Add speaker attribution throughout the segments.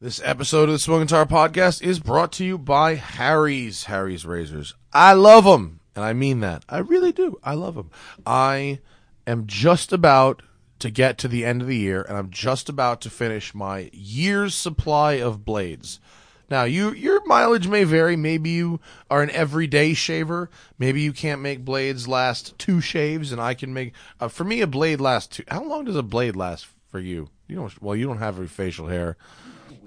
Speaker 1: This episode of the Swung Guitar Podcast is brought to you by Harry's Harry's Razors. I love them, and I mean that. I really do. I love them. I am just about to get to the end of the year, and I'm just about to finish my year's supply of blades. Now, you your mileage may vary. Maybe you are an everyday shaver. Maybe you can't make blades last two shaves, and I can make. Uh, for me, a blade lasts two. How long does a blade last for you? You don't. Well, you don't have any facial hair.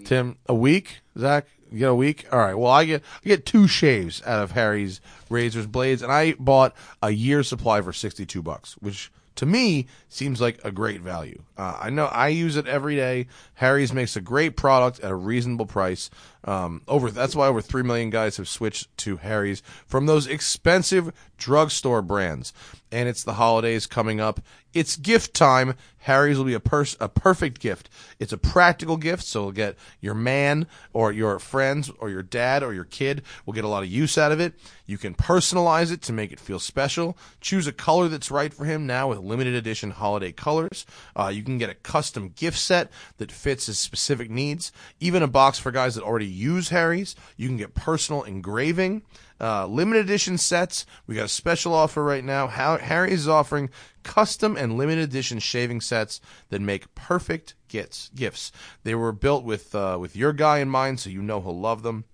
Speaker 1: Tim, a week, Zach. You get a week. All right. Well, I get I get two shaves out of Harry's razors blades, and I bought a year's supply for sixty two bucks, which to me seems like a great value. Uh, I know I use it every day. Harry's makes a great product at a reasonable price. Um, over that's why over three million guys have switched to Harry's from those expensive drugstore brands. And it's the holidays coming up. It's gift time. Harry's will be a pers- a perfect gift. It's a practical gift, so you'll get your man or your friends or your dad or your kid will get a lot of use out of it. You can personalize it to make it feel special. Choose a color that's right for him now with limited edition holiday colors. Uh, you can get a custom gift set that fits his specific needs. Even a box for guys that already use Harry's. You can get personal engraving. Uh, limited edition sets. We got a special offer right now. How, Harry's is offering custom and limited edition shaving sets that make perfect gifts. Gifts. They were built with uh, with your guy in mind, so you know he'll love them.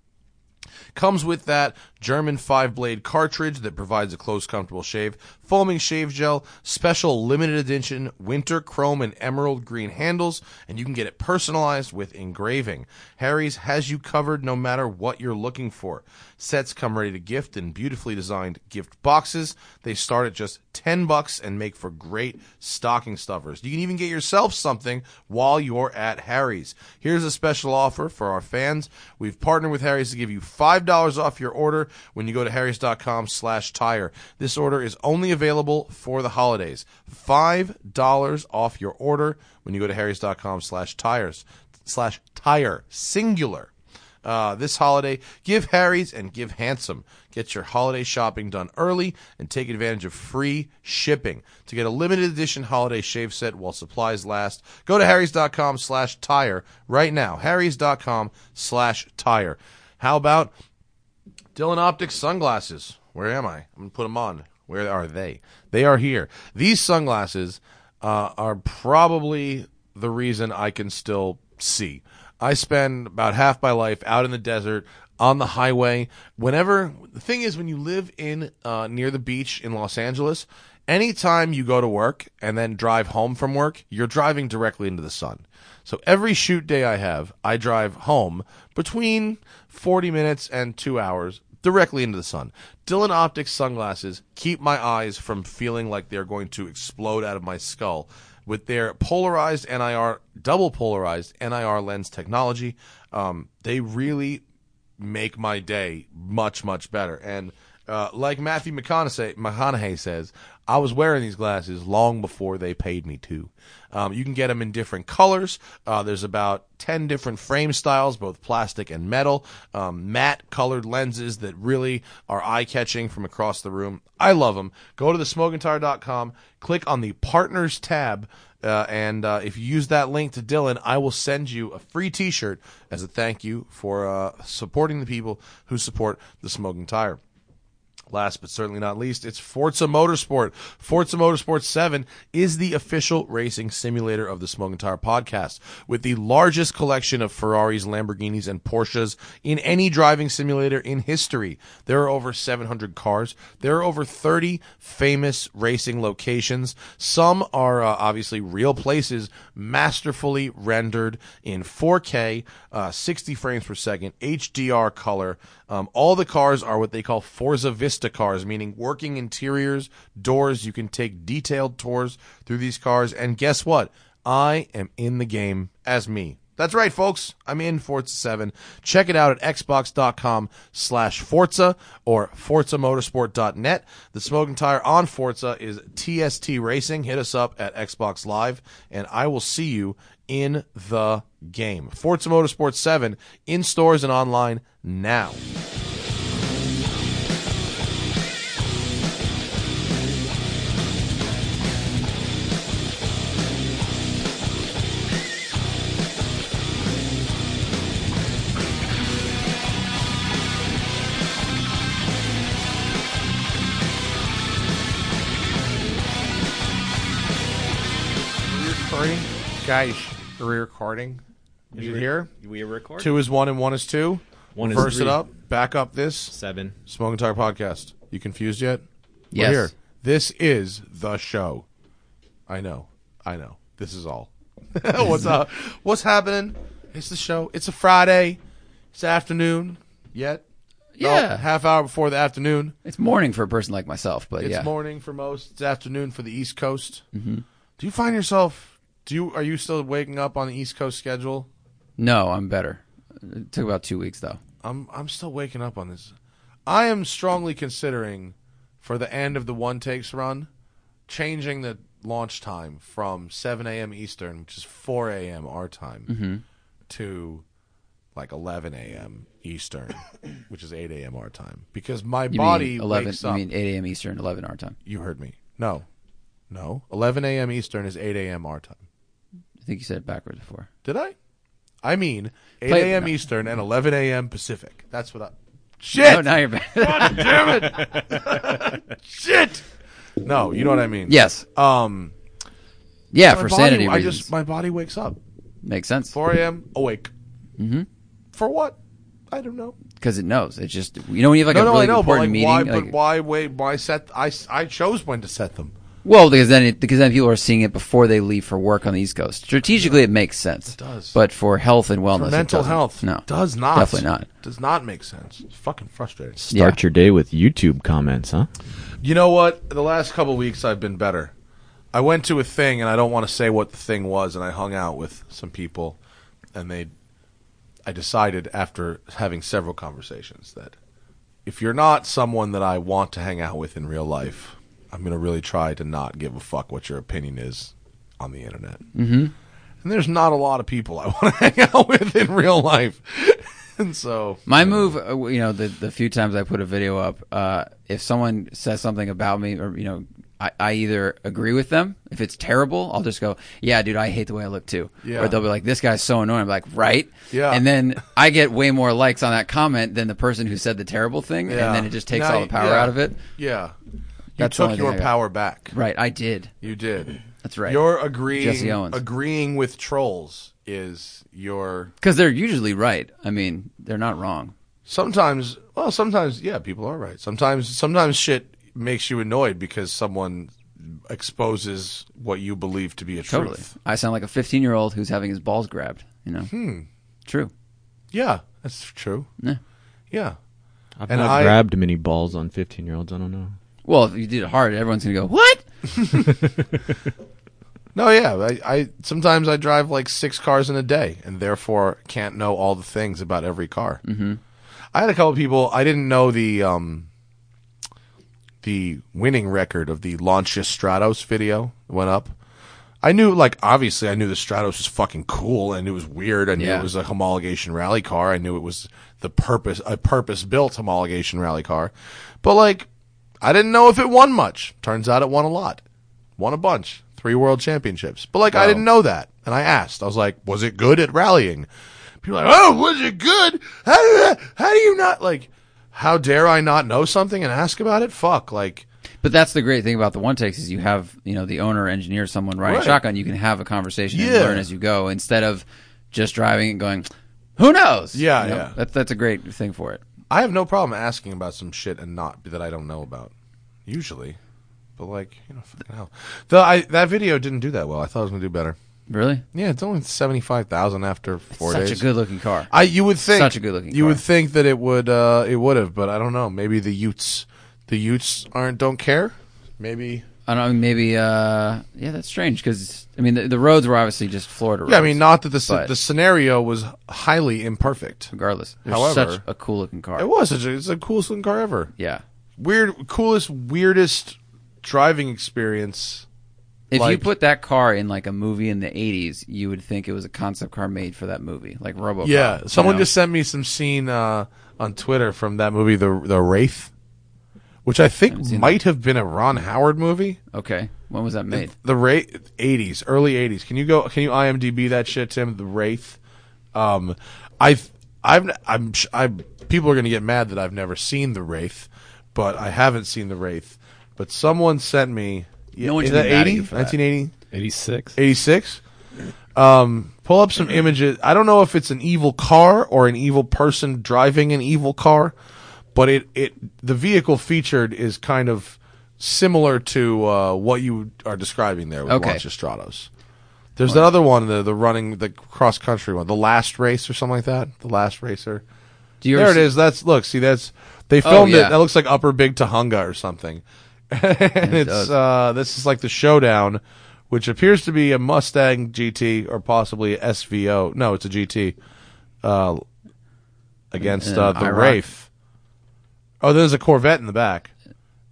Speaker 1: Comes with that German five blade cartridge that provides a close, comfortable shave, foaming shave gel, special limited edition winter chrome and emerald green handles, and you can get it personalized with engraving. Harry's has you covered no matter what you're looking for. Sets come ready to gift in beautifully designed gift boxes. They start at just 10 bucks and make for great stocking stuffers. You can even get yourself something while you're at Harry's. Here's a special offer for our fans. We've partnered with Harry's to give you $5 off your order when you go to harrys.com slash tire. This order is only available for the holidays. $5 off your order when you go to harrys.com slash tires slash tire singular. Uh, this holiday, give Harry's and give Handsome. Get your holiday shopping done early and take advantage of free shipping. To get a limited edition holiday shave set while supplies last, go to harrys.com slash tire right now. harrys.com slash tire. How about Dylan Optics sunglasses. Where am I? I'm gonna put them on. Where are they? They are here. These sunglasses uh, are probably the reason I can still see. I spend about half my life out in the desert on the highway. Whenever the thing is, when you live in uh, near the beach in Los Angeles, anytime you go to work and then drive home from work, you're driving directly into the sun. So every shoot day I have, I drive home between 40 minutes and two hours directly into the sun. Dylan Optics sunglasses keep my eyes from feeling like they're going to explode out of my skull. With their polarized NIR, double polarized NIR lens technology, um, they really make my day much, much better. And uh, like Matthew McConaughey, McConaughey says, I was wearing these glasses long before they paid me to. Um, you can get them in different colors. Uh, there's about 10 different frame styles, both plastic and metal, um, matte colored lenses that really are eye catching from across the room. I love them. Go to thesmogentire.com, click on the partners tab, uh, and uh, if you use that link to Dylan, I will send you a free t shirt as a thank you for uh, supporting the people who support the smoking tire. Last but certainly not least, it's Forza Motorsport. Forza Motorsport 7 is the official racing simulator of the Smoking Tire podcast. With the largest collection of Ferraris, Lamborghinis, and Porsches in any driving simulator in history, there are over 700 cars. There are over 30 famous racing locations. Some are uh, obviously real places, masterfully rendered in 4K, uh, 60 frames per second, HDR color. Um, all the cars are what they call Forza Vista cars, meaning working interiors, doors. You can take detailed tours through these cars. And guess what? I am in the game as me. That's right, folks. I'm in Forza 7. Check it out at xbox.com slash Forza or forzamotorsport.net. The smoking tire on Forza is TST Racing. Hit us up at Xbox Live, and I will see you in the game. Forza Motorsport 7 in stores and online now. Guys, are we recording? Is
Speaker 2: We
Speaker 1: it
Speaker 2: re-
Speaker 1: here?
Speaker 2: We record.
Speaker 1: Two is one and one is two.
Speaker 2: One is
Speaker 1: Reverse it
Speaker 2: three.
Speaker 1: up. Back up this.
Speaker 2: Seven.
Speaker 1: Smoke and Tire Podcast. You confused yet?
Speaker 3: Yes.
Speaker 1: We're here. This is the show. I know. I know. This is all. What's up? What's happening? It's the show. It's a Friday. It's afternoon. Yet? No,
Speaker 3: Yeah.
Speaker 1: half hour before the afternoon.
Speaker 3: It's morning for a person like myself, but
Speaker 1: It's
Speaker 3: yeah.
Speaker 1: morning for most. It's afternoon for the East Coast. Mm-hmm. Do you find yourself? Do you are you still waking up on the East Coast schedule?
Speaker 3: no, I'm better. It took about two weeks though.
Speaker 1: I'm I'm still waking up on this. I am strongly considering for the end of the one takes run, changing the launch time from 7 a.m. Eastern, which is 4 a.m. our time,
Speaker 3: Mm-hmm.
Speaker 1: to like 11 a.m. Eastern, which is 8 a.m. our time, because my
Speaker 3: You
Speaker 1: body
Speaker 3: mean eleven?
Speaker 1: wakes
Speaker 3: you
Speaker 1: up.
Speaker 3: mean eight a.m. Eastern, eleven our time?
Speaker 1: You heard me. No. No. 11 a.m. Eastern is 8 a.m. our time.
Speaker 3: I think you said it backwards before.
Speaker 1: Did I? I mean, 8
Speaker 3: Play-
Speaker 1: a.m.
Speaker 3: no.
Speaker 1: Eastern and 11 a.m. Pacific. That's what I. Shit!
Speaker 3: Oh, now you're back.
Speaker 1: Shit! No, you know what I mean.
Speaker 3: yes.
Speaker 1: Um,
Speaker 3: Yeah,
Speaker 1: my
Speaker 3: for
Speaker 1: body-
Speaker 3: sanity
Speaker 1: I
Speaker 3: reasons,
Speaker 1: just, my body wakes up.
Speaker 3: makes sense
Speaker 1: 4 a.m. awake. Mm-hmm. For what? I don't know.
Speaker 3: because it knows. It's just you know when you have
Speaker 1: no,
Speaker 3: like a
Speaker 1: no,
Speaker 3: really
Speaker 1: I know, but
Speaker 3: important
Speaker 1: like,
Speaker 3: meeting.
Speaker 1: why,
Speaker 3: like-
Speaker 1: but why wait, why set, I, I chose when to set them.
Speaker 3: Well, because then it, because then people are seeing it before they leave for work on the East Coast. Strategically, it makes sense. It
Speaker 1: does.
Speaker 3: but for health and wellness,
Speaker 1: For
Speaker 3: it
Speaker 1: mental
Speaker 3: doesn't.
Speaker 1: health.
Speaker 3: no,
Speaker 1: Does not.
Speaker 3: definitely not.
Speaker 1: Does not make sense. It's fucking frustrating.
Speaker 3: Start
Speaker 2: Start your day with YouTube comments, huh?
Speaker 1: You know what? The last couple weeks I've been better. I went to a thing and I don't want to say what the thing was and I hung out with some people and they I decided after having several conversations that if you're not someone that I want to hang out with in real life, I'm going to really try to not give a fuck what your opinion is on the internet. Mm-hmm. And there's not a lot of people I want to hang out with in real life. and so
Speaker 3: My move, uh, you know, the the few times I put a video up, uh, if someone says something about me, or you know, I, I either agree with them. If it's terrible, I'll just go, "Yeah, dude, I hate the way I look too."
Speaker 1: Yeah.
Speaker 3: Or they'll be like, "This guy's so annoying." I'm like, "Right."
Speaker 1: Yeah.
Speaker 3: And then I get way more likes on that comment than the person who said the terrible thing,
Speaker 1: yeah.
Speaker 3: and then it just takes
Speaker 1: Now
Speaker 3: all
Speaker 1: you-
Speaker 3: the power
Speaker 1: yeah.
Speaker 3: out of it.
Speaker 1: Yeah. You
Speaker 3: That's the
Speaker 1: took
Speaker 3: only thing
Speaker 1: your
Speaker 3: I got.
Speaker 1: power back.
Speaker 3: Right. I did.
Speaker 1: You did.
Speaker 3: That's right.
Speaker 1: You're agreeing
Speaker 3: Jesse Owens.
Speaker 1: agreeing with trolls is your
Speaker 3: Because they're usually right. I mean, they're not wrong.
Speaker 1: sometimes well sometimes yeah people are right sometimes sometimes shit makes you annoyed because someone exposes what you believe to be a truth
Speaker 3: Totally. I sound like a 15 year old who's having his balls grabbed. You know. Hmm. True.
Speaker 1: yeah that's true
Speaker 3: Yeah.
Speaker 1: yeah
Speaker 2: I've
Speaker 1: And
Speaker 2: not
Speaker 1: I-
Speaker 2: grabbed many balls on 15 year olds. I don't know.
Speaker 3: Well, if you did it hard, everyone's gonna go, "What?"
Speaker 1: no yeah I, I sometimes i drive like six cars in a day and therefore can't know all the things about every car mm-hmm. i had a couple people i didn't know the um the winning record of the Launchus Stratos video went up. I knew, like, obviously, I knew the Stratos was fucking cool, and it was weird. I knew
Speaker 3: Yeah.
Speaker 1: it was a homologation rally car. I knew it was the purpose, a purpose-built homologation rally car. But like, I didn't know if it won much. Turns out it won a lot, won a bunch, three world championships. But like, I didn't know that, and I asked. I was like, was it good at rallying? People are like, oh, was it good? How do, you- how do you not like? How dare I not know something and ask about it? Fuck, like.
Speaker 3: But that's the great thing about the one takes is you have you know the owner, engineer, someone riding
Speaker 1: Right.
Speaker 3: shotgun. You can have a conversation and
Speaker 1: Yeah.
Speaker 3: learn as you go instead of just driving and going, "Who knows?"
Speaker 1: Yeah,
Speaker 3: You know?
Speaker 1: yeah.
Speaker 3: That's that's a great thing for it.
Speaker 1: I have no problem asking about some shit and not that I don't know about, usually. But like, you know, fucking hell. The I, that video didn't do that well. I thought it was gonna do better.
Speaker 3: Really,
Speaker 1: Yeah, it's only seventy five thousand after four
Speaker 3: such
Speaker 1: days.
Speaker 3: a good looking car.
Speaker 1: I you would think
Speaker 3: Such a good-looking
Speaker 1: You
Speaker 3: car.
Speaker 1: would think that it would uh it would have, but I don't know. Maybe the Utes, the Utes aren't don't care. Maybe.
Speaker 3: I don't know, maybe uh, yeah, that's strange because I mean the, the roads were obviously just Florida roads.
Speaker 1: Yeah, I mean, not that the sce-
Speaker 3: But-
Speaker 1: the scenario was highly imperfect.
Speaker 3: regardless, they're
Speaker 1: However-
Speaker 3: such a cool looking car.
Speaker 1: It was. It's, a, it's the coolest looking car ever.
Speaker 3: yeah,
Speaker 1: Weird, coolest, weirdest driving experience.
Speaker 3: if you
Speaker 1: Like-
Speaker 3: put that car in like a movie in the '80s, you would think it was a concept car made for that movie, like RoboCop.
Speaker 1: Yeah,
Speaker 3: you
Speaker 1: someone
Speaker 3: know?
Speaker 1: just sent me some scene uh, on Twitter from that movie, the the Wraith, which I think
Speaker 3: seen
Speaker 1: might have been a Ron Howard movie.
Speaker 3: okay. When was that made?
Speaker 1: The Wraith, eighties, early eighties. Can you go? Can you IMDb that shit, Tim? The Wraith. Um, I, I've, I'm, sh- I. People are gonna get mad that I've never seen the Wraith, but I haven't seen the Wraith. But someone sent me.
Speaker 3: No one
Speaker 1: is
Speaker 3: should be
Speaker 1: that
Speaker 3: mad at
Speaker 1: 80?
Speaker 3: you for that.
Speaker 1: 1980?
Speaker 2: 86.
Speaker 1: 86 Um, pull up some images. I don't know if it's an evil car or an evil person driving an evil car, but it, it the vehicle featured is kind of similar to uh, what you are describing there with
Speaker 3: Okay.
Speaker 1: Lancia Stratos. There's that other one, the the running the cross country one, the last race or something like that. The last racer.
Speaker 3: Do you
Speaker 1: there
Speaker 3: ever
Speaker 1: it is. That's look. See, that's they filmed
Speaker 3: Oh, yeah.
Speaker 1: it. That looks like Upper Big Tahunga or something. and it's
Speaker 3: does.
Speaker 1: uh, this is like the showdown, which appears to be a Mustang GT or possibly a SVO. No, it's a GT uh, against
Speaker 3: And
Speaker 1: uh, the
Speaker 3: IROC.
Speaker 1: Wraith. Oh, there's a Corvette in the back,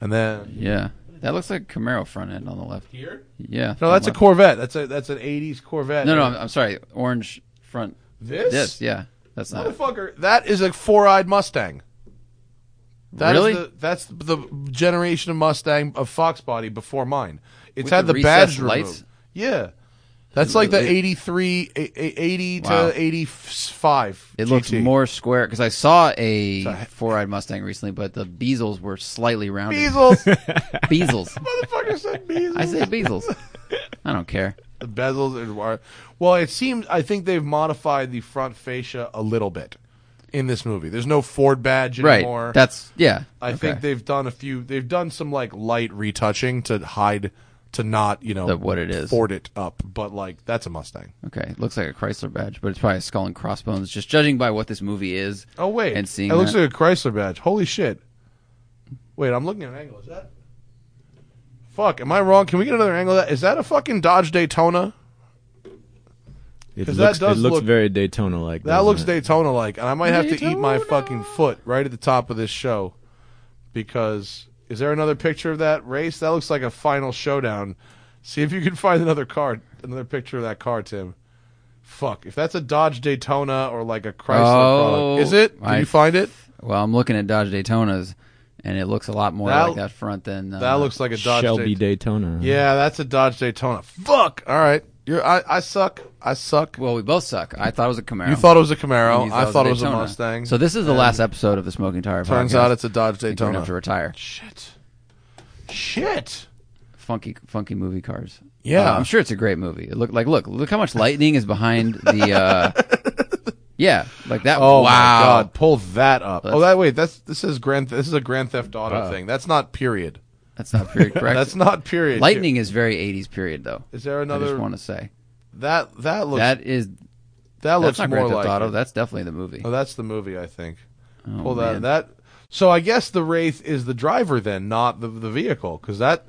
Speaker 1: and then
Speaker 3: See? Yeah, that looks like Camaro front end on the left.
Speaker 1: here.
Speaker 3: Yeah.
Speaker 1: No,
Speaker 3: on
Speaker 1: that's a
Speaker 3: left.
Speaker 1: Corvette. That's a that's an '80s Corvette.
Speaker 3: No, no, I'm, I'm sorry. Orange front.
Speaker 1: this,
Speaker 3: This, yeah, that's not. it.
Speaker 1: motherfucker, that is a four-eyed Mustang. That is
Speaker 3: Really?
Speaker 1: the, that's the generation of Mustang of Fox body before mine. It's
Speaker 3: With
Speaker 1: had
Speaker 3: the
Speaker 1: the, badge
Speaker 3: recessed
Speaker 1: removed.
Speaker 3: lights?
Speaker 1: Yeah. That's like the
Speaker 3: It-
Speaker 1: 83, a- a- 80
Speaker 3: Wow.
Speaker 1: to 85.
Speaker 3: It looks
Speaker 1: GT.
Speaker 3: more square because I saw a
Speaker 1: Sorry.
Speaker 3: four-eyed Mustang recently, but the bezels were slightly rounded.
Speaker 1: Beezles.
Speaker 3: Bezels.
Speaker 1: Motherfucker said Beezles.
Speaker 3: I say bezels. I don't care.
Speaker 1: The bezels and wire. Well, it seems I think they've modified the front fascia a little bit in this movie. There's no Ford badge
Speaker 3: Right.
Speaker 1: anymore.
Speaker 3: That's yeah.
Speaker 1: I
Speaker 3: okay.
Speaker 1: think they've done a few. They've done some like light retouching to hide to not you know
Speaker 3: The- what it is.
Speaker 1: Ford it up, but like that's a Mustang.
Speaker 3: Okay, it looks like a Chrysler badge, but it's probably a skull and crossbones. Just judging by what this movie is.
Speaker 1: Oh wait,
Speaker 3: and seeing
Speaker 1: it looks
Speaker 3: that.
Speaker 1: like a Chrysler badge. Holy shit! Wait, I'm looking at an angle. Is that? Fuck, am I wrong? Can we get another angle? Of that is that a fucking Dodge Daytona?
Speaker 2: It
Speaker 1: 'Cause
Speaker 2: looks,
Speaker 1: that does
Speaker 2: it looks
Speaker 1: look-
Speaker 2: very Daytona like.
Speaker 1: That looks Daytona like, and I might have to eat my
Speaker 3: Daytona.
Speaker 1: fucking foot right at the top of this show because is there another picture of that race? That looks like a final showdown. See if you can find another car, another picture of that car, Tim. Fuck, if that's a Dodge Daytona or like a Chrysler
Speaker 3: Oh,
Speaker 1: product, is it? Did
Speaker 3: I-
Speaker 1: you find it?
Speaker 3: Well, I'm looking at Dodge Daytonas, and it looks a lot more
Speaker 1: That-
Speaker 3: like that front than uh,
Speaker 1: That looks like a Dodge
Speaker 2: Shelby
Speaker 1: Daytona.
Speaker 2: Daytona.
Speaker 1: yeah, that's a Dodge Daytona. Fuck. All right, you're. I, I suck. I suck.
Speaker 3: Well, we both suck. I thought it was a Camaro.
Speaker 1: you thought it was a
Speaker 3: And
Speaker 1: Camaro.
Speaker 3: you
Speaker 1: I thought it was a
Speaker 3: Daytona.
Speaker 1: Mustang.
Speaker 3: So this is the last episode of the Smoking Tire.
Speaker 1: turns
Speaker 3: podcast.
Speaker 1: out it's a Dodge
Speaker 3: I think we're gonna have to
Speaker 1: Daytona.
Speaker 3: retire.
Speaker 1: Shit. Shit.
Speaker 3: Funky, funky movie cars.
Speaker 1: Yeah.
Speaker 3: Uh, I'm sure it's a great movie. It look like look look how much lightning is behind the. uh Yeah, like that.
Speaker 1: Oh
Speaker 3: wow.
Speaker 1: my god, pull that up. oh that wait, that's this is grand this is a Grand Theft Auto thing. That's not period.
Speaker 3: That's not period correct.
Speaker 1: That's not period.
Speaker 3: lightning is very 80s period though.
Speaker 1: Is there
Speaker 3: I
Speaker 1: another
Speaker 3: just want to say
Speaker 1: that that looks that,
Speaker 3: that is
Speaker 1: looks
Speaker 3: that's not
Speaker 1: more
Speaker 3: Grand
Speaker 1: like
Speaker 3: Theft Auto.
Speaker 1: it.
Speaker 3: That's definitely the movie.
Speaker 1: Oh, that's the movie I think.
Speaker 3: Oh,
Speaker 1: pull
Speaker 3: man.
Speaker 1: that that So I guess the Wraith is the driver then, not the the vehicle cuz that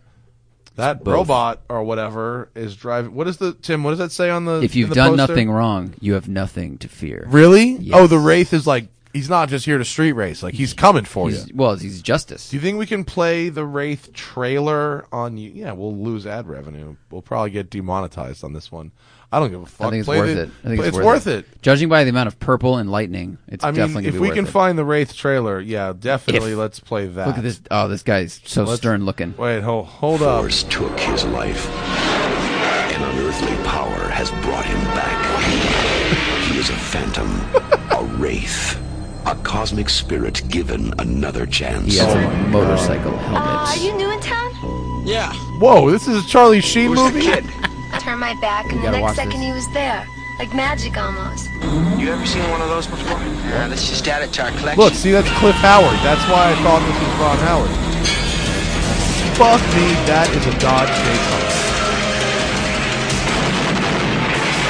Speaker 1: that
Speaker 2: both.
Speaker 1: robot or whatever is driving. What is the Tim? What does that say on the?
Speaker 3: If
Speaker 1: in
Speaker 3: you've
Speaker 1: the
Speaker 3: done
Speaker 1: poster?
Speaker 3: nothing wrong, you have nothing to fear.
Speaker 1: really?
Speaker 3: Yes.
Speaker 1: Oh, the wraith is like he's not just here to street race. Like he's coming for you.
Speaker 3: He's, Well, he's justice.
Speaker 1: Do you think we can play the Wraith trailer on you? Yeah, we'll lose ad revenue. We'll probably get demonetized on this one. I don't give a fuck.
Speaker 3: I think it's
Speaker 1: Play
Speaker 3: worth
Speaker 1: the-
Speaker 3: it. I think
Speaker 1: but
Speaker 3: it's,
Speaker 1: worth it.
Speaker 3: Judging by the amount of purple and lightning, it's
Speaker 1: I mean,
Speaker 3: definitely
Speaker 1: if
Speaker 3: gonna be
Speaker 1: we
Speaker 3: worth
Speaker 1: can
Speaker 3: it.
Speaker 1: find the Wraith trailer, yeah, definitely
Speaker 3: If-
Speaker 1: let's play that.
Speaker 3: Look at this. Oh, this guy's so stern looking.
Speaker 1: Wait, hold, hold up.
Speaker 4: Force took his life. An unearthly power has brought him back. He is a phantom, a wraith, a cosmic spirit given another chance.
Speaker 3: He
Speaker 1: Oh,
Speaker 3: has a motorcycle
Speaker 5: Uh, are
Speaker 3: helmet.
Speaker 5: you new in town?
Speaker 1: Whoa, this is a Charlie Sheen
Speaker 4: Who's the
Speaker 1: movie?
Speaker 4: kid?
Speaker 5: Turn my back, and the
Speaker 3: gotta watch
Speaker 5: next second
Speaker 3: this.
Speaker 5: he was there. Like magic almost.
Speaker 6: You ever seen one of those before? Yeah, let's just add it to our collection.
Speaker 1: Look, see, that's Cliff Howard. That's why I thought this was Ron Howard. Fuck me, that is a Dodge Daytona.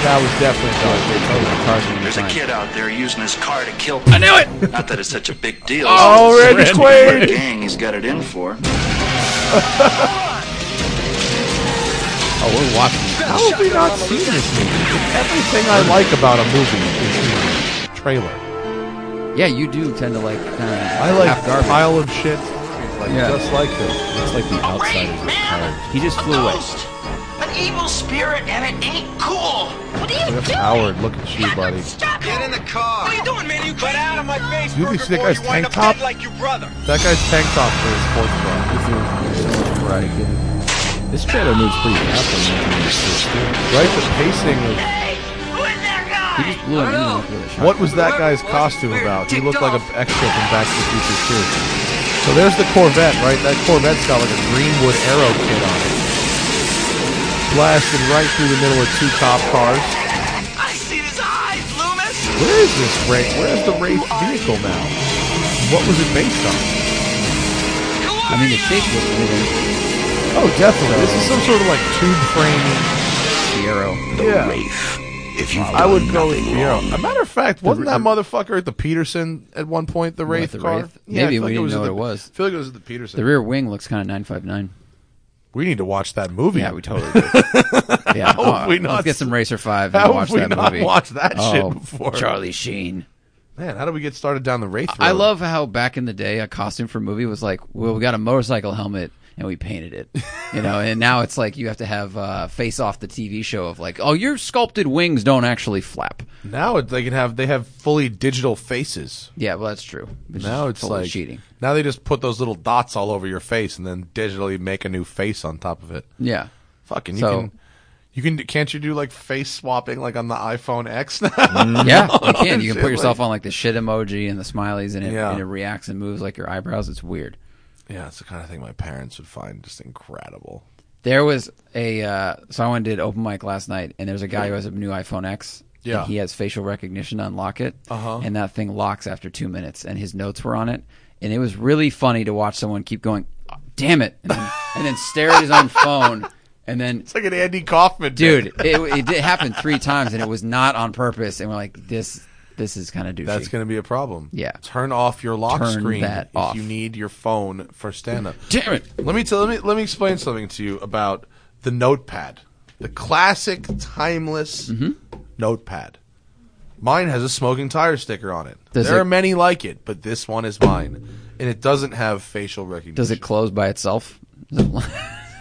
Speaker 1: That was definitely a Dodge Daytona. Oh,
Speaker 4: There's a kid out there using his car to kill. I knew it. Not that it's such a big deal.
Speaker 1: Oh, Randy
Speaker 4: The
Speaker 1: Quaid!
Speaker 4: gang he's got it in for.
Speaker 3: Oh, we're watching.
Speaker 1: How have we not seen this movie? Everything I like about a movie is in the trailer.
Speaker 3: Yeah, you do tend to like kind of
Speaker 1: I like
Speaker 3: half garbage.
Speaker 1: pile of shit like
Speaker 3: Yeah.
Speaker 1: just like this.
Speaker 2: It's like the outside.
Speaker 7: man!
Speaker 2: He just
Speaker 7: A
Speaker 2: flew away.
Speaker 7: ghost! An evil spirit, and it ain't cool! What are you
Speaker 1: Cliff Howard, look at you, buddy.
Speaker 7: Stop it!
Speaker 6: Get in the car.
Speaker 7: What are you doing, man? Are you
Speaker 6: Get
Speaker 7: crazy?
Speaker 6: out of my face,
Speaker 1: You
Speaker 6: Burger
Speaker 1: think that
Speaker 6: Boy.
Speaker 1: guy's
Speaker 6: you wind
Speaker 1: tank
Speaker 6: up dead
Speaker 1: top?
Speaker 6: like your brother.
Speaker 1: That guy's tank top for his sports bra.
Speaker 2: This trailer moves pretty fast.
Speaker 1: Right, the pacing
Speaker 7: Hey, who is
Speaker 3: He
Speaker 7: that guy?
Speaker 3: just blew an engine with a
Speaker 1: of
Speaker 3: shot.
Speaker 1: what was that guy's costume about? He looked like an extra from Back to the Future too. So there's the Corvette, right? That Corvette's got like a Greenwood Arrow kit on it, blasted right through the middle of two cop cars. Where is this Wraith? Where is the Wraith vehicle now? What was it based on?
Speaker 3: I mean, the shape was moving.
Speaker 1: Oh, definitely. This is some sort of like tube frame.
Speaker 3: Fiero.
Speaker 4: The
Speaker 1: Yeah.
Speaker 4: Wraith. If you've
Speaker 1: I would
Speaker 4: done
Speaker 1: go with
Speaker 4: nothing
Speaker 1: Fiero.
Speaker 4: wrong,
Speaker 1: A matter of fact, wasn't
Speaker 3: the-
Speaker 1: that motherfucker at the Peterson at one point? The Wraith
Speaker 3: the
Speaker 1: car.
Speaker 3: Wraith?
Speaker 1: I
Speaker 3: Maybe
Speaker 1: feel
Speaker 3: we
Speaker 1: it
Speaker 3: didn't
Speaker 1: was
Speaker 3: know
Speaker 1: at
Speaker 3: what
Speaker 1: the-
Speaker 3: it was.
Speaker 1: I feel like it was at the Peterson.
Speaker 3: The rear wing looks kind of 959.
Speaker 1: we need to watch that movie.
Speaker 3: Yeah, we totally do. yeah,
Speaker 1: How have we not
Speaker 3: let's get
Speaker 1: s-
Speaker 3: some Racer Five.
Speaker 1: how
Speaker 3: And
Speaker 1: have
Speaker 3: watch
Speaker 1: we
Speaker 3: that
Speaker 1: not
Speaker 3: movie.
Speaker 1: watched that
Speaker 3: oh,
Speaker 1: shit before?
Speaker 3: Charlie Sheen.
Speaker 1: Man, how do we get started down the Wraith?
Speaker 3: I
Speaker 1: road?
Speaker 3: love how back in the day, a costume for a movie was like, well, we got a motorcycle helmet and we painted it, you know. and now it's like you have to have uh, face off the TV show of like, oh, your sculpted wings don't actually flap.
Speaker 1: Now it- they can have they have fully digital faces.
Speaker 3: Yeah, well, that's true. Which
Speaker 1: Now
Speaker 3: is
Speaker 1: it's
Speaker 3: totally
Speaker 1: like
Speaker 3: cheating.
Speaker 1: Now they just put those little dots all over your face and then digitally make a new face on top of it.
Speaker 3: Yeah,
Speaker 1: Fucking you
Speaker 3: So-
Speaker 1: can you can can't you do like face swapping like on the iPhone X now?
Speaker 3: yeah, you can. You
Speaker 1: Shit,
Speaker 3: can put yourself
Speaker 1: like-
Speaker 3: on like the shit emoji and the smileys, and it,
Speaker 1: Yeah.
Speaker 3: and it reacts and moves like your eyebrows. It's weird.
Speaker 1: yeah, it's the kind of thing my parents would find just incredible.
Speaker 3: There was a uh, someone did open mic last night, and there's a guy who has a new iPhone X.
Speaker 1: Yeah.
Speaker 3: and he has facial recognition to unlock it,
Speaker 1: Uh-huh.
Speaker 3: and that thing locks after two minutes. And his notes were on it, and it was really funny to watch someone keep going, "Ah, "Damn it!" and then, and then stare at his own phone, and then.
Speaker 1: It's like an Andy Kaufman
Speaker 3: Dude,
Speaker 1: bit.
Speaker 3: it, it did happen three times, and it was not on purpose. And we're like, this, this is kind of douchey.
Speaker 1: That's going to be a problem.
Speaker 3: Yeah.
Speaker 1: Turn off your lock
Speaker 3: Turn
Speaker 1: screen
Speaker 3: that
Speaker 1: if
Speaker 3: off.
Speaker 1: you need your phone for stand up.
Speaker 3: Damn it!
Speaker 1: Let me tell let me let me explain something to you about the notepad. The classic timeless
Speaker 3: Mm-hmm.
Speaker 1: notepad. Mine has a smoking tire sticker on it.
Speaker 3: Does
Speaker 1: there
Speaker 3: it-
Speaker 1: are many like it, but this one is mine. And it doesn't have facial recognition.
Speaker 3: Does it close by itself? Does it lo-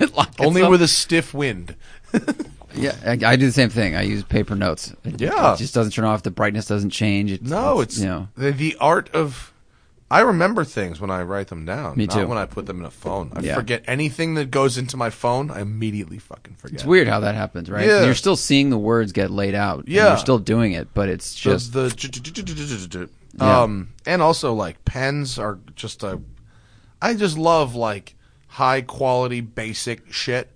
Speaker 3: it lock
Speaker 1: Only
Speaker 3: itself?
Speaker 1: with a stiff wind.
Speaker 3: Yeah, I, I do the same thing. I use paper notes. It,
Speaker 1: Yeah.
Speaker 3: it just doesn't turn off. The brightness doesn't change. It's,
Speaker 1: No, it's
Speaker 3: you know,
Speaker 1: the, the art of. I remember things when I write them down.
Speaker 3: Me
Speaker 1: not
Speaker 3: too.
Speaker 1: when I put them in a phone, I
Speaker 3: Yeah.
Speaker 1: forget anything that goes into my phone. I immediately fucking forget.
Speaker 3: it's weird how that happens, right?
Speaker 1: Yeah.
Speaker 3: You're still seeing the words get laid out. and
Speaker 1: Yeah.
Speaker 3: you're still doing it, but it's
Speaker 1: The-
Speaker 3: just
Speaker 1: the, j- j- j- j- j- j- j- um and also like pens are just a I just love like high quality basic shit.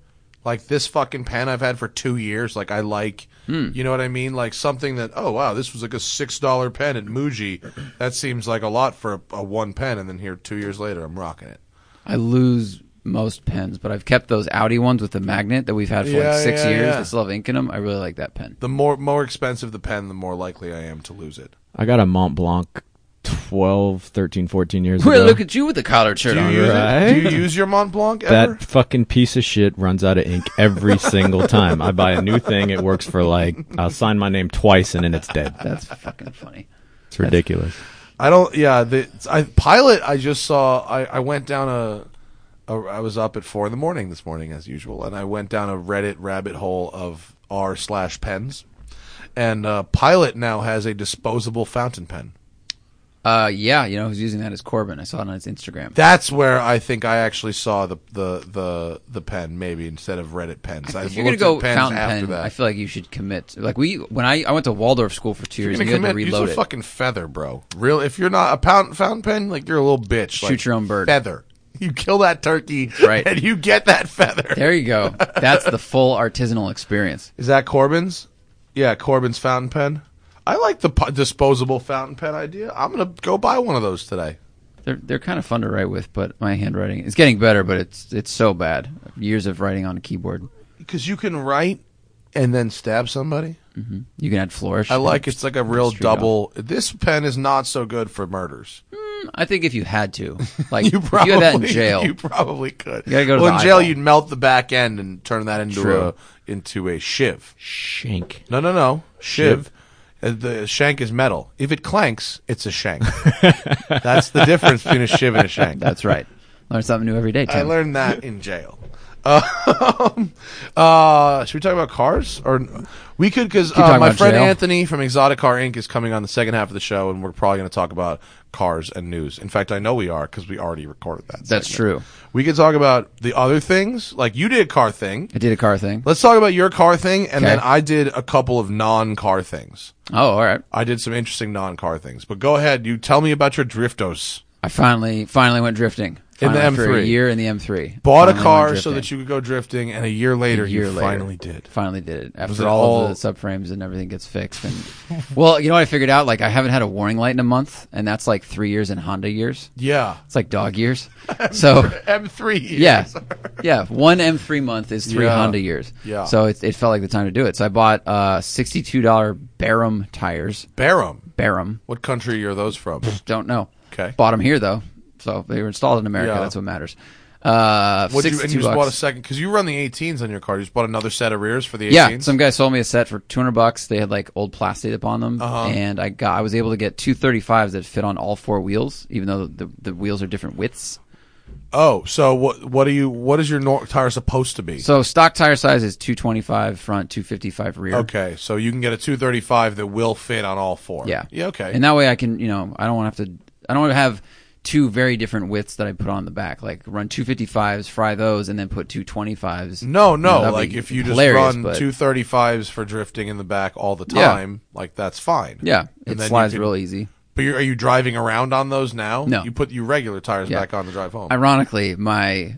Speaker 1: Like this fucking pen I've had for 2 years, like I like you know what I mean? Like something that oh wow, this was like a $6 pen at Muji. That seems like a lot for a, a one pen and then here 2 years later I'm rocking it.
Speaker 3: I lose most pens, but I've kept those Audi ones with the magnet that we've had for
Speaker 1: Yeah,
Speaker 3: like six
Speaker 1: yeah,
Speaker 3: years.
Speaker 1: yeah.
Speaker 3: I still have ink in them. I really like that pen.
Speaker 1: The more more expensive the pen, the more likely I am to lose it.
Speaker 2: I got a Mont Blanc 12, 13, 14 years
Speaker 3: Well,
Speaker 2: ago.
Speaker 3: look at you with the collared shirt
Speaker 1: Do you
Speaker 3: on.
Speaker 1: use it?
Speaker 2: Alright.
Speaker 1: Do you use your Mont Blanc ever?
Speaker 2: that fucking piece of shit runs out of ink every single time. I buy a new thing, it works for like I'll sign my name twice and then it's dead.
Speaker 3: That's fucking funny.
Speaker 2: It's ridiculous.
Speaker 1: I don't. Yeah, the I, pilot. I just saw. I, I went down a, a. I was up at four in the morning this morning as usual, and I went down a Reddit rabbit hole of r slash pens, and uh, pilot now has a disposable fountain pen.
Speaker 3: Uh, yeah, you know who's using that is Corbin. I saw it on his Instagram.
Speaker 1: That's where I think I actually saw the the the, the pen maybe instead of Reddit pens. I
Speaker 3: if you're gonna
Speaker 1: looked at
Speaker 3: go
Speaker 1: pens
Speaker 3: fountain
Speaker 1: after
Speaker 3: pen,
Speaker 1: that.
Speaker 3: I feel like you should commit. Like we, when I, I went to Waldorf school for two years,
Speaker 1: you're gonna
Speaker 3: and you had to
Speaker 1: commit,
Speaker 3: reload
Speaker 1: use a
Speaker 3: it.
Speaker 1: fucking feather, bro. Real, if you're not a pound fountain pen, like you're a little bitch.
Speaker 3: Shoot
Speaker 1: Like,
Speaker 3: your own bird.
Speaker 1: Feather. You kill that turkey,
Speaker 3: Right.
Speaker 1: And you get that feather.
Speaker 3: There you go. That's the full artisanal experience.
Speaker 1: Is that Corbin's? Yeah, Corbin's fountain pen. I like the po- disposable fountain pen idea. I'm gonna go buy one of those today.
Speaker 3: They're they're kind of fun to write with, but my handwriting is getting better, but it's it's so bad. Years of writing on a keyboard.
Speaker 1: Because you can write and then stab somebody.
Speaker 3: You can add flourish.
Speaker 1: I like it's like a real
Speaker 3: Straight
Speaker 1: double. This pen is not so good for murders.
Speaker 3: I think if you had to, like
Speaker 1: You
Speaker 3: if
Speaker 1: probably
Speaker 3: you had that in jail,
Speaker 1: You probably could.
Speaker 3: You gotta go to
Speaker 1: well,
Speaker 3: the
Speaker 1: in jail,
Speaker 3: eyeball.
Speaker 1: you'd melt the back end and turn that into
Speaker 3: True.
Speaker 1: a into a shiv.
Speaker 2: Shank.
Speaker 1: No, no, no, shiv. Uh, The shank is metal. If it clanks, it's a shank. That's the difference between a shiv and a shank.
Speaker 3: that's right. Learn something new every day.
Speaker 1: I
Speaker 3: Tim.
Speaker 1: learned that in jail. Um, uh, should we talk about cars, or we could because uh,
Speaker 3: talking
Speaker 1: my
Speaker 3: about
Speaker 1: friend
Speaker 3: jail.
Speaker 1: Anthony from Exotic Car Inc. is coming on the second half of the show, and we're probably going to talk about cars and news. In fact, I know we are because we already recorded that.
Speaker 3: That's
Speaker 1: segment.
Speaker 3: true.
Speaker 1: We could talk about the other things, like you did a car thing.
Speaker 3: I did a car thing.
Speaker 1: Let's talk about your car thing, and
Speaker 3: Okay.
Speaker 1: then I did a couple of non-car things.
Speaker 3: Oh, all right.
Speaker 1: I did some interesting non-car things, but go ahead. You tell me about your driftos.
Speaker 3: I finally finally went drifting.
Speaker 1: In the
Speaker 3: Finally, for a
Speaker 1: M3.
Speaker 3: year in the M3.
Speaker 1: Bought a
Speaker 3: Finally went
Speaker 1: car so
Speaker 3: drifting.
Speaker 1: that you could go drifting, and a year later,
Speaker 3: a year
Speaker 1: you
Speaker 3: later,
Speaker 1: finally did.
Speaker 3: Finally did it after
Speaker 1: it
Speaker 3: all
Speaker 1: all-
Speaker 3: the subframes and everything gets fixed. And well, you know what I figured out? Like I haven't had a warning light in a month, and that's like three years in Honda years.
Speaker 1: Yeah.
Speaker 3: It's like dog years. So
Speaker 1: M3. years.
Speaker 3: yeah, yeah, one M3 month is three
Speaker 1: Yeah.
Speaker 3: Honda years.
Speaker 1: Yeah.
Speaker 3: So it, it felt like the time to do it. So I bought uh, sixty-two dollar Barum tires.
Speaker 1: Barham.
Speaker 3: Barum.
Speaker 1: What country are those from?
Speaker 3: Don't know.
Speaker 1: Okay.
Speaker 3: Bought them here though, so they were installed in America.
Speaker 1: Yeah.
Speaker 3: That's what matters. Uh,
Speaker 1: What you,
Speaker 3: 62
Speaker 1: and you just
Speaker 3: bucks.
Speaker 1: bought a second because you run the 18s on your car. You just bought another set of rears for the 18s.
Speaker 3: Yeah, some guy sold me a set for two hundred bucks. They had like old plastic upon them,
Speaker 1: Uh-huh.
Speaker 3: and I got I was able to get two thirty fives that fit on all four wheels, even though the, the wheels are different widths.
Speaker 1: Oh, so what? What are you? What is your nor- tire supposed to be?
Speaker 3: So stock tire size is two twenty five front, two fifty five rear.
Speaker 1: okay, so you can get a 235 that will fit on all four.
Speaker 3: Yeah.
Speaker 1: Yeah. Okay.
Speaker 3: And that way I can you know I don't want to have to I don't want to have two very different widths that I put on the back. Like run two fifty fives, fry those, and then put two twenty fives.
Speaker 1: no, no.
Speaker 3: that'd
Speaker 1: like
Speaker 3: be
Speaker 1: if you just
Speaker 3: hilarious,
Speaker 1: run
Speaker 3: but-
Speaker 1: 235s for drifting in the back all the
Speaker 3: Yeah.
Speaker 1: time, like that's fine.
Speaker 3: Yeah,
Speaker 1: And
Speaker 3: it
Speaker 1: then you
Speaker 3: slides
Speaker 1: can-
Speaker 3: real easy.
Speaker 1: But you're, are you driving around on those now?
Speaker 3: No.
Speaker 1: You put your regular tires
Speaker 3: Yeah.
Speaker 1: back on to drive home.
Speaker 3: Ironically, my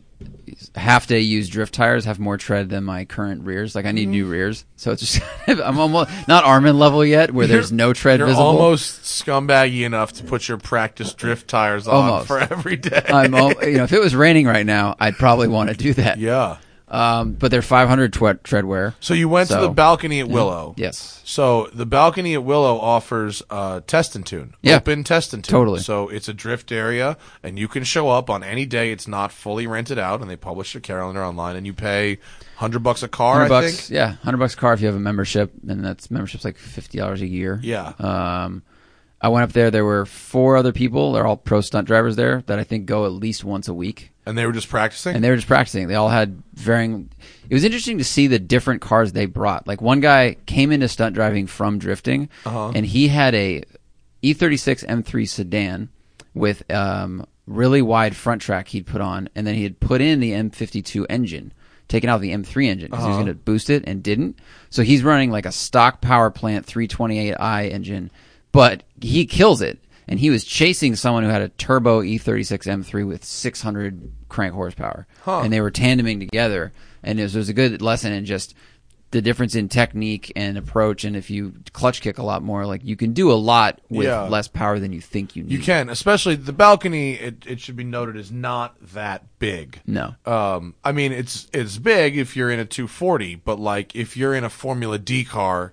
Speaker 3: half day used drift tires have more tread than my current rears. Like I
Speaker 1: Mm-hmm.
Speaker 3: need new rears, so it's just I'm almost not Armin level yet, where there's no tread
Speaker 1: You're
Speaker 3: visible.
Speaker 1: almost scumbaggy enough to put your practice drift tires on
Speaker 3: Almost.
Speaker 1: for every day.
Speaker 3: I'm, al- you know, if it was raining right now, I'd probably want to do that.
Speaker 1: yeah.
Speaker 3: Um, but they're 500 twe- tread wear.
Speaker 1: So you went to
Speaker 3: So-
Speaker 1: the balcony at Willow.
Speaker 3: Yes.
Speaker 1: So the balcony at Willow offers uh, test and tune,
Speaker 3: Yeah.
Speaker 1: open test and tune.
Speaker 3: Totally.
Speaker 1: So it's a drift area, and you can show up on any day. It's not fully rented out, and they publish your calendar online, and you pay hundred bucks a car.
Speaker 3: 100
Speaker 1: I
Speaker 3: bucks.
Speaker 1: think.
Speaker 3: Yeah, 100 bucks a car if you have a membership, and that's membership's like $50 a year.
Speaker 1: Yeah.
Speaker 3: Um, I went up there. There were four other people. They're all pro stunt drivers there that I think go at least once a week.
Speaker 1: And they were just practicing.
Speaker 3: and they were just practicing. They all had varying. It was interesting to see the different cars they brought. Like one guy came into stunt driving from drifting, and he had a E E36 M3 sedan with um, really wide front track he'd put on, and then he had put in the M52 engine, taken out the M3 engine because he was going to boost it and didn't. So he's running like a stock power plant 328i engine, but he kills it and he was chasing someone who had a turbo E E36 M3 with 600 crank horsepower, and they were tandeming together. And it was, it was a good lesson in just the difference in technique and approach. And if you clutch kick a lot more, like you can do a lot with
Speaker 1: Yeah.
Speaker 3: less power than you think you need.
Speaker 1: you can, especially the balcony. It, it should be noted is not that big.
Speaker 3: No.
Speaker 1: Um, I mean, it's it's big if you're in a 240, but like if you're in a Formula D car,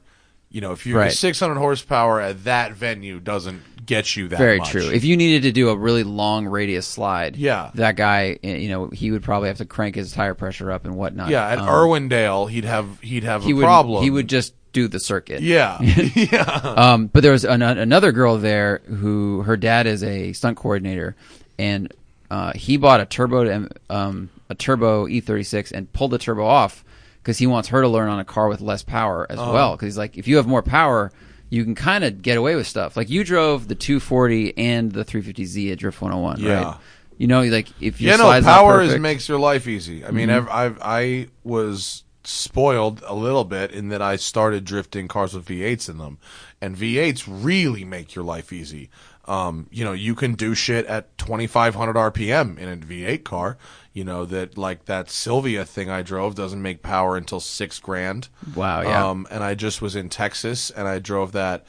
Speaker 1: you know, if you're
Speaker 3: Right.
Speaker 1: 600 horsepower at that venue doesn't get you that.
Speaker 3: Very
Speaker 1: much.
Speaker 3: true. If you needed to do a really long radius slide,
Speaker 1: Yeah.
Speaker 3: that guy, eh, you know, he would probably have to crank his tire pressure up and whatnot.
Speaker 1: yeah, at
Speaker 3: Um,
Speaker 1: Irwindale, he'd have he'd have
Speaker 3: he
Speaker 1: a
Speaker 3: would
Speaker 1: problem.
Speaker 3: he would just do the circuit.
Speaker 1: Yeah. yeah.
Speaker 3: Um, but there was an, another girl there who her dad is a stunt coordinator, and uh, he bought a turbo to, um, a turbo E36 and pulled the turbo off because he wants her to learn on a car with less power
Speaker 1: Oh.
Speaker 3: as well. 'Cause well. Because he's like, if you have more power, you can kind of get away with stuff. Like you drove the 240 and the 350Z at Drift 101,
Speaker 1: Yeah.
Speaker 3: right? You know, like if your
Speaker 1: Yeah, no,
Speaker 3: slide's not
Speaker 1: power is
Speaker 3: perfect- Mm-hmm.
Speaker 1: makes your life easy. I mean, ev- I've, I was spoiled a little bit in that I started drifting cars with V8s in them, and V8s really make your life easy. Um, you know, you can do shit at 2,500 RPM in a V8 car. You know that like that Sylvia thing I drove doesn't make power until six grand.
Speaker 3: Wow, yeah.
Speaker 1: Um, and I just was in Texas and I drove that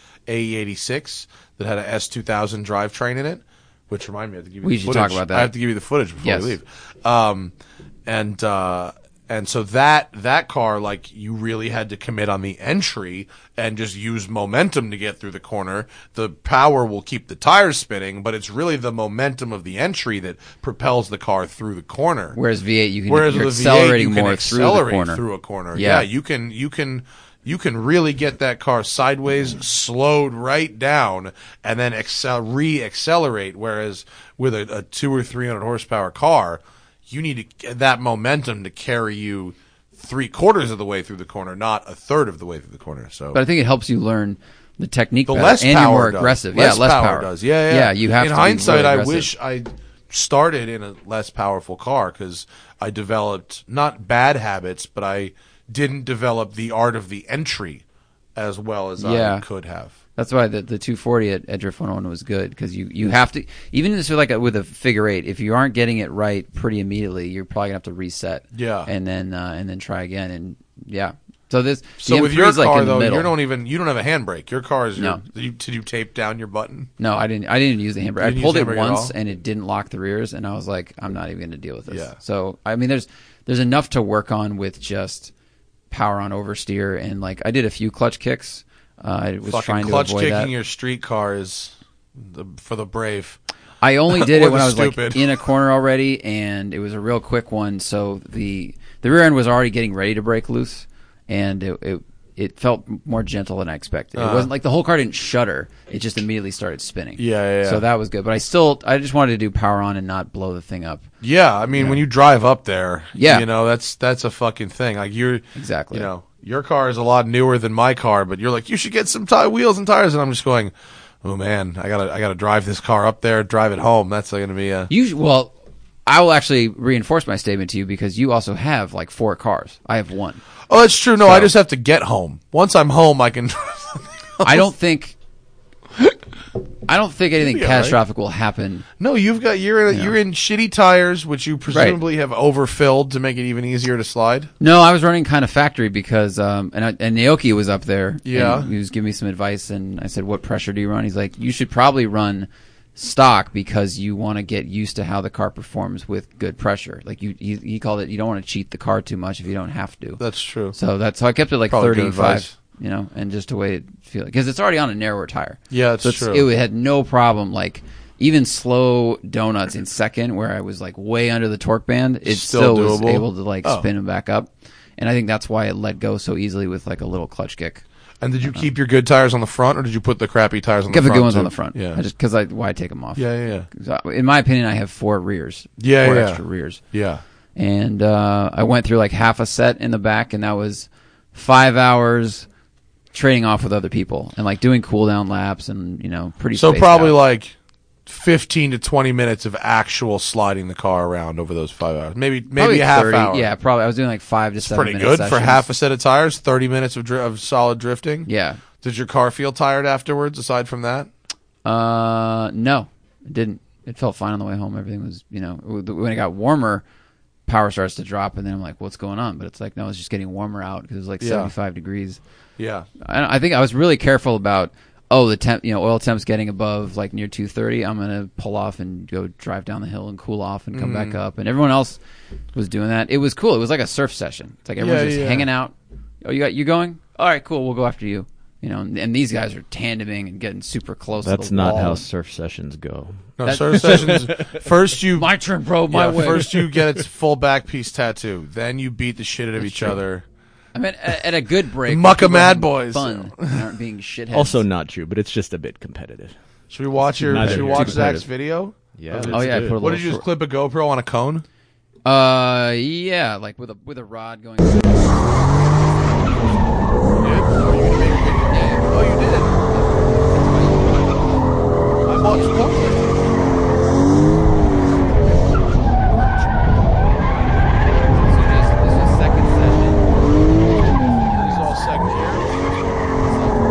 Speaker 1: AE86 that had a S2000 drivetrain in it, which reminded me I have to give you
Speaker 3: We
Speaker 1: the
Speaker 3: should
Speaker 1: footage.
Speaker 3: talk about that.
Speaker 1: I have to give you the footage before
Speaker 3: Yes.
Speaker 1: we leave. Um, and uh, and so that that car, like you really had to commit on the entry and just use momentum to get through the corner. The power will keep the tires spinning, but it's really the momentum of the entry that propels the car through the corner.
Speaker 3: Whereas V8, you can
Speaker 1: Whereas
Speaker 3: you're
Speaker 1: with a
Speaker 3: accelerating
Speaker 1: V8, you can
Speaker 3: more through the
Speaker 1: accelerate
Speaker 3: corner.
Speaker 1: through a corner. Yeah.
Speaker 3: Yeah.
Speaker 1: you can you can you can really get that car sideways, slowed right down, and then excel, re-accelerate. Whereas with a, a two or three hundred horsepower car, you need to, get that momentum to carry you three quarters of the way through the corner, not a third of the way through the corner. So
Speaker 3: But I think it helps you learn the technique
Speaker 1: the
Speaker 3: better,
Speaker 1: less
Speaker 3: and
Speaker 1: power
Speaker 3: you're more
Speaker 1: does.
Speaker 3: aggressive.
Speaker 1: Less
Speaker 3: yeah, less
Speaker 1: power, does. Yeah, yeah.
Speaker 3: You have
Speaker 1: in
Speaker 3: to be
Speaker 1: hindsight.
Speaker 3: really
Speaker 1: I
Speaker 3: aggressive.
Speaker 1: wish I started in a less powerful car because I developed not bad habits, but I didn't develop the art of the entry as well as I
Speaker 3: Yeah.
Speaker 1: could have.
Speaker 3: That's why the, the 240 at, at Drift 101 was good because you, you have to even this with like a, with a figure eight if you aren't getting it right pretty immediately you're probably gonna have to reset
Speaker 1: Yeah.
Speaker 3: and then uh, and then try again and yeah so this
Speaker 1: So
Speaker 3: the
Speaker 1: with
Speaker 3: M3
Speaker 1: your
Speaker 3: is like
Speaker 1: car
Speaker 3: in the
Speaker 1: though,
Speaker 3: middle.
Speaker 1: you don't even you don't have a handbrake. Your car is your,
Speaker 3: No.
Speaker 1: you, did you tape down your button?
Speaker 3: No, I didn't. I didn't use the handbrake.
Speaker 1: You didn't
Speaker 3: I pulled
Speaker 1: use
Speaker 3: it
Speaker 1: the handbrake at
Speaker 3: once,
Speaker 1: all?
Speaker 3: and it didn't lock the rears, and I was like, I'm not even going to deal with this.
Speaker 1: Yeah.
Speaker 3: So I mean, there's there's enough to work on with just power on oversteer, and like I did a few clutch kicks. Uh, I was
Speaker 1: Fucking
Speaker 3: trying to
Speaker 1: clutch
Speaker 3: avoid
Speaker 1: kicking
Speaker 3: that.
Speaker 1: your street car is the, for the brave.
Speaker 3: I only did
Speaker 1: Or
Speaker 3: it when
Speaker 1: the
Speaker 3: I was
Speaker 1: stupid.
Speaker 3: like in a corner already, and it was a real quick one. So the the rear end was already getting ready to break loose, and it it, it felt more gentle than I expected. It wasn't like the whole car didn't shudder; it just immediately started spinning.
Speaker 1: Yeah, yeah, yeah.
Speaker 3: So that was good, but I still I just wanted to do power on and not blow the thing up.
Speaker 1: Yeah, I mean when you drive up there,
Speaker 3: Yeah.
Speaker 1: you know that's that's a fucking thing. Like you're
Speaker 3: Exactly.
Speaker 1: you know your car is a lot newer than my car, but you're like you should get some tie wheels and tires, and I'm just going, oh man, I gotta I gotta drive this car up there, drive it home. That's gonna be a
Speaker 3: You well, I will actually reinforce my statement to you because you also have like four cars. I have one.
Speaker 1: oh that's true. No, I just have to get home. Once I'm home, I can.
Speaker 3: I don't think. I don't think anything
Speaker 1: be all right.
Speaker 3: catastrophic will happen.
Speaker 1: no, you've got you're in, you're in shitty tires, which you presumably have overfilled to make it even easier to slide.
Speaker 3: No, I was running kind of factory because um and I, and Naoki was up there.
Speaker 1: Yeah.
Speaker 3: and he was giving me some advice, and I said, "What pressure do you run?" He's like, "You should probably run stock because you want to get used to how the car performs with good pressure. Like you, he, he called it, you don't want to cheat the car too much if you don't have to.
Speaker 1: That's true.
Speaker 3: so that's so I kept it like
Speaker 1: Probably good advice.
Speaker 3: thirty-five, you know, and just a way to feel because it's already on a narrower tire.
Speaker 1: Yeah, that's
Speaker 3: so it's,
Speaker 1: true.
Speaker 3: It had no problem like. Even slow donuts in second, where I was like way under the torque band, it
Speaker 1: Still
Speaker 3: still, was
Speaker 1: doable.
Speaker 3: able to like
Speaker 1: Oh.
Speaker 3: spin him back up. And I think that's why it let go so easily with like a little clutch kick.
Speaker 1: And did you keep your good tires on the front, or did you put the crappy tires on
Speaker 3: Kept
Speaker 1: the
Speaker 3: the
Speaker 1: front?
Speaker 3: good ones
Speaker 1: too?
Speaker 3: on the front.
Speaker 1: Yeah,
Speaker 3: I just because I why take them off.
Speaker 1: yeah, yeah, yeah.
Speaker 3: 'Cause I- In my opinion, I have four rears.
Speaker 1: Yeah,
Speaker 3: four
Speaker 1: yeah.
Speaker 3: extra rears.
Speaker 1: yeah.
Speaker 3: And uh, I went through like half a set in the back, and that was five hours trading off with other people and like doing cool down laps and you know pretty.
Speaker 1: So
Speaker 3: spaced
Speaker 1: probably
Speaker 3: out.
Speaker 1: like fifteen to twenty minutes of actual sliding the car around over those five hours. Maybe maybe
Speaker 3: Probably
Speaker 1: a half
Speaker 3: 30
Speaker 1: hour.
Speaker 3: Yeah, probably. I was doing like five to seven.
Speaker 1: pretty
Speaker 3: minute
Speaker 1: good for
Speaker 3: sessions.
Speaker 1: half a set of tires. Thirty minutes of dri- of solid drifting.
Speaker 3: Yeah.
Speaker 1: Did your car feel tired afterwards? Aside from that,
Speaker 3: Uh, no, it didn't. It felt fine on the way home. Everything was, you know, when it got warmer, power starts to drop, and then I'm like, "What's going on?" But it's like, no, it's just getting warmer out because it was like
Speaker 1: Yeah.
Speaker 3: 75 degrees.
Speaker 1: yeah,
Speaker 3: I, I think I was really careful about, oh, the temp, you know, oil temp's getting above like near 230. I'm gonna pull off and go drive down the hill and cool off and come back
Speaker 1: Mm.
Speaker 3: up. And everyone else was doing that. It was cool. It was like a surf session. It's like everyone's
Speaker 1: Yeah,
Speaker 3: just
Speaker 1: yeah.
Speaker 3: hanging out. Oh, you got you going? All right, cool. We'll go after you. You know, and, and these guys are tandeming and getting super close. to
Speaker 2: That's
Speaker 3: the
Speaker 2: not
Speaker 3: wall.
Speaker 2: how surf sessions go.
Speaker 1: no
Speaker 3: That-
Speaker 1: surf sessions. First you
Speaker 3: My turn, bro. My
Speaker 1: yeah,
Speaker 3: way.
Speaker 1: first you get its full back piece tattoo. Then you beat the shit out of each other.
Speaker 3: I mean, at, at a good break.
Speaker 1: Muck 'em
Speaker 3: people are
Speaker 1: mad
Speaker 3: having
Speaker 1: boys.
Speaker 3: Fun. and aren't being shitheads.
Speaker 2: Also, not true, but it's just a bit competitive.
Speaker 1: Should we watch your?
Speaker 2: Neither
Speaker 1: Should we
Speaker 2: here.
Speaker 1: watch
Speaker 2: Too
Speaker 1: Zach's
Speaker 2: competitive.
Speaker 1: video?
Speaker 2: Yeah.
Speaker 3: oh yeah, I put
Speaker 1: What
Speaker 3: a little.
Speaker 1: did you just
Speaker 3: short-
Speaker 1: clip a GoPro on a cone?
Speaker 3: Uh, yeah, like with a with a rod going.
Speaker 1: Oh, you did. I bought some popcorn. This is all second gear.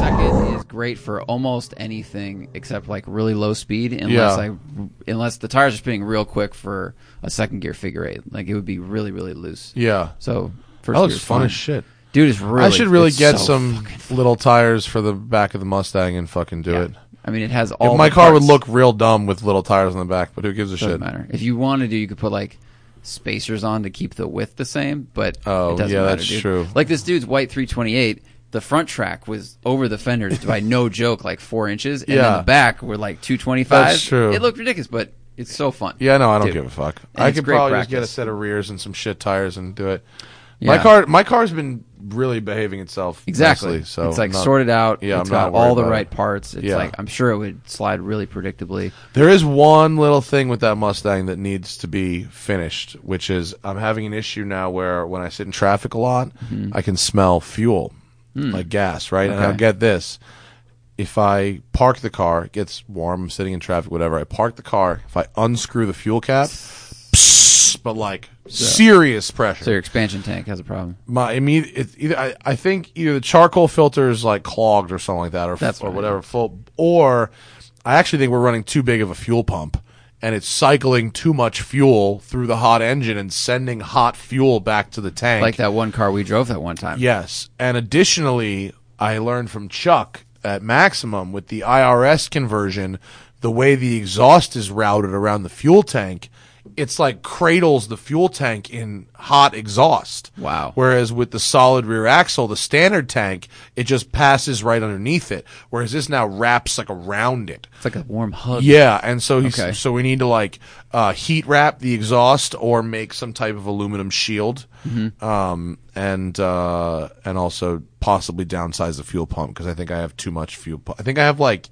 Speaker 3: Second is great for almost anything except like really low speed unless
Speaker 1: Yeah.
Speaker 3: I unless the tires are spinning real quick for a second gear figure eight. Like it would be really, really loose.
Speaker 1: Yeah.
Speaker 3: So first
Speaker 1: That looks
Speaker 3: gear's
Speaker 1: fun
Speaker 3: fine.
Speaker 1: as shit.
Speaker 3: Dude it's really
Speaker 1: I should really
Speaker 3: it's
Speaker 1: get
Speaker 3: so
Speaker 1: some
Speaker 3: fucking-
Speaker 1: little tires for the back of the Mustang and fucking do it.
Speaker 3: I mean it has all
Speaker 1: My
Speaker 3: the
Speaker 1: car would
Speaker 3: parts.
Speaker 1: look real dumb with little tires on the back, but who gives a
Speaker 3: Doesn't
Speaker 1: shit?
Speaker 3: matter. If you wanted to, you could put like spacers on to keep the width the same, but
Speaker 1: Oh,
Speaker 3: it doesn't
Speaker 1: yeah,
Speaker 3: matter,
Speaker 1: that's
Speaker 3: dude.
Speaker 1: true.
Speaker 3: Like this dude's white 328, the front track was over the fenders by no joke, like four inches, and then
Speaker 1: Yeah.
Speaker 3: the back were like 225.
Speaker 1: That's true.
Speaker 3: It looked ridiculous, but it's so fun.
Speaker 1: Yeah, no, I don't
Speaker 3: Dude.
Speaker 1: give a fuck.
Speaker 3: And
Speaker 1: I
Speaker 3: it's
Speaker 1: could
Speaker 3: great
Speaker 1: probably just get a
Speaker 3: practice.
Speaker 1: set of rears and some shit tires and do it. My
Speaker 3: Yeah.
Speaker 1: car, my car's been really behaving itself.
Speaker 3: Exactly.
Speaker 1: nicely, so
Speaker 3: it's like
Speaker 1: I'm not-
Speaker 3: sorted out.
Speaker 1: Yeah,
Speaker 3: it's
Speaker 1: I'm
Speaker 3: got
Speaker 1: not worried
Speaker 3: all the
Speaker 1: about
Speaker 3: right
Speaker 1: it.
Speaker 3: parts. It's
Speaker 1: Yeah.
Speaker 3: like I'm sure it would slide really predictably.
Speaker 1: There is one little thing with that Mustang that needs to be finished, which is I'm having an issue now where when I sit in traffic a lot, I can smell fuel, like gas, right? And I'll
Speaker 3: Mm-hmm. Hmm. Okay.
Speaker 1: get this. If I park the car, it gets warm, I'm sitting in traffic, whatever. I park the car. If I unscrew the fuel cap, press, but like serious pressure.
Speaker 3: So your expansion tank has a problem.
Speaker 1: My immediate, it's either I, I think either the charcoal filter is like clogged or something like that, or
Speaker 3: That's
Speaker 1: or
Speaker 3: what I-
Speaker 1: whatever. Full, or I actually think we're running too big of a fuel pump, and it's cycling too much fuel through the hot engine and sending hot fuel back to the tank.
Speaker 3: Like that one car we drove that one time.
Speaker 1: Yes. And additionally, I learned from Chuck at Maximum with the IRS conversion, the way the exhaust is routed around the fuel tank, it's like cradles the fuel tank in hot exhaust.
Speaker 3: Wow.
Speaker 1: Whereas with the solid rear axle, the standard tank, it just passes right underneath it. Whereas this now wraps like around it.
Speaker 3: It's like a warm hug.
Speaker 1: Yeah, and so he's
Speaker 3: Okay.
Speaker 1: so we need to like uh, heat wrap the exhaust or make some type of aluminum shield, um, and uh, and also possibly downsize the fuel pump because I think I have too much fuel. Pu- I think I have like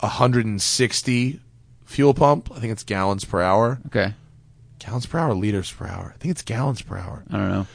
Speaker 1: 160 fuel pump. I think it's gallons per hour,
Speaker 3: Okay.
Speaker 1: gallons per hour, liters per hour. I think it's gallons per hour
Speaker 3: I don't know.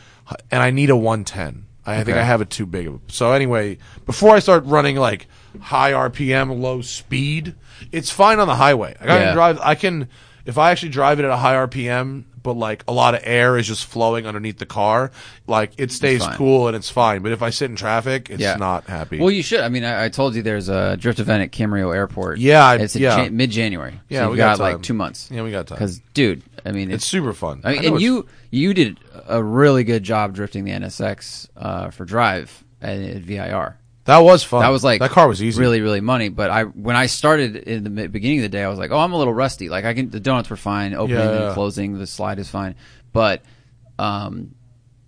Speaker 1: and I need a 110. I think
Speaker 3: Okay.
Speaker 1: I have it too big. of a- So anyway, before I start running like high RPM, low speed, it's fine on the highway. Like, I
Speaker 3: Yeah.
Speaker 1: can drive. I can if I actually drive it at a high RPM, but like a lot of air is just flowing underneath the car. Like it stays
Speaker 3: fine.
Speaker 1: cool and it's fine. But if I sit in traffic, it's
Speaker 3: Yeah.
Speaker 1: not happy.
Speaker 3: Well, you should. I mean, I, I told you there's a drift event at Camarillo Airport.
Speaker 1: Yeah, I-
Speaker 3: it's in
Speaker 1: yeah.
Speaker 3: Jan- mid-January. So
Speaker 1: Yeah,
Speaker 3: you've
Speaker 1: we got
Speaker 3: got,
Speaker 1: time.
Speaker 3: like two months.
Speaker 1: Yeah, we got time.
Speaker 3: Because, dude, I mean,
Speaker 1: it's
Speaker 3: it's,
Speaker 1: super fun.
Speaker 3: I mean,
Speaker 1: know
Speaker 3: and
Speaker 1: it's-
Speaker 3: you you did a really good job drifting the NSX uh, for drive at, at VIR.
Speaker 1: that was fun.
Speaker 3: That was like
Speaker 1: that car was easy.
Speaker 3: really, really money. But I when I started in the mi- beginning of the day, I was like, oh, I'm a little rusty. Like I can the donuts were fine, opening
Speaker 1: Yeah, yeah.
Speaker 3: and closing, the slide is fine. But um,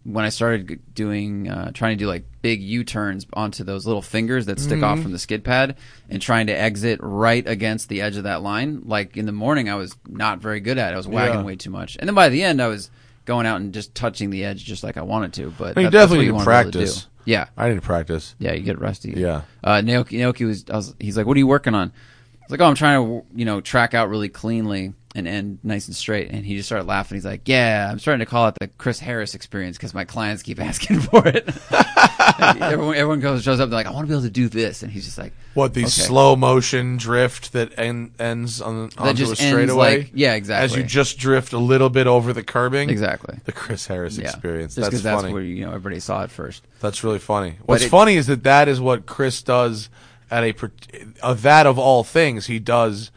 Speaker 3: when I started g- doing uh, trying to do like big U turns onto those little fingers that stick
Speaker 1: Mm-hmm.
Speaker 3: off from the skid pad and trying to exit right against the edge of that line, like in the morning, I was not very good at. it. I was wagging
Speaker 1: Yeah.
Speaker 3: way too much, and then by the end, I was going out and just touching the edge just like I wanted to. But
Speaker 1: I mean,
Speaker 3: that- that's what
Speaker 1: definitely
Speaker 3: you
Speaker 1: need to
Speaker 3: wanna be able to
Speaker 1: practice.
Speaker 3: do. Yeah,
Speaker 1: I need to practice.
Speaker 3: yeah, you get rusty.
Speaker 1: Yeah.
Speaker 3: Uh, Naoki, Naoki was, I was, he's like, what are you working on? I was like, oh, I'm trying to, you know, track out really cleanly and end nice and straight. And he just started laughing. He's like, yeah, I'm starting to call it the Chris Harris experience because my clients keep asking for it. everyone, everyone goes, shows up, they're like, I want to be able to do this. And he's just like,
Speaker 1: What the
Speaker 3: okay.
Speaker 1: slow motion drift that en- ends on onto
Speaker 3: just
Speaker 1: a
Speaker 3: ends
Speaker 1: straightaway?
Speaker 3: like- yeah,
Speaker 1: As you
Speaker 3: exactly.
Speaker 1: just drift a little bit over the curbing,
Speaker 3: Exactly.
Speaker 1: The Chris Harris
Speaker 3: Yeah.
Speaker 1: experience.
Speaker 3: Just
Speaker 1: That's
Speaker 3: 'cause
Speaker 1: funny.
Speaker 3: that's where, you know, everybody saw it first.
Speaker 1: that's really funny. What's
Speaker 3: it-
Speaker 1: funny is that that is what Chris does at a per- of that of all things he does.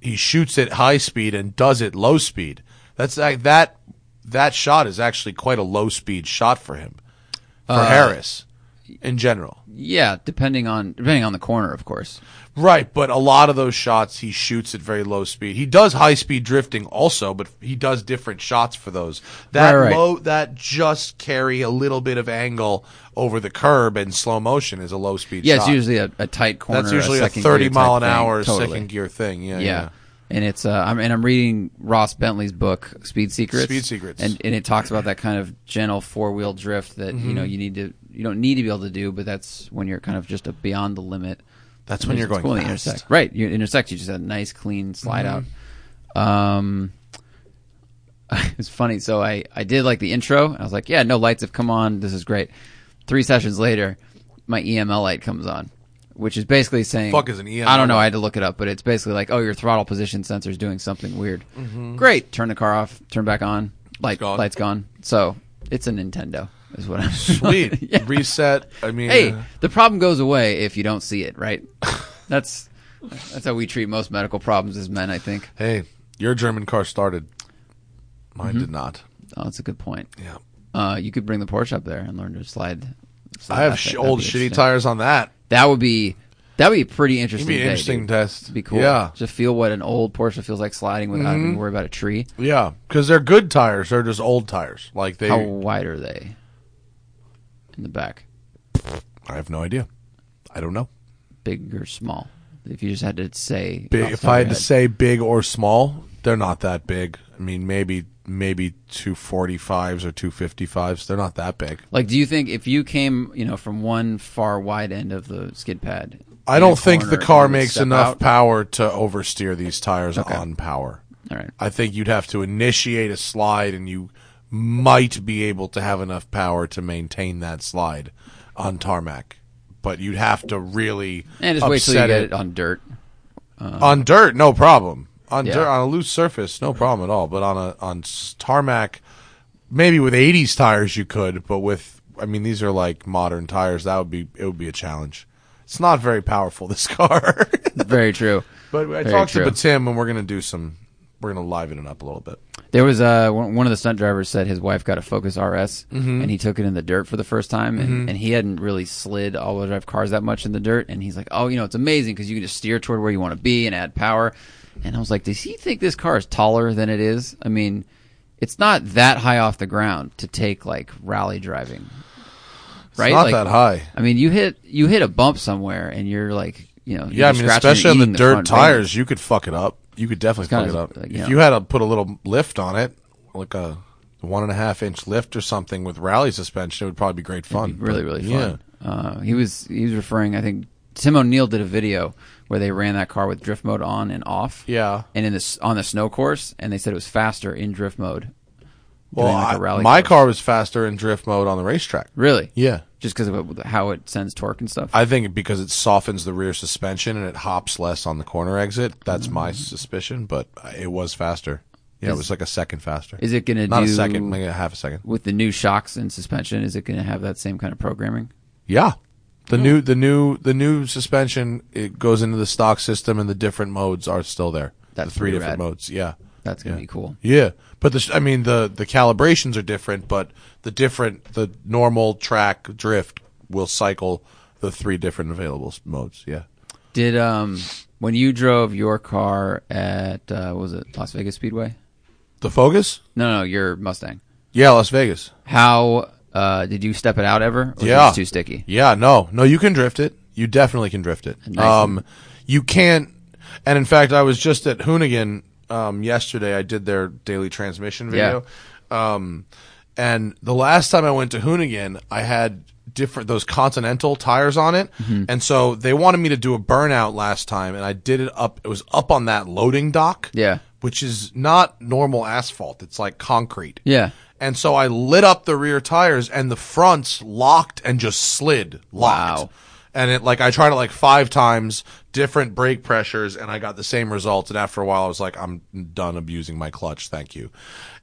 Speaker 1: He shoots at high speed and does it low speed. That's like that. That shot is actually quite a low speed shot for him, for
Speaker 3: Uh,
Speaker 1: Harris, in general.
Speaker 3: Yeah. Depending on, depending on the corner, of course.
Speaker 1: Right, but a lot of those shots he shoots at very low speed. He does high speed drifting also, but he does different shots for those. That
Speaker 3: Right, right.
Speaker 1: low that just carry a little bit of angle over the curb in slow motion is a low speed
Speaker 3: Yeah.
Speaker 1: shot.
Speaker 3: It's usually a, a tight corner.
Speaker 1: That's usually a,
Speaker 3: second gear
Speaker 1: 30
Speaker 3: type
Speaker 1: mile an
Speaker 3: thing.
Speaker 1: hour
Speaker 3: Totally.
Speaker 1: second gear thing. Yeah.
Speaker 3: yeah. And it's uh, I'm and I'm reading Ross Bentley's book Speed Secrets.
Speaker 1: Speed Secrets.
Speaker 3: and and it talks about that kind of gentle four wheel drift that you know you need to you don't need to be able to do, but that's when you're kind of just a beyond the limit.
Speaker 1: That's when
Speaker 3: It's-
Speaker 1: you're going
Speaker 3: it's cool when you
Speaker 1: fast.
Speaker 3: intersect. right? You intersect. You just had a nice clean slide
Speaker 1: Mm-hmm.
Speaker 3: out. Um, it's funny. So I I did like the intro. I was like, yeah, no lights have come on. This is great. Three sessions later, my EML light comes on. Which is basically saying,
Speaker 1: Fuck is an EML
Speaker 3: I don't know.
Speaker 1: light?
Speaker 3: I had to look it up, but it's basically like, oh, your throttle position sensor's doing something weird. Great, turn the car off, turn back on, light
Speaker 1: Mm-hmm. gone.
Speaker 3: light's gone. So it's a Nintendo, is what I'm.
Speaker 1: Sweet.
Speaker 3: Yeah.
Speaker 1: Reset. I mean uh,
Speaker 3: Hey, the problem goes away if you don't see it, right? that's that's how we treat most medical problems as men, I think.
Speaker 1: hey, your German car started. Mine did not.
Speaker 3: Oh, that's a good point.
Speaker 1: Yeah.
Speaker 3: Uh, you could bring the Porsche up there and learn to slide. slide
Speaker 1: I have
Speaker 3: that
Speaker 1: sh-
Speaker 3: thing. That'd
Speaker 1: old
Speaker 3: be
Speaker 1: shitty
Speaker 3: interesting.
Speaker 1: tires on that.
Speaker 3: That would be that would be a pretty
Speaker 1: It'd
Speaker 3: interesting.
Speaker 1: be an
Speaker 3: day,
Speaker 1: interesting
Speaker 3: dude.
Speaker 1: test.
Speaker 3: It'd be cool.
Speaker 1: Yeah. Mm-hmm.
Speaker 3: Just feel what an old Porsche feels like sliding without having to worry about a tree.
Speaker 1: Yeah, because they're good tires. They're just old tires. Like they,
Speaker 3: How wide are they in the back?
Speaker 1: I have no idea. I don't know.
Speaker 3: Big or small? If you just had to say,
Speaker 1: Big,
Speaker 3: off the
Speaker 1: if
Speaker 3: top of
Speaker 1: I
Speaker 3: your
Speaker 1: had to
Speaker 3: head.
Speaker 1: say big or small, they're not that big. I mean, maybe maybe two forty fives or two fifty fives. They're not that big.
Speaker 3: Like, do you think if you came, you know, from one far wide end of the skid pad?
Speaker 1: I
Speaker 3: in
Speaker 1: don't
Speaker 3: a
Speaker 1: think the
Speaker 3: corner,
Speaker 1: car
Speaker 3: you would
Speaker 1: makes
Speaker 3: step
Speaker 1: enough
Speaker 3: out?
Speaker 1: power to oversteer these tires on power.
Speaker 3: All right.
Speaker 1: I think you'd have to initiate a slide, and you might be able to have enough power to maintain that slide on tarmac. But you'd have to really
Speaker 3: And just wait till you
Speaker 1: upset
Speaker 3: get
Speaker 1: it.
Speaker 3: it on dirt.
Speaker 1: on dirt, no problem. on
Speaker 3: Yeah.
Speaker 1: dirt, on a loose surface, no problem at all. But on a on s- tarmac, maybe with '80s tires you could, but with I mean these are like modern tires. That would be it would be a challenge. It's not very powerful this car.
Speaker 3: Very true.
Speaker 1: but I
Speaker 3: Very
Speaker 1: talked
Speaker 3: true.
Speaker 1: to Tim and we're gonna do some. We're gonna liven it up a little bit.
Speaker 3: There was uh, one one of the stunt drivers said his wife got a Focus RS
Speaker 1: Mm-hmm.
Speaker 3: and he took it in the dirt for the first time and, and he hadn't really slid all wheel drive cars that much in the dirt and he's like, oh, you know, it's amazing because you can just steer toward where you want to be and add power. And I was like, does he think this car is taller than it is? I mean, it's not that high off the ground to take like rally driving, right?
Speaker 1: It's not
Speaker 3: Like,
Speaker 1: that high.
Speaker 3: I mean, you hit you hit a bump somewhere and you're like, you know,
Speaker 1: Yeah, I mean,
Speaker 3: you're scratching and
Speaker 1: especially on the
Speaker 3: eating
Speaker 1: dirt
Speaker 3: front bumper.
Speaker 1: tires, you could fuck it up. You could definitely fuck
Speaker 3: kinda
Speaker 1: it up.
Speaker 3: like,
Speaker 1: if
Speaker 3: yeah.
Speaker 1: you had to put a little lift on it, like a one and a half inch lift or something with rally suspension, it would probably be great fun.
Speaker 3: really
Speaker 1: But,
Speaker 3: really
Speaker 1: yeah.
Speaker 3: fun. Uh, he was he was referring. I think Tim O'Neill did a video where they ran that car with drift mode on and off.
Speaker 1: Yeah.
Speaker 3: and in this on the snow course, and they said it was faster in drift mode.
Speaker 1: Well,
Speaker 3: doing like a
Speaker 1: I-
Speaker 3: rally
Speaker 1: my
Speaker 3: course.
Speaker 1: car was faster in drift mode on the racetrack.
Speaker 3: Really?
Speaker 1: Yeah.
Speaker 3: Just because of how it sends torque and stuff.
Speaker 1: I think because it softens the rear suspension and it hops less on the corner exit. That's
Speaker 3: Mm.
Speaker 1: my suspicion, but it was faster. Yeah, it was like a second faster.
Speaker 3: is it gonna
Speaker 1: not a
Speaker 3: do-
Speaker 1: second, like a half a second?
Speaker 3: With the new shocks and suspension, is it going to have that same kind of programming?
Speaker 1: Yeah. The new the new the new suspension it goes into the stock system and the different modes are still there.
Speaker 3: That's
Speaker 1: the three
Speaker 3: pretty
Speaker 1: different
Speaker 3: rad.
Speaker 1: modes. Yeah.
Speaker 3: That's going
Speaker 1: yeah.
Speaker 3: to be cool.
Speaker 1: Yeah. But the s- I mean the the calibrations are different, but the different the normal track drift will cycle the three different available s- modes. Yeah.
Speaker 3: Did um when you drove your car at uh, what was it Las Vegas Speedway?
Speaker 1: The Focus?
Speaker 3: No, no, your Mustang.
Speaker 1: Yeah, Las Vegas.
Speaker 3: How uh, did you step it out ever? Or was it
Speaker 1: Yeah.
Speaker 3: just too sticky.
Speaker 1: Yeah, no, no, you can drift it. You definitely can drift it.
Speaker 3: Nice.
Speaker 1: Um, you can't. And in fact, I was just at Hoonigan um, yesterday. I did their daily transmission video. Um, and the last time I went to Hoonigan, I had different those Continental tires on it,
Speaker 3: Mm-hmm.
Speaker 1: and so they wanted me to do a burnout last time, and I did it up. It was up on that loading dock.
Speaker 3: Yeah.
Speaker 1: Which is not normal asphalt. It's like concrete.
Speaker 3: Yeah.
Speaker 1: And so I lit up the rear tires and the fronts locked and just slid locked.
Speaker 3: Wow.
Speaker 1: And it like I tried it like five times, different brake pressures, and I got the same result. And after a while, I was like, I'm done abusing my clutch, thank you.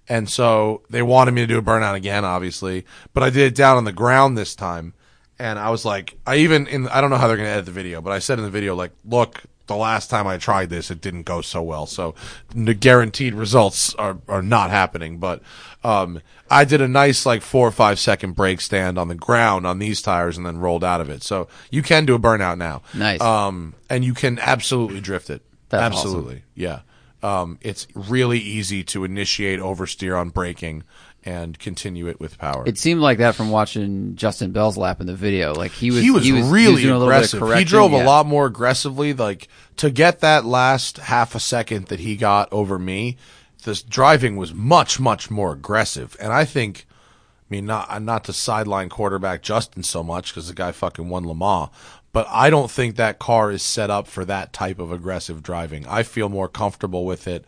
Speaker 1: And so they wanted me to do a burnout again, obviously, but I did it down on the ground this time. And I was like, I even in I don't know how they're gonna edit the video, but I said in the video like, look, the last time I tried this, it didn't go so well. So the guaranteed results are, are not happening. But um, I did a nice like four or five second brake stand on the ground on these tires and then rolled out of it. So you can do a burnout now.
Speaker 3: Nice.
Speaker 1: Um, and you can absolutely drift it.
Speaker 3: That's
Speaker 1: absolutely. Yeah. Um, it's really easy to initiate oversteer on braking and continue it with power.
Speaker 3: It seemed like that from watching Justin Bell's lap in the video. Like he was,
Speaker 1: he was,
Speaker 3: he was
Speaker 1: really
Speaker 3: doing a little bit of
Speaker 1: aggressive. He
Speaker 3: correcting,
Speaker 1: drove
Speaker 3: yeah.
Speaker 1: a lot more aggressively. Like to get that last half a second that he got over me, this driving was much much more aggressive. And I think, I mean, not uh, not to sideline quarterback Justin so much because the guy fucking won Lamar. But I don't think that car is set up for that type of aggressive driving. I feel more comfortable with it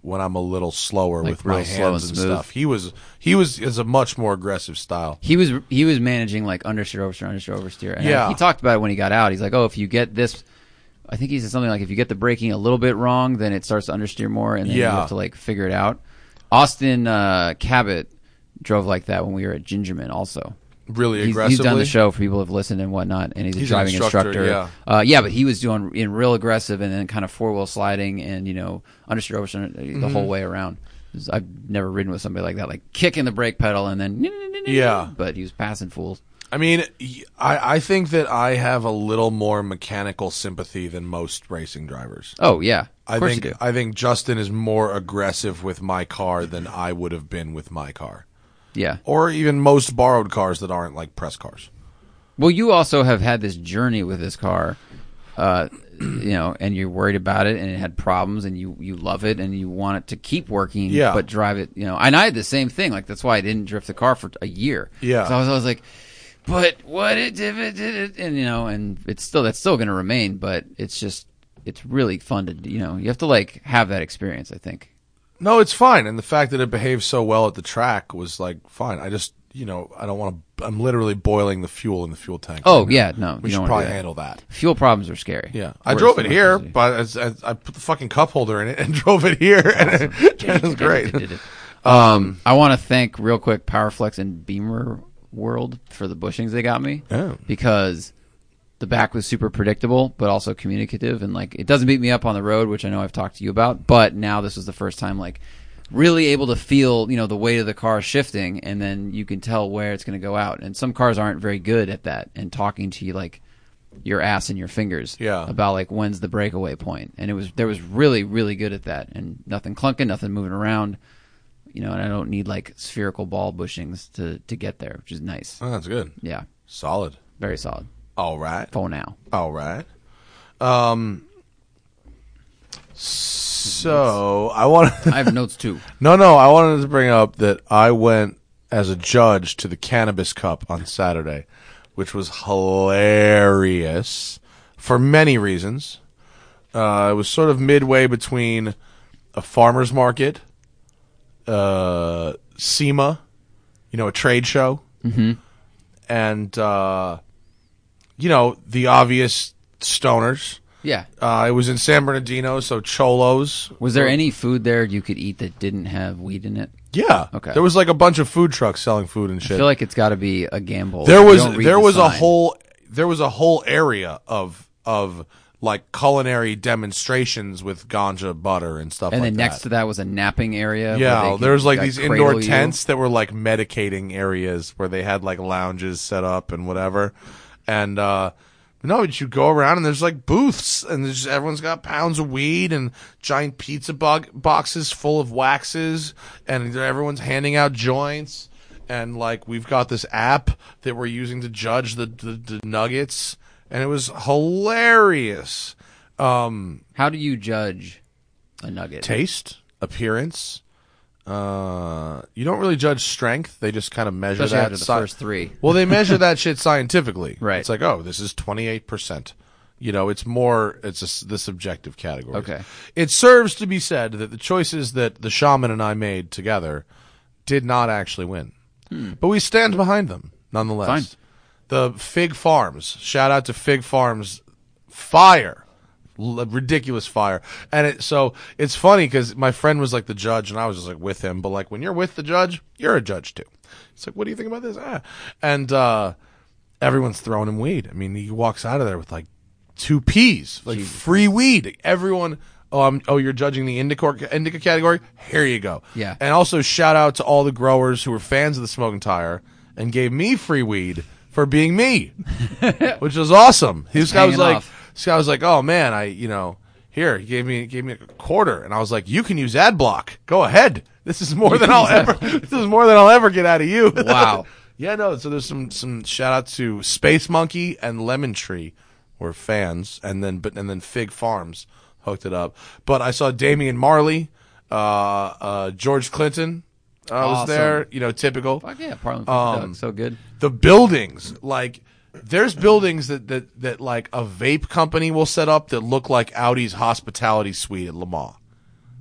Speaker 1: when I'm a little slower with my
Speaker 3: real slow
Speaker 1: hands
Speaker 3: and
Speaker 1: and
Speaker 3: smooth.
Speaker 1: stuff. He was he was is a much more aggressive style.
Speaker 3: He was he was managing like understeer, oversteer, understeer, oversteer. And
Speaker 1: Yeah.
Speaker 3: he talked about it when he got out. He's like, oh, if you get this, I think he said something like, if you get the braking a little bit wrong, then it starts to understeer more, and then
Speaker 1: Yeah.
Speaker 3: you have to like figure it out. Austin uh, Cabot drove like that when we were at Gingerman, also.
Speaker 1: Really
Speaker 3: He's,
Speaker 1: aggressively.
Speaker 3: he's done the show for people who've listened and whatnot, and he's a
Speaker 1: He's an
Speaker 3: driving
Speaker 1: instructor,
Speaker 3: instructor.
Speaker 1: yeah.
Speaker 3: Uh, yeah, but he was doing in real aggressive and then kind of four wheel sliding and you know understeer oversteer the
Speaker 1: Mm-hmm.
Speaker 3: whole way around. This- I've never ridden with somebody like that, like kicking the brake pedal and then
Speaker 1: Yeah.
Speaker 3: But he was passing fools.
Speaker 1: I mean, y- I, I think that I have a little more mechanical sympathy than most racing drivers.
Speaker 3: Oh yeah, of
Speaker 1: I
Speaker 3: course
Speaker 1: think
Speaker 3: you do.
Speaker 1: I think Justin is more aggressive with my car than I would have been with my car,
Speaker 3: yeah.
Speaker 1: or even most borrowed cars that aren't like press cars.
Speaker 3: Well, you also have had this journey with this car, uh, you know, and you're worried about it, and it had problems, and you you love it, and you want it to keep working,
Speaker 1: Yeah.
Speaker 3: but drive it, you know. And I had the same thing. Like that's why I didn't drift the car for a year.
Speaker 1: Yeah.
Speaker 3: So I was always like, but what it did it did it, and you know, and it's still that's still going to remain, but it's just it's really fun to you know you have to like have that experience. I think.
Speaker 1: No, it's fine, and the fact that it behaved so well at the track was like fine. I just you know, I don't want to. I'm literally boiling the fuel in the fuel tank.
Speaker 3: Oh,
Speaker 1: right now.
Speaker 3: yeah, no,
Speaker 1: we
Speaker 3: you
Speaker 1: should
Speaker 3: don't wanna do
Speaker 1: probably
Speaker 3: that.
Speaker 1: handle that.
Speaker 3: Fuel problems are scary.
Speaker 1: Yeah, I
Speaker 3: Worse
Speaker 1: drove
Speaker 3: than
Speaker 1: it here,
Speaker 3: electricity.
Speaker 1: but as, as I put the fucking cup holder in it and drove it here, and it, it was great.
Speaker 3: Um, I want to thank real quick Powerflex and Beamer World for the bushings they got me
Speaker 1: Oh.
Speaker 3: because the back was super predictable but also communicative and like it doesn't beat me up on the road, which I know I've talked to you about. But now this was the first time like really able to feel you know the weight of the car shifting and then you can tell where it's going to go out. And some cars aren't very good at that and talking to you like your ass and your fingers
Speaker 1: Yeah.
Speaker 3: about like when's the breakaway point and it was there was really really good at that and nothing clunking nothing moving around you know and i don't need like spherical ball bushings to to get there which is nice
Speaker 1: Oh, that's good.
Speaker 3: yeah
Speaker 1: Solid.
Speaker 3: very solid
Speaker 1: All right.
Speaker 3: for now
Speaker 1: All right. Um. So I want.
Speaker 3: i have notes too
Speaker 1: no, no. I wanted to bring up that I went as a judge to the Cannabis Cup on Saturday, which was hilarious for many reasons. Uh, it was sort of midway between a farmer's market, uh, SEMA, you know, a trade show, and uh, you know the obvious stoners.
Speaker 3: yeah
Speaker 1: Uh, it was in San Bernardino, so Cholos.
Speaker 3: was there any food there you could eat that didn't have weed in it
Speaker 1: Yeah.
Speaker 3: Okay.
Speaker 1: There was like a bunch of food trucks selling food and
Speaker 3: i
Speaker 1: shit.
Speaker 3: feel like it's got to be a gamble
Speaker 1: there
Speaker 3: You
Speaker 1: was
Speaker 3: don't read
Speaker 1: there
Speaker 3: the
Speaker 1: was a
Speaker 3: sign.
Speaker 1: whole there was a whole area of of like culinary demonstrations with ganja butter and stuff.
Speaker 3: and
Speaker 1: like
Speaker 3: then next to
Speaker 1: that.
Speaker 3: that was a napping area
Speaker 1: yeah,
Speaker 3: where they
Speaker 1: there was
Speaker 3: could,
Speaker 1: like these indoor
Speaker 3: cradle you.
Speaker 1: tents that were like medicating areas where they had like lounges set up and whatever. And uh no, but you go around and there's like booths and there's everyone's got pounds of weed and giant pizza bo- boxes full of waxes and everyone's handing out joints and like we've got this app that we're using to judge the the, the nuggets and it was hilarious.
Speaker 3: how do you judge a nugget
Speaker 1: Taste, appearance, uh, you don't really judge strength. They just kind of measure
Speaker 3: Especially
Speaker 1: that.
Speaker 3: after the
Speaker 1: sci-
Speaker 3: first three.
Speaker 1: well, they measure that shit scientifically.
Speaker 3: Right.
Speaker 1: It's like, oh, this is twenty eight percent. You know, it's more. It's a s the subjective category.
Speaker 3: Okay.
Speaker 1: It serves to be said that the choices that the shaman and I made together did not actually win, but we stand behind them nonetheless.
Speaker 3: Fine.
Speaker 1: The Fig Farms. Shout out to Fig Farms. Fire. L- ridiculous fire. And it, so it's funny because my friend was like the judge and I was just like with him. But like when you're with the judge, you're a judge too. It's like, what do you think about this? Ah. And, uh, everyone's throwing him weed. I mean, he walks out of there with like two peas, like free weed. Everyone. Oh, I'm, oh, you're judging the indica, indica category. Here you go.
Speaker 3: Yeah.
Speaker 1: And also shout out to all the growers who were fans of the smoking tire and gave me free weed for being me, which was awesome. This guy was
Speaker 3: hanging
Speaker 1: like,
Speaker 3: off.
Speaker 1: this guy was like, oh man, I you know here he gave me gave me a quarter, and I was like, you can use ad block. Go ahead. This is more than I'll ever. This is more than I'll ever get out of you.
Speaker 3: Wow.
Speaker 1: yeah, no. So there's some some shout out to Space Monkey and Lemon Tree were fans, and then but and then Fig Farms hooked it up. But I saw Damian Marley, uh, uh, George Clinton. I was
Speaker 3: Awesome.
Speaker 1: there, you know, typical
Speaker 3: Fuck yeah, Parliament um, Doug, so good.
Speaker 1: the buildings like there's buildings that, that that like a vape company will set up that look like Audi's hospitality suite at Lamar.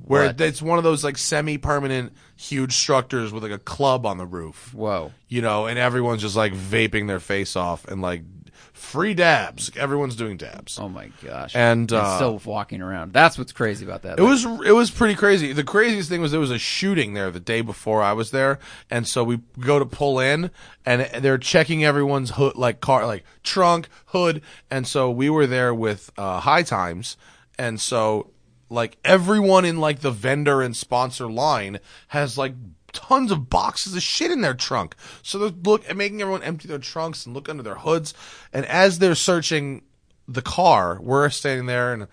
Speaker 1: Where
Speaker 3: What?
Speaker 1: it's one of those like semi-permanent huge structures with like a club on the roof.
Speaker 3: Whoa.
Speaker 1: You know, and everyone's just like vaping their face off and like free dabs. Everyone's doing dabs.
Speaker 3: Oh my gosh.
Speaker 1: And, uh,
Speaker 3: still walking around. That's what's crazy about that.
Speaker 1: It was it was pretty crazy. The craziest thing was there was a shooting there the day before I was there, and so we go to pull in, and they're checking everyone's hood, like car, like trunk, hood, and so we were there with uh, High Times, and so like everyone in like the vendor and sponsor line has like tons of boxes of shit in their trunk. So they're look and making everyone empty their trunks and look under their hoods, and as they're searching the car, we're standing there and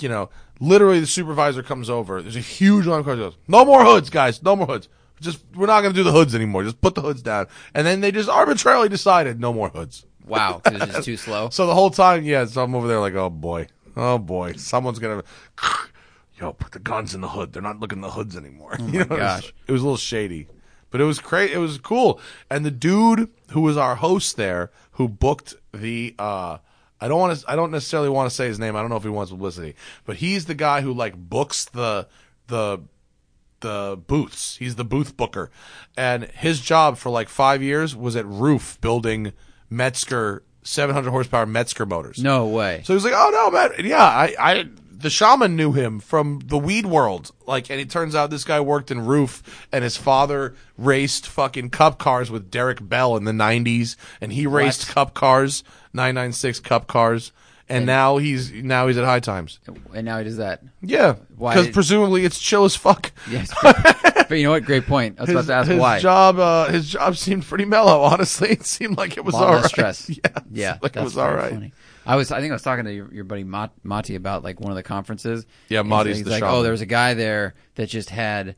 Speaker 1: you know, literally the supervisor comes over. There's a huge line of cars. He Goes, no more hoods, guys. No more hoods. Just we're not going to do the hoods anymore. Just put the hoods down. And then they just arbitrarily decided no more hoods.
Speaker 3: wow, 'cause it's just too slow.
Speaker 1: So the whole time, yeah. So I'm over there like, oh boy, oh boy, someone's gonna, yo, put the guns in the hood. They're not looking at the hoods anymore. you know, it was-
Speaker 3: gosh.
Speaker 1: it was a little shady, but it was great. It was cool. And the dude who was our host there, who booked the, uh, I don't want to, I don't necessarily want to say his name. I don't know if he wants publicity, but he's the guy who like books the the the booths. He's the booth booker, and his job for like five years was at Roof building Metzger 700 horsepower Metzger motors.
Speaker 3: No way.
Speaker 1: So he was like, "Oh no, man, yeah, I, I, the shaman knew him from the weed world, like, and it turns out this guy worked in roof, and his father raced fucking cup cars with Derek Bell in the '90s, and he raced cup cars, 996 cup cars, and, now he's now he's at High Times,
Speaker 3: and now he does that.
Speaker 1: yeah,
Speaker 3: Why
Speaker 1: because
Speaker 3: did-
Speaker 1: presumably it's chill as fuck.
Speaker 3: Yes. but you know what? Great point. I was about to ask
Speaker 1: his
Speaker 3: why.
Speaker 1: job, uh, his job seemed pretty mellow. Honestly, it seemed like it was
Speaker 3: Lot
Speaker 1: all
Speaker 3: less
Speaker 1: right.
Speaker 3: stress.
Speaker 1: Yeah, it
Speaker 3: yeah,
Speaker 1: seemed like it
Speaker 3: that's
Speaker 1: was all
Speaker 3: very
Speaker 1: right.
Speaker 3: funny. I was, I think I was talking to your, your buddy Mat, Mati about like one of the conferences.
Speaker 1: Yeah,
Speaker 3: And
Speaker 1: Mati's
Speaker 3: he's
Speaker 1: the
Speaker 3: like,
Speaker 1: shaman.
Speaker 3: oh, there was a guy there that just had,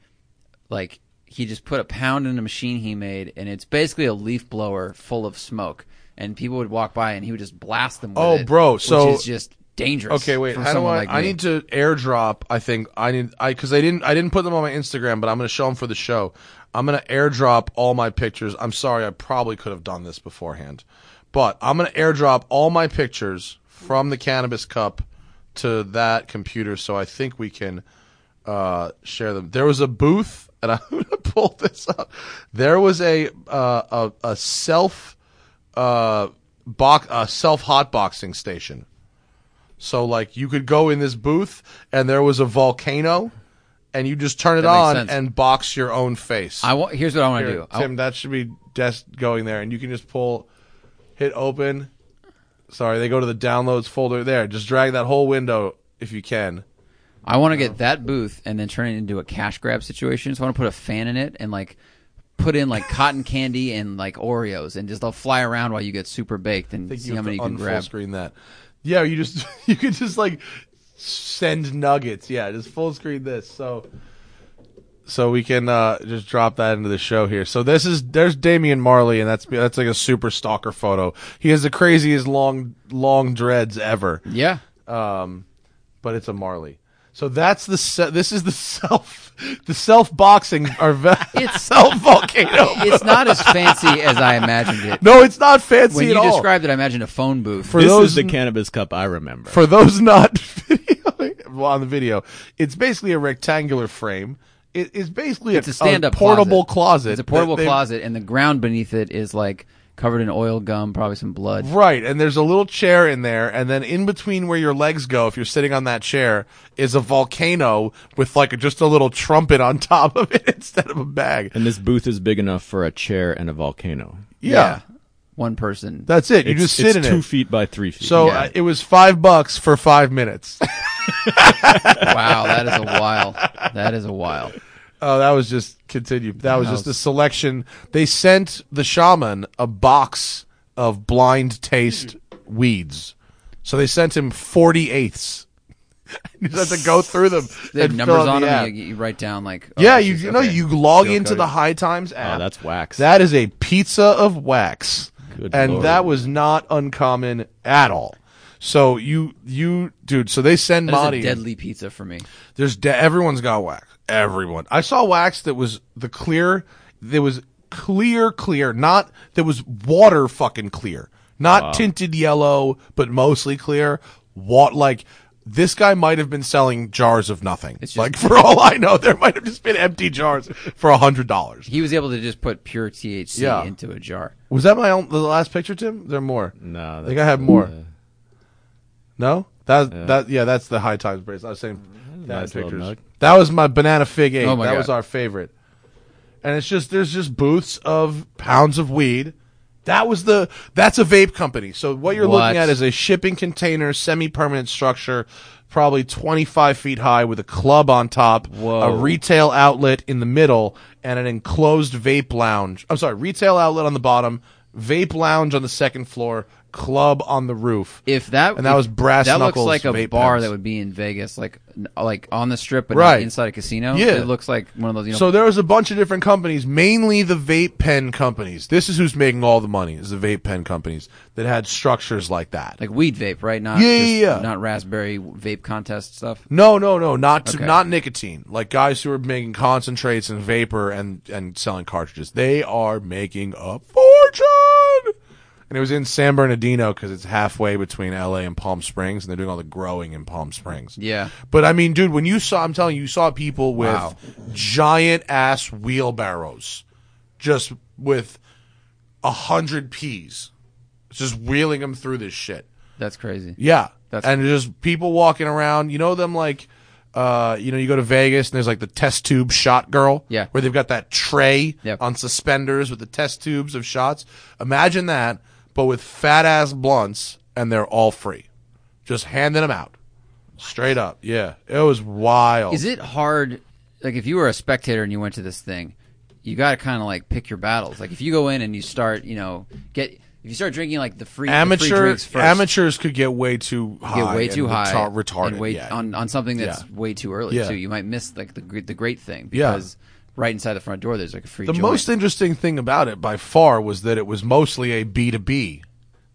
Speaker 3: like, he just put a pound in a machine he made, and it's basically a leaf blower full of smoke, and people would walk by, and he would just blast them. With
Speaker 1: Oh,
Speaker 3: it,
Speaker 1: bro,
Speaker 3: which
Speaker 1: so-
Speaker 3: is just dangerous.
Speaker 1: Okay, wait.
Speaker 3: for
Speaker 1: How do
Speaker 3: someone
Speaker 1: I?
Speaker 3: like
Speaker 1: I
Speaker 3: me.
Speaker 1: need to airdrop. I think I need. I because I didn't. I didn't put them on my Instagram, but I'm going to show them for the show. I'm going to airdrop all my pictures. I'm sorry, I probably could have done this beforehand, but I'm going to airdrop all my pictures from the cannabis cup to that computer. So I think we can uh, share them. There was a booth, and I'm going to pull this up. There was a uh, a, a self uh, box a self hotboxing station. So like you could go in this booth and there was a volcano and you just turn it
Speaker 3: That makes
Speaker 1: on
Speaker 3: sense.
Speaker 1: and box your own face.
Speaker 3: I want. Here's what I want to
Speaker 1: Here,
Speaker 3: do. I-
Speaker 1: Tim, that should be just going there and you can just pull hit open. Sorry, they go to the downloads folder there. Just drag that whole window if you can.
Speaker 3: I want to
Speaker 1: Oh.
Speaker 3: get that booth and then turn it into a cash grab situation. So I want to put a fan in it and like put in like cotton candy and like Oreos and just they'll fly around while you get super baked and see how
Speaker 1: have
Speaker 3: many you
Speaker 1: to
Speaker 3: can
Speaker 1: unfull
Speaker 3: grab.
Speaker 1: screen that. Yeah, you just you could just like send nuggets. Yeah, just full screen this. So so we can uh, just drop that into the show here. So this is there's Damian Marley, and that's that's like a super stalker photo. He has the craziest long long dreads ever, Um,
Speaker 3: Yeah.
Speaker 1: but it's a Marley. So that's the se- this is the self the self boxing or ve- self volcano.
Speaker 3: It's not as fancy as I imagined it.
Speaker 1: no, it's not fancy
Speaker 3: when
Speaker 1: at
Speaker 3: you
Speaker 1: all.
Speaker 3: described it, I imagined a phone booth.
Speaker 1: For
Speaker 2: this
Speaker 1: those
Speaker 2: is the
Speaker 1: n-
Speaker 2: cannabis cup I remember.
Speaker 1: for those not videoing- well, on the video, it's basically a rectangular frame. It is basically
Speaker 3: it's a stand-up
Speaker 1: portable closet.
Speaker 3: It's a portable
Speaker 1: that they-
Speaker 3: closet, and the ground beneath it is like covered in oil, gum, probably some blood.
Speaker 1: Right, and there's a little chair in there, and then in between where your legs go, if you're sitting on that chair, is a volcano with like just a little trumpet on top of it instead of a bag.
Speaker 2: and this booth is big enough for a chair and a volcano.
Speaker 1: Yeah,
Speaker 3: One person.
Speaker 1: that's it. You
Speaker 2: It's-
Speaker 1: just sit
Speaker 2: it's
Speaker 1: in
Speaker 2: two
Speaker 1: it.
Speaker 2: feet by three feet.
Speaker 1: so uh, it was five bucks for five minutes.
Speaker 3: wow, that is a while. That is a while.
Speaker 1: Oh, that was just continue. That was just a selection. They sent the shaman a box of blind taste weeds. So they sent him 40 eighths. you just have to go through them.
Speaker 3: They have
Speaker 1: and
Speaker 3: numbers
Speaker 1: fill out
Speaker 3: on
Speaker 1: the
Speaker 3: them.
Speaker 1: app.
Speaker 3: and You, you write down like. oh,
Speaker 1: yeah,
Speaker 3: this
Speaker 1: you,
Speaker 3: is-
Speaker 1: you know,
Speaker 3: okay. Oh,
Speaker 1: you log into
Speaker 2: coded.
Speaker 1: the High Times app.
Speaker 2: that's wax.
Speaker 1: uh, That is a pizza of wax.
Speaker 2: Good
Speaker 1: and
Speaker 2: lord.
Speaker 1: that was not uncommon at all. So you, you, dude, so they send
Speaker 3: That is
Speaker 1: Marty.
Speaker 3: a deadly pizza for me.
Speaker 1: There's de- everyone's got wax. Everyone. I saw wax that was the clear. That was clear, clear. Not that was water fucking clear. Not tinted yellow, but mostly clear. What like this guy might have been selling jars of nothing.
Speaker 3: It's just-
Speaker 1: like for all I know, there might have just been empty jars for a hundred dollars.
Speaker 3: He was able to just put pure THC
Speaker 1: Yeah.
Speaker 3: into a jar.
Speaker 1: Was that my own, the last picture, Tim? There are more.
Speaker 2: No,
Speaker 1: I think I had more. No, that that yeah, that's the high times brace. I was saying that
Speaker 2: Mm, Nice little
Speaker 1: pictures.
Speaker 2: nug.
Speaker 1: That was my banana fig eight.
Speaker 3: Oh my
Speaker 1: that
Speaker 3: God.
Speaker 1: was our favorite. And it's just there's just booths of pounds of weed. That was the that's a vape company. So what you're
Speaker 3: What?
Speaker 1: looking at is a shipping container, semi-permanent structure, probably 25 feet high with a club on top, a retail outlet in the middle, and an enclosed vape lounge. I'm sorry, retail outlet on the bottom, vape lounge on the second floor, club on the roof.
Speaker 3: If that
Speaker 1: And that
Speaker 3: if-
Speaker 1: was brass
Speaker 3: That
Speaker 1: knuckles
Speaker 3: looks like a
Speaker 1: vape
Speaker 3: bar
Speaker 1: pens.
Speaker 3: that would be in Vegas, like like on the strip, but
Speaker 1: Right.
Speaker 3: not inside a casino.
Speaker 1: Yeah.
Speaker 3: it looks like one of those. You know,
Speaker 1: So there was a bunch of different companies, mainly the vape pen companies. This is who's making all the money is the vape pen companies that had structures like that.
Speaker 3: like weed vape, right? Not
Speaker 1: Yeah, yeah,
Speaker 3: just-
Speaker 1: yeah.
Speaker 3: not raspberry vape contest stuff.
Speaker 1: no, no, no, not to,
Speaker 3: Okay.
Speaker 1: not nicotine. Like guys who are making concentrates and vapor and and selling cartridges. They are making a fortune. and it was in San Bernardino because it's halfway between L.A. and Palm Springs, and they're doing all the growing in Palm Springs.
Speaker 3: Yeah.
Speaker 1: But I mean, dude, when you saw, I'm telling you, you saw people with
Speaker 3: Wow.
Speaker 1: giant ass wheelbarrows, just with a hundred peas, just wheeling them through this shit.
Speaker 3: That's crazy.
Speaker 1: Yeah.
Speaker 3: That's-
Speaker 1: and just people walking around. You know them like, uh, you know, you go to Vegas and there's like the test tube shot girl.
Speaker 3: Yeah.
Speaker 1: Where they've got that tray
Speaker 3: Yep.
Speaker 1: on suspenders with the test tubes of shots. Imagine that, but with fat ass blunts and they're all free. Just handing them out. Straight up. Yeah. It was wild.
Speaker 3: Is it hard? Like, if you were a spectator and you went to this thing, you got to kind of like pick your battles. Like, if you go in and you start, you know, get if you start drinking like the free the free
Speaker 1: Amateur,
Speaker 3: drinks first,
Speaker 1: amateurs could get way too high.
Speaker 3: get way
Speaker 1: and
Speaker 3: too high,
Speaker 1: retar- retarded.
Speaker 3: and way,
Speaker 1: yeah.
Speaker 3: on on something that's
Speaker 1: Yeah.
Speaker 3: way too early
Speaker 1: Yeah.
Speaker 3: too. You might miss like the gr- the great thing
Speaker 1: Yeah.
Speaker 3: because right inside the front door there's like a free.
Speaker 1: The
Speaker 3: joint.
Speaker 1: most interesting thing about it by far was that it was mostly a B2B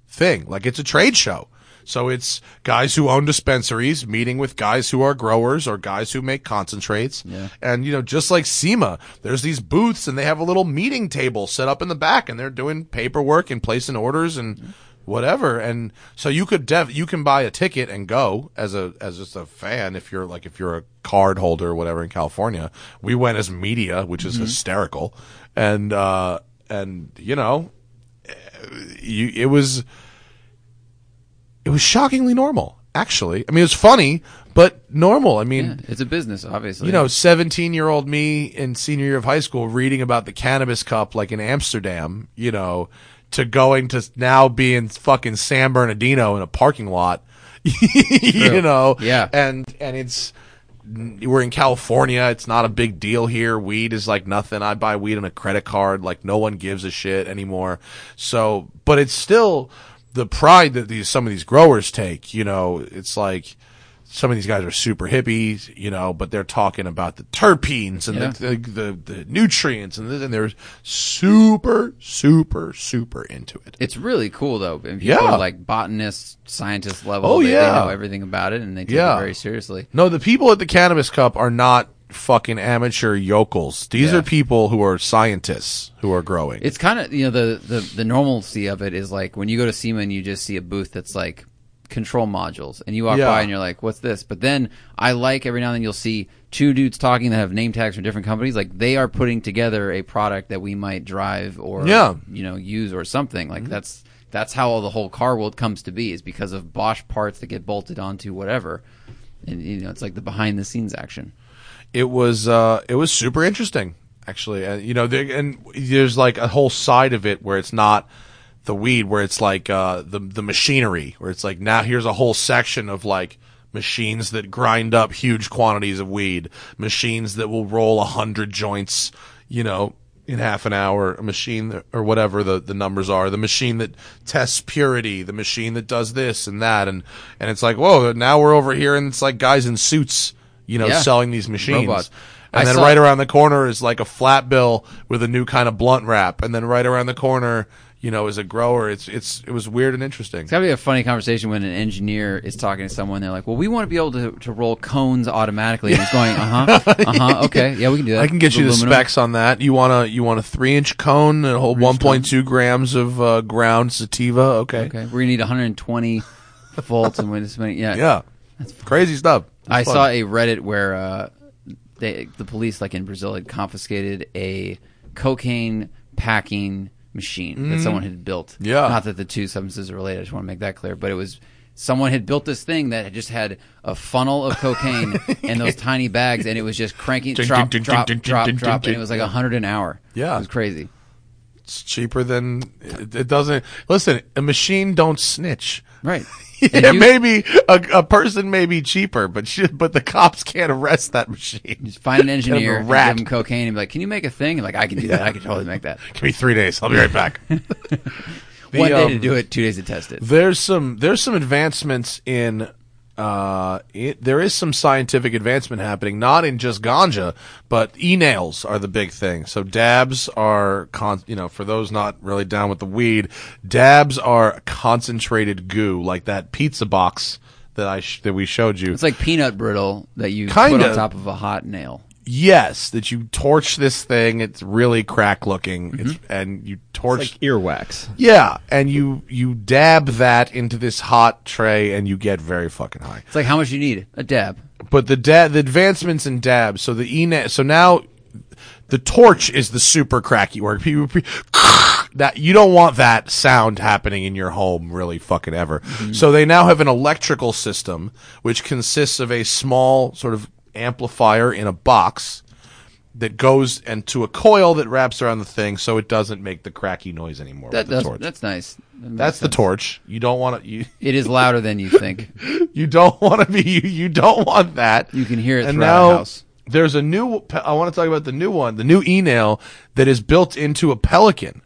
Speaker 1: thing. Like it's a trade show. So it's guys who own dispensaries meeting with guys who are growers or guys who make concentrates. And, you know, just like SEMA, there's these booths and they have a little meeting table set up in the back and they're doing paperwork and placing orders and whatever. And so you could def, you can buy a ticket and go as a, as just a fan. If you're like, if you're a card holder or whatever in California, we went as media, which is hysterical. And, uh, and you know, you it was it was shockingly normal actually i mean it was funny but normal i mean
Speaker 3: Yeah, it's a business, obviously.
Speaker 1: you know 17 year old me in senior year of high school reading about the cannabis cup like in amsterdam you know to going to now being fucking san bernardino in a parking lot you know
Speaker 3: Yeah.
Speaker 1: and and it's we're in California. It's not a big deal here. Weed is like nothing. I buy weed on a credit card. Like no one gives a shit anymore. So, but it's still the pride that these some of these growers take. You know, it's like some of these guys are super hippies. You know, but they're talking about the terpenes and the, the, the the nutrients and this, and they're super super super into it.
Speaker 3: It's really cool though. And people
Speaker 1: Yeah.
Speaker 3: are like botanists, scientist level.
Speaker 1: Oh,
Speaker 3: they, they
Speaker 1: yeah.
Speaker 3: know everything about it and they take
Speaker 1: Yeah.
Speaker 3: it very seriously.
Speaker 1: No, the people at the Cannabis Cup are not fucking amateur yokels. These
Speaker 3: Yeah.
Speaker 1: are people who are scientists who are growing.
Speaker 3: It's kind of you know the, the the normalcy of it is like when you go to SEMA and you just see a booth that's like control modules and you walk
Speaker 1: Yeah.
Speaker 3: by and you're like, what's this? But then I like every now and then you'll see two dudes talking that have name tags from different companies. Like they are putting together a product that we might drive or
Speaker 1: Yeah. Mm-hmm.
Speaker 3: you know use or something. Like that's that's how the whole car world comes to be is because of Bosch parts that get bolted onto whatever. And you know it's like the behind the scenes action.
Speaker 1: it was uh, it was super interesting actually and you know there, and there's like a whole side of it where it's not the weed where it's like uh, the the machinery where it's like now here's a whole section of like machines that grind up huge quantities of weed machines that will roll a hundred joints you know in half an hour a machine that, or whatever the, the numbers are the machine that tests purity the machine that does this and that and and it's like whoa now we're over here and it's like guys in suits you know
Speaker 3: Yeah.
Speaker 1: selling these machines machines.
Speaker 3: Robots.
Speaker 1: And
Speaker 3: I
Speaker 1: then
Speaker 3: saw-
Speaker 1: right around the corner is like a flat bill with a new kind of blunt wrap. And then right around the corner, you know, is a grower. It's it's it was weird and interesting.
Speaker 3: It's gotta be a funny conversation when an engineer is talking to someone. They're like, "Well, we want to be able to, to roll cones automatically." And he's going, "Uh huh, uh huh, okay, yeah, we can do that."
Speaker 1: I can get you the
Speaker 3: Aluminum.
Speaker 1: specs on that. You want a you want a three inch cone and hold one point two grams of uh, ground sativa. Okay.
Speaker 3: Okay, we're gonna need 120 volts and this many. Yeah,
Speaker 1: Yeah. Crazy stuff. It's
Speaker 3: I
Speaker 1: fun.
Speaker 3: saw a Reddit where uh, they, the police, like in Brazil, had confiscated a cocaine packing machine that someone had built.
Speaker 1: Mm-hmm. Yeah.
Speaker 3: Not that the two substances are related. I just want to make that clear. But it was someone had built this thing that had just had a funnel of cocaine and those tiny bags, and it was just cranking,
Speaker 1: Ding, ding,
Speaker 3: drop,
Speaker 1: ding,
Speaker 3: drop,
Speaker 1: ding, ding,
Speaker 3: drop,
Speaker 1: ding,
Speaker 3: drop,
Speaker 1: ding,
Speaker 3: and it was like a hundred an hour.
Speaker 1: Yeah.
Speaker 3: It was crazy.
Speaker 1: it's cheaper than it, it doesn't. Listen, a machine don't snitch.
Speaker 3: Right. And
Speaker 1: Yeah,
Speaker 3: you-
Speaker 1: maybe a, a person may be cheaper, but she, but the cops can't arrest that machine.
Speaker 3: Just find an engineer,
Speaker 1: Kind of
Speaker 3: and
Speaker 1: a rat.
Speaker 3: give him cocaine, and be like, "Can you make a thing?" And like, I can do that. I can totally make that.
Speaker 1: Give me three days. I'll be right back. The,
Speaker 3: One day to
Speaker 1: um,
Speaker 3: do it, two days to test it.
Speaker 1: There's some there's some advancements in uh it, there is some scientific advancement happening not in just ganja but e-nails are the big thing so dabs are con- you know for those not really down with the weed dabs are concentrated goo like that pizza box that I sh- that we showed you
Speaker 3: It's like peanut brittle that you
Speaker 1: Kinda.
Speaker 3: put on top of a hot nail.
Speaker 1: yes, that you torch this thing. It's really crack looking. It's and you torch
Speaker 2: Like earwax.
Speaker 1: yeah, and you you dab that into this hot tray and you get very fucking high.
Speaker 3: It's like how much you need a dab.
Speaker 1: But the da- the advancements in dabs, so the ENA, so now the torch is the super cracky work. People- pe- That you don't want that sound happening in your home really fucking ever.
Speaker 3: Mm-hmm.
Speaker 1: So they now have an electrical system which consists of a small sort of amplifier in a box that goes and to a coil that wraps around the thing so it doesn't make the cracky noise anymore.
Speaker 3: That
Speaker 1: with the
Speaker 3: does,
Speaker 1: torch.
Speaker 3: that's nice. That makes
Speaker 1: That's the
Speaker 3: sense.
Speaker 1: torch. You don't want to. You,
Speaker 3: It is louder than you think.
Speaker 1: you don't want to be. You, you don't want that.
Speaker 3: You can hear it
Speaker 1: And
Speaker 3: throughout a
Speaker 1: now
Speaker 3: house.
Speaker 1: there's a new. pe- I want to talk about the new one, the new e-nail that is built into a Pelican.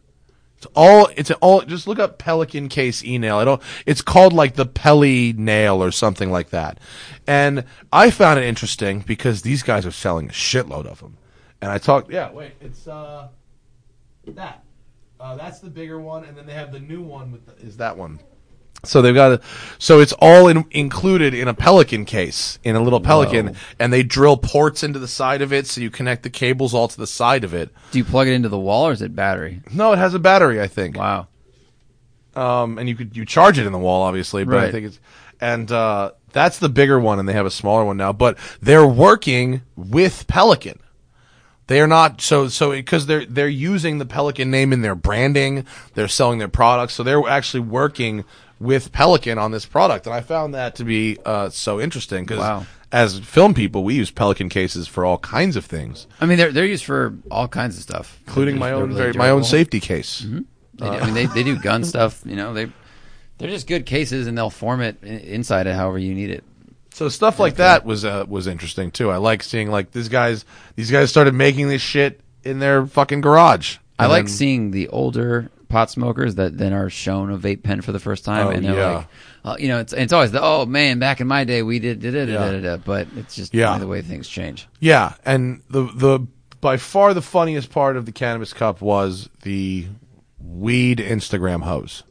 Speaker 1: It's all. It's an all. Just look up Pelican case e-nail. I don't. It's called like the Peli nail or something like that. And I found it interesting because these guys are selling a shitload of them. And I talked. Yeah, wait. It's uh, that. Uh, that's the bigger one, and then they have the new one. With the, is that one? So they've got, a, so it's all in, included in a Pelican case, in a little Pelican, and they drill ports into the side of it, so you connect the cables all to the side of it.
Speaker 3: Do you plug it into the wall or is it battery?
Speaker 1: No, it has a battery, I think.
Speaker 3: Wow.
Speaker 1: Um, and you could you charge it in the wall, obviously, but I
Speaker 3: Right.
Speaker 1: think it's and uh, that's the bigger one, and they have a smaller one now. But they're working with Pelican. They are not so so because they're they're using the Pelican name in their branding. They're selling their products, so they're actually working with Pelican on this product, and I found that to be uh, so interesting because
Speaker 3: Wow.
Speaker 1: as film people, we use Pelican cases for all kinds of things,
Speaker 3: I mean, they're they're used for all kinds of stuff,
Speaker 1: including
Speaker 3: They're-
Speaker 1: my
Speaker 3: they're
Speaker 1: own
Speaker 3: really
Speaker 1: very, Mm-hmm. my own
Speaker 3: durable.
Speaker 1: safety case.
Speaker 3: They do- I mean, they they do gun stuff. You know, they they're just good cases, and they'll form it i- inside it however you need it.
Speaker 1: So stuff like that was uh, was interesting too. I like seeing like these guys these guys started making this shit in their fucking garage.
Speaker 3: I
Speaker 1: And
Speaker 3: like
Speaker 1: then-
Speaker 3: seeing the older pot smokers that then are shown a vape pen for the first time,
Speaker 1: Oh,
Speaker 3: and they're
Speaker 1: yeah.
Speaker 3: like, uh, you know, it's it's always the oh man, back in my day we did da da da da da, but it's just
Speaker 1: Yeah.
Speaker 3: the way things change.
Speaker 1: yeah, and the the by far the funniest part of the cannabis cup was the weed Instagram hose,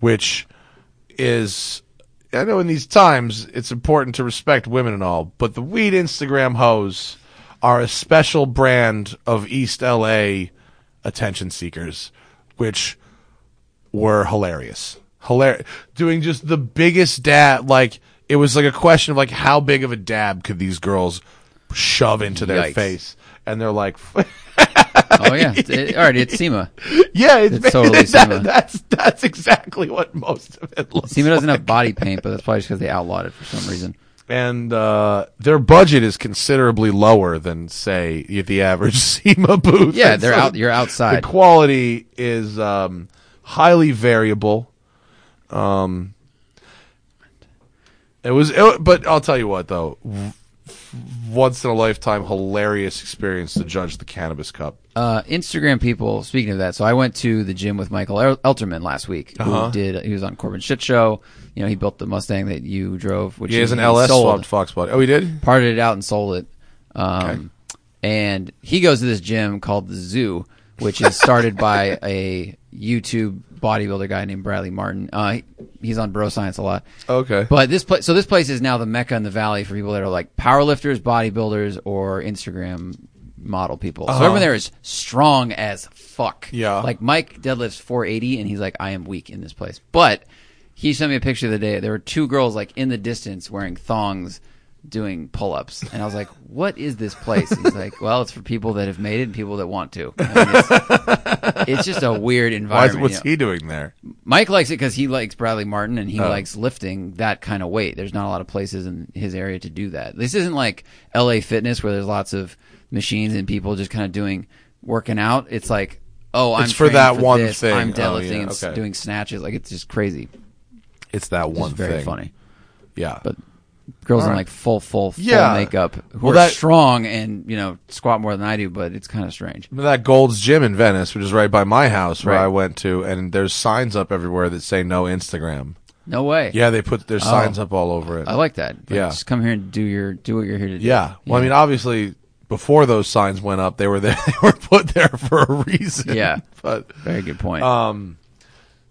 Speaker 1: which is I know in these times it's important to respect women and all, but the weed Instagram hose are a special brand of East LA attention seekers, which were hilarious. Hilarious. Doing just the biggest dab. Like, it was like a question of, like, how big of a dab could these girls shove into their
Speaker 3: Yikes.
Speaker 1: face? And they're like,
Speaker 3: Oh yeah, It's- it, all right, it's SEMA.
Speaker 1: yeah, it's,
Speaker 3: It's totally
Speaker 1: that-
Speaker 3: similar.
Speaker 1: that's, that's exactly what most of it looks
Speaker 3: SEMA doesn't have body paint, but that's probably just because they outlawed it for some reason.
Speaker 1: and uh, their budget is considerably lower than say the average SEMA booth.
Speaker 3: Yeah,
Speaker 1: And
Speaker 3: they're out- you're outside.
Speaker 1: The quality is um, highly variable. Um, it was, it, but I'll tell you what though, w- once in a lifetime, hilarious experience to judge the cannabis cup.
Speaker 3: Uh, Instagram people. Speaking of that, so I went to the gym with Michael El- Elterman last week.
Speaker 1: Uh-huh.
Speaker 3: Who did? He was on Corbin Shit Show. You know, he built the Mustang that you drove, which
Speaker 1: He has an
Speaker 3: he
Speaker 1: LS
Speaker 3: sold,
Speaker 1: swabbed fox body. Oh, he did.
Speaker 3: parted it out and sold it. Um, And he goes to this gym called the Zoo, which is started by a YouTube bodybuilder guy named Bradley Martin. Uh, he- he's on Bro Science a lot.
Speaker 1: Okay.
Speaker 3: But this place, so this place is now the mecca in the valley for people that are like powerlifters, bodybuilders, or Instagram model people. So everyone there is strong as fuck.
Speaker 1: Uh-huh. Yeah.
Speaker 3: Like Mike deadlifts 480, and he's like, I am weak in this place. But he sent me a picture the other day. There were two girls like in the distance wearing thongs. Doing pull ups. And I was like, what is this place? He's like, well, it's for people that have made it and people that want to. I mean, it's, it's just a weird
Speaker 1: Why is-
Speaker 3: environment. you
Speaker 1: what's
Speaker 3: know?
Speaker 1: he doing there?
Speaker 3: Mike likes it because he likes Bradley Martin and he
Speaker 1: Oh.
Speaker 3: likes lifting that kind of weight. There's not a lot of places in his area to do that. This isn't like LA Fitness where there's lots of machines and people just kind of doing working out. It's like, oh, I'm
Speaker 1: It's for
Speaker 3: training
Speaker 1: that one
Speaker 3: this.
Speaker 1: thing.
Speaker 3: I'm
Speaker 1: Oh,
Speaker 3: deadlifting
Speaker 1: yeah,
Speaker 3: and s-
Speaker 1: okay.
Speaker 3: doing snatches. Like it's just crazy.
Speaker 1: It's that one
Speaker 3: It's very
Speaker 1: thing.
Speaker 3: funny.
Speaker 1: Yeah.
Speaker 3: But girls in
Speaker 1: Alright.
Speaker 3: like full, full, full
Speaker 1: Yeah.
Speaker 3: makeup who
Speaker 1: Well,
Speaker 3: are
Speaker 1: that-
Speaker 3: strong and you know squat more than I do, but it's kind of strange.
Speaker 1: that Gold's Gym in Venice, which is right by my house where
Speaker 3: Right.
Speaker 1: I went to, and there's signs up everywhere that say no Instagram. Oh.
Speaker 3: No way.
Speaker 1: Yeah, they put their signs up all over it.
Speaker 3: I like that. Like,
Speaker 1: Yeah.
Speaker 3: just come here and do your do what you're here to do.
Speaker 1: Yeah. Well, I mean, obviously, before those signs went up, they were there. They were put there for a reason.
Speaker 3: Yeah.
Speaker 1: But
Speaker 3: very good point.
Speaker 1: um,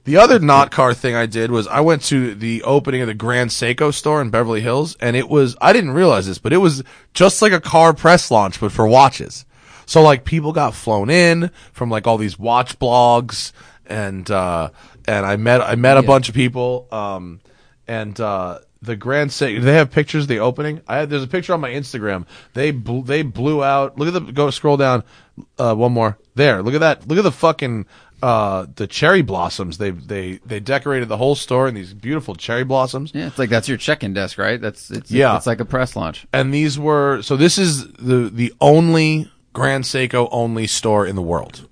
Speaker 1: The other not car thing I did was I went to the opening of the Grand Seiko store in Beverly Hills, and it was I didn't realize this, but it was just like a car press launch, but for watches. So like people got flown in from like all these watch blogs, and uh, and I met I met a bunch of people, um, and uh, the Grand Seiko. They have pictures of the opening. I had, there's a picture on my Instagram. They bl- they blew out. Look at the go scroll down, uh, one more there. Look at that. Look at the fucking uh the cherry blossoms they they they decorated the whole store in these beautiful cherry blossoms
Speaker 3: Yeah, it's like that's your check-in desk, right? That's it's,
Speaker 1: Yeah.
Speaker 3: It's like a press launch.
Speaker 1: and these were so this is the the only Grand Seiko only store in the world.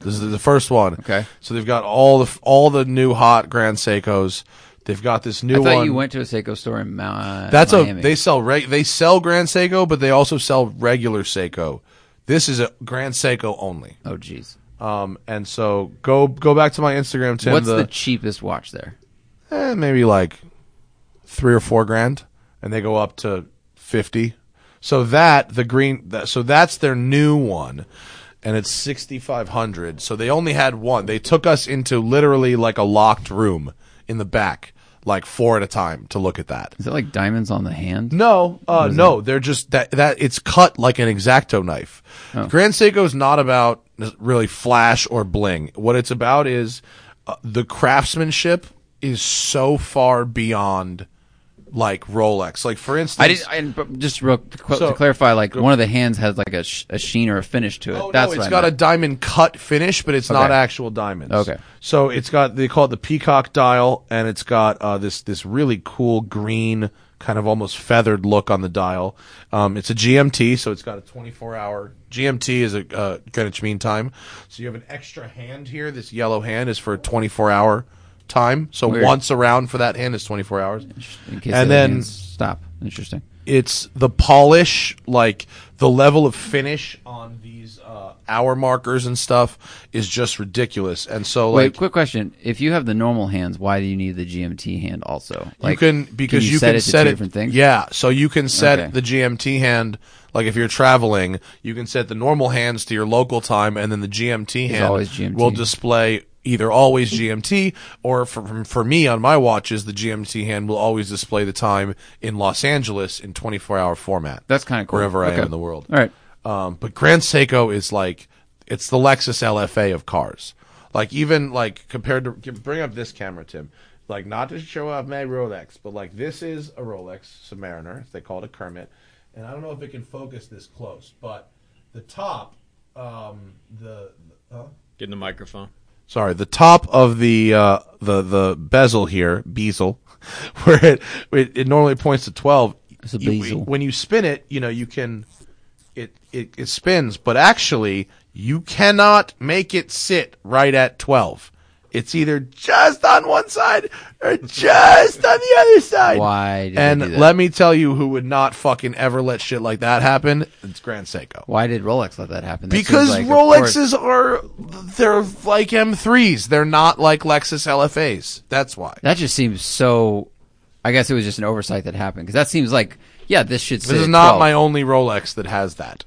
Speaker 1: This is the first one.
Speaker 3: Okay.
Speaker 1: So they've got all the all the new hot Grand Seikos. They've got this
Speaker 3: I
Speaker 1: new
Speaker 3: thought
Speaker 1: one.
Speaker 3: you went to a Seiko store in Mount.
Speaker 1: That's
Speaker 3: Miami.
Speaker 1: a they sell reg, they sell Grand Seiko, but they also sell regular Seiko. This is a Grand Seiko only.
Speaker 3: Oh, jeez.
Speaker 1: Um, and so go go back to my Instagram, Tim.
Speaker 3: What's
Speaker 1: the,
Speaker 3: the, cheapest watch there?
Speaker 1: eh, maybe like three or four grand, and they go up to fifty. So that the green, that, so that's their new one, and it's sixty five hundred. So they only had one. They took us into literally like a locked room in the back, like four at a time, to look at that.
Speaker 3: Is it like diamonds on the hand?
Speaker 1: No, uh, no, they're just that that it's cut like an exacto knife.
Speaker 3: Oh.
Speaker 1: Grand Seiko is not about really flash or bling. What it's about is uh, the craftsmanship is so far beyond like Rolex. Like for instance,
Speaker 3: I didn't. I, but just real, to, qu-
Speaker 1: So-
Speaker 3: to clarify, like one of the hands has like a, sh- a sheen or a finish to it.
Speaker 1: Oh,
Speaker 3: That's
Speaker 1: no, it's
Speaker 3: what I
Speaker 1: got a
Speaker 3: meant.
Speaker 1: diamond cut finish, but it's not
Speaker 3: Okay.
Speaker 1: actual diamonds.
Speaker 3: Okay.
Speaker 1: So it's got they call it the peacock dial, and it's got uh, this this really cool green kind of almost feathered look on the dial. Um, it's a GMT, so it's got a 24 hour GMT is a uh, Greenwich Mean Time. So you have an extra hand here. This yellow hand is for a 24 hour time. So
Speaker 3: Weird.
Speaker 1: once around for that hand is 24 hours.
Speaker 3: In case
Speaker 1: and
Speaker 3: the
Speaker 1: then-
Speaker 3: hands stop. Interesting.
Speaker 1: It's the polish, like the level of finish on these uh, hour markers and stuff is just ridiculous. And so,
Speaker 3: Wait,
Speaker 1: like,
Speaker 3: quick question. If you have the normal hands, why do you need the GMT hand also?
Speaker 1: you can because you
Speaker 3: set
Speaker 1: can
Speaker 3: it
Speaker 1: set
Speaker 3: to two
Speaker 1: it
Speaker 3: different things.
Speaker 1: Yeah, so you can set
Speaker 3: Okay.
Speaker 1: the GMT hand. Like if you're traveling, you can set the normal hands to your local time, and then the GMT hand
Speaker 3: always GMT.
Speaker 1: will display either always GMT or for, for, for me on my watches, the GMT hand will always display the time in Los Angeles in 24 hour format.
Speaker 3: That's kinda cool.
Speaker 1: wherever I
Speaker 3: Okay.
Speaker 1: am in the world.
Speaker 3: All right.
Speaker 1: Um, but Grand Seiko is like it's the Lexus LFA of cars. Like even like compared to bring up this camera, Tim. Like not to show off my Rolex, but like this is a Rolex Submariner. They call it a Kermit, and I don't know if it can focus this close, but the top, um, the uh,
Speaker 2: Get in the microphone.
Speaker 1: sorry, the top of the uh, the the bezel here, bezel, where it, it it normally points to twelve.
Speaker 3: It's a
Speaker 1: you-
Speaker 3: bezel.
Speaker 1: when you spin it, you know you can, it it it spins, but actually you cannot make it sit right at twelve. It's either just on one side or just on the other side.
Speaker 3: Why did they
Speaker 1: and
Speaker 3: do that?
Speaker 1: let me tell you, who would not fucking ever let shit like that happen? It's Grand Seiko.
Speaker 3: Why did Rolex let that happen? That seems
Speaker 1: Because
Speaker 3: like, of course-
Speaker 1: Rolexes are they're like M3s. They're not like Lexus LFAs. That's why.
Speaker 3: That just seems so. I guess it was just an oversight that happened because that seems like yeah, this should.
Speaker 1: This is not my only Rolex that has that.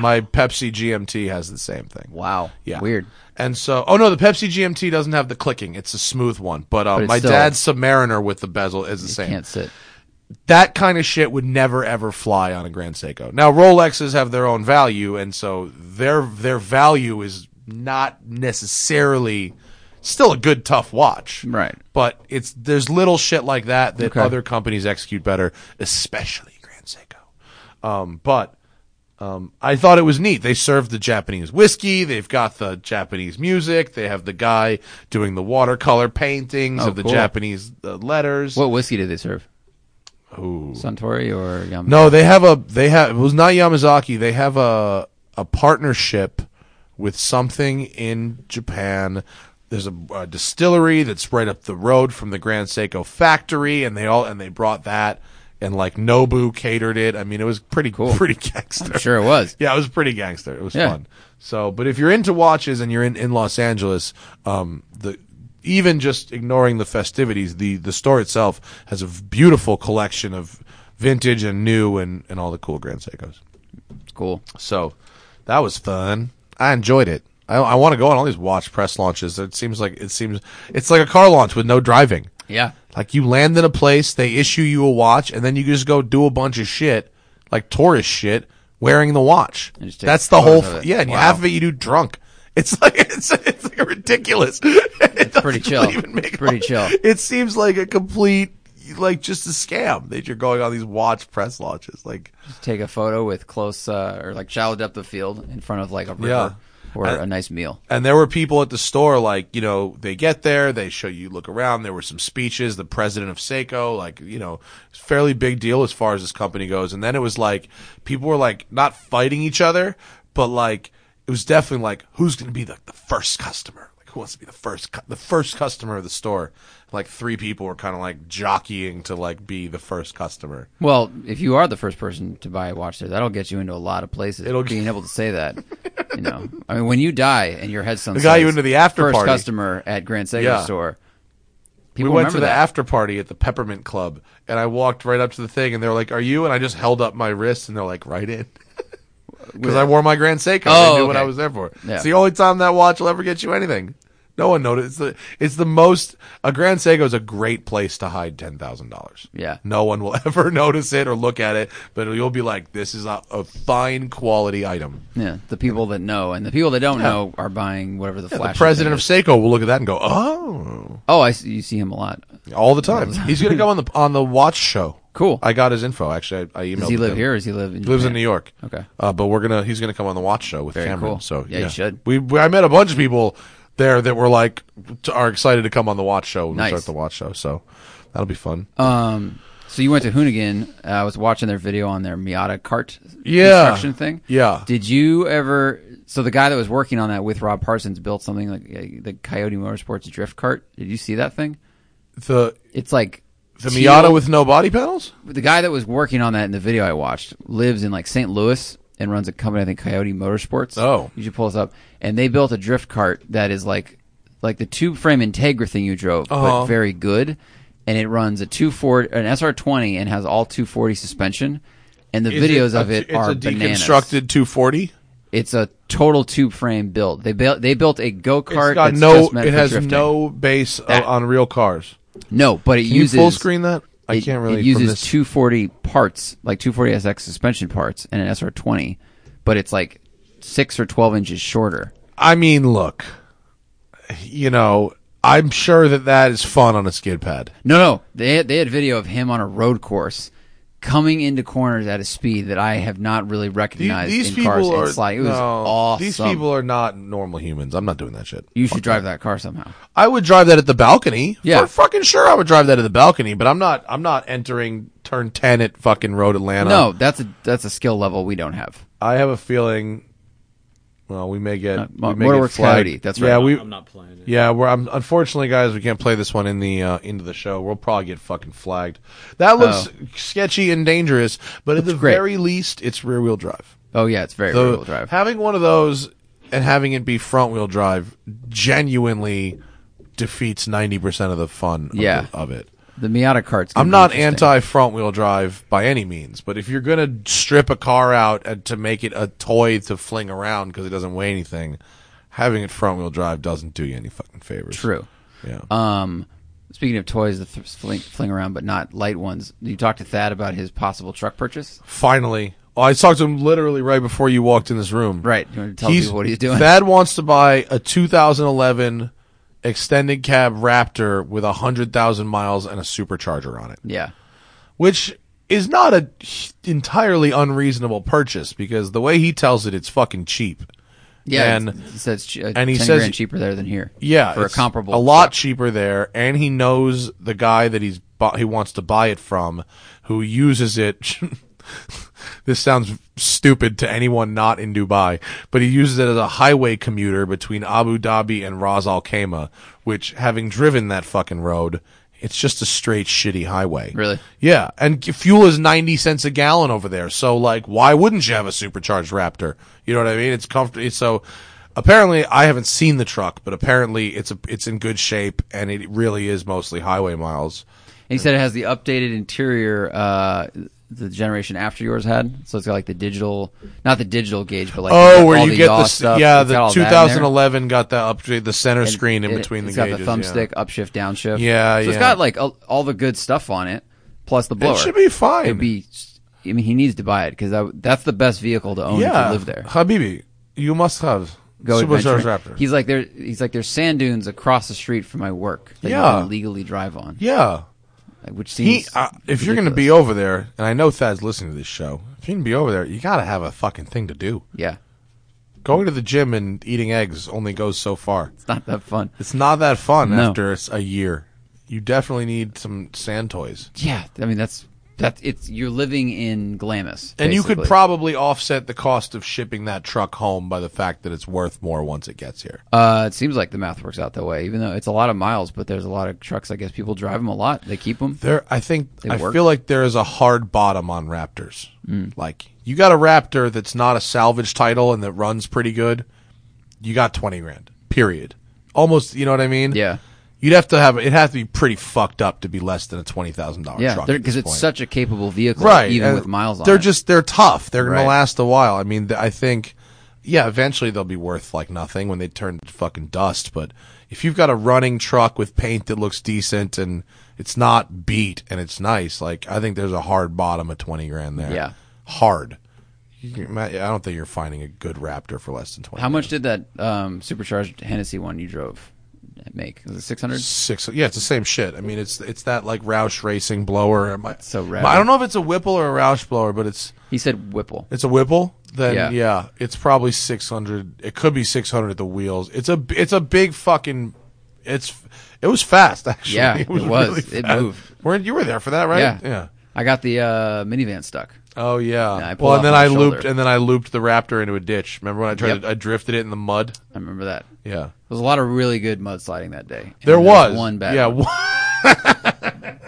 Speaker 1: My Pepsi GMT has the same thing.
Speaker 3: Wow.
Speaker 1: Yeah.
Speaker 3: Weird.
Speaker 1: And so, oh no, the Pepsi GMT doesn't have the clicking. It's a smooth one. But, uh,
Speaker 3: But it's
Speaker 1: my
Speaker 3: still-
Speaker 1: dad's Submariner with the bezel is the same.
Speaker 3: Can't sit.
Speaker 1: That kind of shit would never ever fly on a Grand Seiko. Now Rolexes have their own value, and so their their value is not necessarily still a good tough watch,
Speaker 3: Right.
Speaker 1: But it's there's little shit like that that
Speaker 3: Okay.
Speaker 1: other companies execute better, especially Grand Seiko. Um, but um, I thought it was neat. They serve the Japanese whiskey. They've got the Japanese music. They have the guy doing the watercolor paintings
Speaker 3: Oh,
Speaker 1: of the
Speaker 3: cool.
Speaker 1: Japanese uh, letters.
Speaker 3: What whiskey did they serve? Suntory or Yamaha?
Speaker 1: No, they have a they have it was not Yamazaki. They have a a partnership with something in Japan. There's a, a distillery that's right up the road from the Grand Seiko factory, and they all and they brought that and like Nobu catered it. I mean, it was pretty cool, pretty gangster.
Speaker 3: Sure, it was.
Speaker 1: Yeah, it was pretty gangster. It was
Speaker 3: Yeah.
Speaker 1: fun. So, but if you're into watches and you're in, in Los Angeles, um, the even just ignoring the festivities, the the store itself has a v- beautiful collection of vintage and new and and all the cool Grand Seikos.
Speaker 3: Cool.
Speaker 1: So, that was fun. I enjoyed it. I, I want to go on all these watch press launches. It seems like it seems it's like a car launch with no driving.
Speaker 3: Yeah.
Speaker 1: Like you land in a place, they issue you a watch, and then you just go do a bunch of shit, like tourist shit, wearing the watch.
Speaker 3: And just take
Speaker 1: That's the whole
Speaker 3: photos of it.
Speaker 1: yeah, and
Speaker 3: Wow.
Speaker 1: half of it you do drunk. It's like it's, it's like ridiculous. It's
Speaker 3: pretty chill. Pretty chill.
Speaker 1: It seems like a complete like just a scam that you're going on these watch press launches. Like
Speaker 3: Take a photo with close uh, or like shallow depth of field in front of like a river
Speaker 1: Yeah.
Speaker 3: or
Speaker 1: I-
Speaker 3: a nice meal.
Speaker 1: And there were people at the store, like, you know, they get there, they show you look around. There were some speeches, the president of Seiko, like, you know, it's a fairly big deal as far as this company goes. And then it was like, people were like not fighting each other, but like, it was definitely like, who's going to be like the first customer? Like, who wants to be the first, cu- the first customer of the store? Like, three people were kind of like jockeying to like be the first customer.
Speaker 3: Well, if you are the first person to buy a watch there, that'll get you into a lot of places.
Speaker 1: It'll-
Speaker 3: being able to say that. You know, I mean, when you die and your headstone
Speaker 1: It got
Speaker 3: says,
Speaker 1: you into the after
Speaker 3: first
Speaker 1: party."
Speaker 3: customer at Grand Sega
Speaker 1: Yeah.
Speaker 3: store.
Speaker 1: we
Speaker 3: People
Speaker 1: went to the
Speaker 3: remember that.
Speaker 1: after party at the Peppermint Club, and I walked right up to the thing, and they're like, "Are you?" And I just held up my wrist, and they're like, "Right in," because I wore my Grand Seiko.
Speaker 3: Oh,
Speaker 1: they knew what
Speaker 3: okay.
Speaker 1: I was there for.
Speaker 3: Yeah.
Speaker 1: It's the only time that watch will ever get you anything. No one noticed. It's the it's the most. A Grand Seiko is a great place to hide ten thousand dollars.
Speaker 3: Yeah.
Speaker 1: no one will ever notice it or look at it, but you'll be like, "This is a, a fine quality item."
Speaker 3: Yeah, the people that know and the people that don't know are buying whatever the
Speaker 1: The
Speaker 3: flash.
Speaker 1: president of Seiko will look at that and go, "Oh,
Speaker 3: oh, I see, you see him a lot.
Speaker 1: all the time." He's gonna go on the on the watch show.
Speaker 3: Cool.
Speaker 1: I got his info. Actually, I, I emailed.
Speaker 3: Does he
Speaker 1: it to
Speaker 3: live
Speaker 1: him.
Speaker 3: here? Or does he live? In
Speaker 1: He lives in
Speaker 3: Japan?
Speaker 1: New York.
Speaker 3: Okay.
Speaker 1: Uh, but we're gonna he's gonna come on the watch show with
Speaker 3: Very
Speaker 1: Cameron.
Speaker 3: cool.
Speaker 1: So
Speaker 3: Yeah, you should.
Speaker 1: We, we I met a bunch of people there that were like t- are excited to come on the watch show when
Speaker 3: Nice.
Speaker 1: we start the watch show. So that'll be fun.
Speaker 3: Um, so you went to Hoonigan. Uh, I was watching their video on their Miata cart
Speaker 1: Yeah.
Speaker 3: construction thing.
Speaker 1: Yeah.
Speaker 3: Did you ever? So the guy that was working on that with Rob Parsons built something like uh, the Coyote Motorsports drift cart. Did you see that thing?
Speaker 1: the
Speaker 3: It's like
Speaker 1: the
Speaker 3: teal-
Speaker 1: Miata with no body panels.
Speaker 3: the guy that was working on that in the video I watched lives in like St. Louis and runs a company I think Coyote Motorsports.
Speaker 1: Oh.
Speaker 3: you should pull this up. And they built a drift cart that is like like the tube frame Integra thing you drove, but
Speaker 1: Uh-huh.
Speaker 3: very good. And it runs a two four an SR twenty and has all two forty suspension. And the videos of it
Speaker 1: it's
Speaker 3: are
Speaker 1: a
Speaker 3: bananas.
Speaker 1: deconstructed 240.
Speaker 3: It's a total tube frame build. They built they built a go
Speaker 1: It's
Speaker 3: kart.
Speaker 1: got
Speaker 3: that's
Speaker 1: no.
Speaker 3: just meant
Speaker 1: It
Speaker 3: for
Speaker 1: has
Speaker 3: drifting.
Speaker 1: no base o-
Speaker 3: That-
Speaker 1: on real cars.
Speaker 3: no, but it
Speaker 1: Can
Speaker 3: uses
Speaker 1: you full screen that? I
Speaker 3: it,
Speaker 1: can't really.
Speaker 3: It
Speaker 1: from
Speaker 3: uses
Speaker 1: this-
Speaker 3: 240 parts, like 240SX suspension parts, and an SR20, but it's like six or 12 inches shorter.
Speaker 1: I mean, look, you know, I'm sure that that is fun on a skid pad.
Speaker 3: No, no, they had, they had video of him on a road course coming into corners at a speed that I have not really
Speaker 1: The-
Speaker 3: recognized in cars. it's like it was
Speaker 1: no,
Speaker 3: awesome.
Speaker 1: These people are not normal humans. I'm not doing that shit.
Speaker 3: you should drive that car somehow.
Speaker 1: I would drive that at the balcony.
Speaker 3: Yeah.
Speaker 1: For fucking sure I would drive that at the balcony, but I'm not I'm not entering turn 10 at fucking Road Atlanta.
Speaker 3: No, that's a that's a skill level we don't have.
Speaker 1: I have a feeling well, we may get
Speaker 3: Uh, Mo-
Speaker 1: we may
Speaker 3: Motorworks
Speaker 1: get flagged.
Speaker 3: Coyote, that's
Speaker 1: Yeah,
Speaker 3: right.
Speaker 1: we
Speaker 2: I'm not playing it.
Speaker 1: Yeah, we're I'm, unfortunately guys, we can't play this one in the uh, into the show. We'll probably get fucking flagged. That looks sketchy and dangerous, but at the
Speaker 3: Oh. great.
Speaker 1: very least it's rear-wheel drive.
Speaker 3: Oh yeah, it's very
Speaker 1: The-
Speaker 3: rear wheel drive.
Speaker 1: Having one of those and having it be front wheel drive genuinely defeats 90% of the fun of
Speaker 3: Yeah.
Speaker 1: the- of, it.
Speaker 3: the Miata cart's. gonna
Speaker 1: I'm
Speaker 3: be
Speaker 1: not
Speaker 3: interesting.
Speaker 1: anti front wheel drive by any means, but if you're going to strip a car out and to make it a toy to fling around because it doesn't weigh anything, having it front wheel drive doesn't do you any fucking favors.
Speaker 3: True.
Speaker 1: Yeah.
Speaker 3: Um, speaking of toys that th- fling, fling around, but not light ones, you talked to Thad about his possible truck purchase.
Speaker 1: Finally. Oh, I talked to him literally right before you walked in this room.
Speaker 3: Right. You want to tell people what he's doing?
Speaker 1: Thad wants to buy a 2011 extended cab Raptor with 100,000 miles and a supercharger on it,
Speaker 3: Yeah.
Speaker 1: which is not a h- entirely unreasonable purchase because the way he tells it, it's fucking cheap.
Speaker 3: Yeah.
Speaker 1: And-
Speaker 3: it's- he says che- uh,
Speaker 1: and he
Speaker 3: 10
Speaker 1: says-
Speaker 3: grand cheaper there than here.
Speaker 1: Yeah,
Speaker 3: For a
Speaker 1: it's
Speaker 3: comparable.
Speaker 1: a lot
Speaker 3: truck.
Speaker 1: cheaper there, and he knows the guy that he's bu- he wants to buy it from, who uses it. this sounds stupid to anyone not in Dubai, but he uses it as a highway commuter between Abu Dhabi and Ras Al Khaimah, which, having driven that fucking road, it's just a straight shitty highway.
Speaker 3: Really?
Speaker 1: Yeah, and g- fuel is 90 cents a gallon over there. So like why wouldn't you have a supercharged Raptor? You know what I mean? It's comfortable. So apparently I haven't seen the truck, but apparently it's a, it's in good shape and it really is mostly highway miles.
Speaker 3: And he said it has the updated interior, uh, the generation after yours had. So it's got like the digital, not the digital gauge, but like
Speaker 1: Oh,
Speaker 3: all
Speaker 1: where you
Speaker 3: the
Speaker 1: get
Speaker 3: yaw
Speaker 1: the s-
Speaker 3: stuff.
Speaker 1: yeah,
Speaker 3: It's got
Speaker 1: the
Speaker 3: all that in there.
Speaker 1: 2011 got the up the center
Speaker 3: And
Speaker 1: screen in
Speaker 3: it-
Speaker 1: between the
Speaker 3: it's got
Speaker 1: gauges.
Speaker 3: the
Speaker 1: yeah.
Speaker 3: thumbstick upshift downshift.
Speaker 1: Yeah,
Speaker 3: so it's
Speaker 1: yeah.
Speaker 3: got like all, all the good stuff on it, plus the blower.
Speaker 1: should be fine.
Speaker 3: It'd be. I mean, he needs to buy it because that's the best vehicle to own if
Speaker 1: Yeah,
Speaker 3: you live there.
Speaker 1: Habibi, you must have
Speaker 3: Go
Speaker 1: Supercharged
Speaker 3: adventuring.
Speaker 1: Raptor.
Speaker 3: He's like there. He's like there's sand dunes across the street from my work that
Speaker 1: Yeah.
Speaker 3: you can legally drive on,
Speaker 1: yeah.
Speaker 3: like, which
Speaker 1: He,
Speaker 3: seems.
Speaker 1: uh, if you're going to
Speaker 3: ridiculous.
Speaker 1: be over there, and I know Thad's listening to this show, if you're going to be over there, you got to have a fucking thing to do.
Speaker 3: yeah,
Speaker 1: Going to the gym and eating eggs only goes so far.
Speaker 3: it's not that fun.
Speaker 1: It's not that fun
Speaker 3: No.
Speaker 1: after it's a year. You definitely need some sand toys.
Speaker 3: Yeah, I mean that's that. It's you're living in Glamis,
Speaker 1: And you could
Speaker 3: basically.
Speaker 1: probably offset the cost of shipping that truck home by the fact that it's worth more once it gets here.
Speaker 3: Uh, it seems like the math works out that way, even though it's a lot of miles. But there's a lot of trucks. I guess people drive them a lot. They keep them.
Speaker 1: There, I think
Speaker 3: They
Speaker 1: I
Speaker 3: work.
Speaker 1: feel like there is a hard bottom on Raptors.
Speaker 3: Mm.
Speaker 1: Like you got a Raptor that's not a salvage title and that runs pretty good, you got twenty grand. Period. Almost, you know what I mean?
Speaker 3: Yeah.
Speaker 1: You'd have to have it. Have to be pretty fucked up to be less than a twenty thousand dollar
Speaker 3: Yeah,
Speaker 1: truck at
Speaker 3: because
Speaker 1: this
Speaker 3: it's
Speaker 1: point.
Speaker 3: such a capable vehicle,
Speaker 1: right.
Speaker 3: Even
Speaker 1: and
Speaker 3: with miles on
Speaker 1: they're
Speaker 3: it.
Speaker 1: just they're tough. They're gonna
Speaker 3: Right.
Speaker 1: last a while. I mean, th- I think, yeah, eventually they'll be worth like nothing when they turn to fucking dust. But if you've got a running truck with paint that looks decent and it's not beat and it's nice, like I think there's a hard bottom of twenty grand there.
Speaker 3: Yeah.
Speaker 1: hard. You can ima- I don't think you're finding a good Raptor for less than twenty.
Speaker 3: How much did that um, supercharged Hennessy one you drove make? Was it six hundred?
Speaker 1: six. Yeah, it's the same shit. I mean, it's it's that like Roush racing blower. Am I-
Speaker 3: So rad.
Speaker 1: I don't know if it's a Whipple or a Roush blower, but it's
Speaker 3: He said Whipple.
Speaker 1: it's a Whipple. Then
Speaker 3: Yeah.
Speaker 1: yeah. it's probably six hundred. It could be six hundred at the wheels. It's a it's a big fucking. It's it was fast actually.
Speaker 3: Yeah, it was. It
Speaker 1: fast.
Speaker 3: moved.
Speaker 1: Were you were there for that right?
Speaker 3: Yeah, I got the uh, minivan stuck.
Speaker 1: Oh yeah.
Speaker 3: Yeah, I pulled
Speaker 1: well, and
Speaker 3: off
Speaker 1: then
Speaker 3: on
Speaker 1: I
Speaker 3: the
Speaker 1: looped
Speaker 3: shoulder.
Speaker 1: and then I looped the Raptor into a ditch. Remember when I tried
Speaker 3: Yep.
Speaker 1: to, I drifted it in the mud?
Speaker 3: I remember that. There
Speaker 1: Yeah.
Speaker 3: was a lot of really good mudsliding that day. And
Speaker 1: There was
Speaker 3: one bad.
Speaker 1: Yeah.
Speaker 3: one,
Speaker 1: One,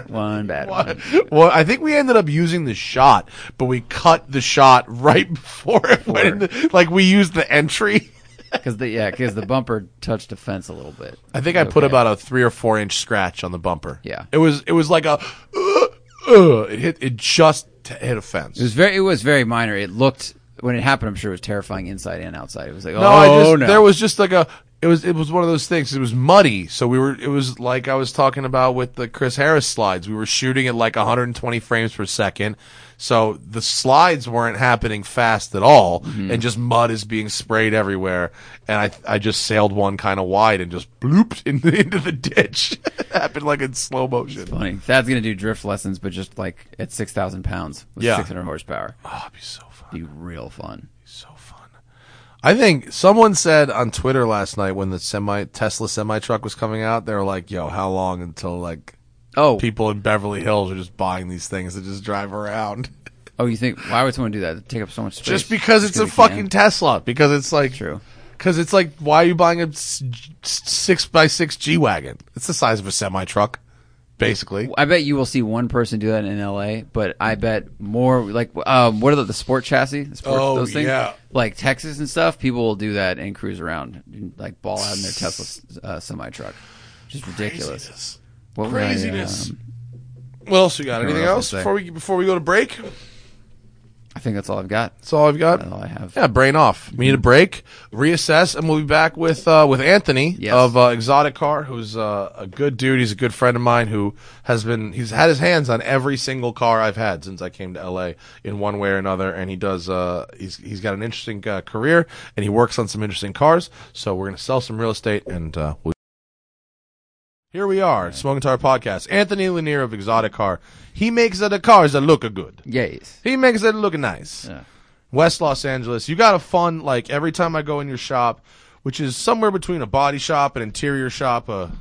Speaker 3: one bad. One.
Speaker 1: well, I think we ended up using the shot, but we cut the shot right before it went. In the, like we used the entry.
Speaker 3: Because the yeah, because the bumper touched a fence a little bit.
Speaker 1: I think I put
Speaker 3: Okay.
Speaker 1: about a three or four inch scratch on the bumper.
Speaker 3: Yeah.
Speaker 1: it was it was like a uh, uh, it hit it just t- hit a fence.
Speaker 3: It was very. It was very minor. It looked when it happened. I'm sure it was terrifying inside and outside. It was like, oh
Speaker 1: no, I just
Speaker 3: no.
Speaker 1: there was just like a it was it was one of those things. It was muddy, so we were it was like I was talking about with the Chris Harris slides. We were shooting at like 120 frames per second, so the slides weren't happening fast at all,
Speaker 3: Mm-hmm.
Speaker 1: and just mud is being sprayed everywhere. And I I just sailed one kind of wide and just blooped into, into the ditch. it happened like in slow motion.
Speaker 3: funny. Thad's gonna do drift lessons, but just like at six thousand pounds with
Speaker 1: Yeah.
Speaker 3: six hundred horsepower.
Speaker 1: Oh, it'd be so fun.
Speaker 3: Be real fun.
Speaker 1: so fun. I think someone said on Twitter last night when the semi Tesla semi truck was coming out, they were like, "Yo, how long until like
Speaker 3: Oh,
Speaker 1: people in Beverly Hills are just buying these things to just drive around?"
Speaker 3: oh, you think why would someone do that? It'd take up so much space.
Speaker 1: Just because it's a
Speaker 3: because they
Speaker 1: fucking
Speaker 3: can.
Speaker 1: Tesla. Because it's like
Speaker 3: True.
Speaker 1: Because it's like, why are you buying a s- six by six G wagon? It's the size of a semi truck, basically.
Speaker 3: I bet you will see one person do that in L.A., but I bet more like um, what are the, the sport chassis? The sport,
Speaker 1: Oh,
Speaker 3: those things?
Speaker 1: yeah.
Speaker 3: Like Texas and stuff, people will do that and cruise around, and, like ball out in their Tesla uh, semi truck. Just ridiculous. What were I,
Speaker 1: Craziness.
Speaker 3: um,
Speaker 1: What else you got?
Speaker 3: don't know
Speaker 1: Anything
Speaker 3: what
Speaker 1: else
Speaker 3: to say.
Speaker 1: before we before we go to break?
Speaker 3: I think that's all I've got.
Speaker 1: That's all I've got.
Speaker 3: That's all I have.
Speaker 1: Yeah, brain off. We need a break, reassess, and we'll be back with uh, with Anthony
Speaker 3: Yes.
Speaker 1: of uh, Exotic Car, who's uh, a good dude. He's a good friend of mine who has been he's had his hands on every single car I've had since I came to LA in one way or another. And he does uh, he's he's got an interesting uh, career and he works on some interesting cars. So we're gonna sell some real estate and uh, we'll. Here we are, Smoking Tire Podcast. Anthony Lanier of Exotic Car. He makes the cars that look good.
Speaker 3: Yes.
Speaker 1: He makes it look nice.
Speaker 3: Yeah.
Speaker 1: West Los Angeles. You got a fun like every time I go in your shop, which is somewhere between a body shop, an interior shop, a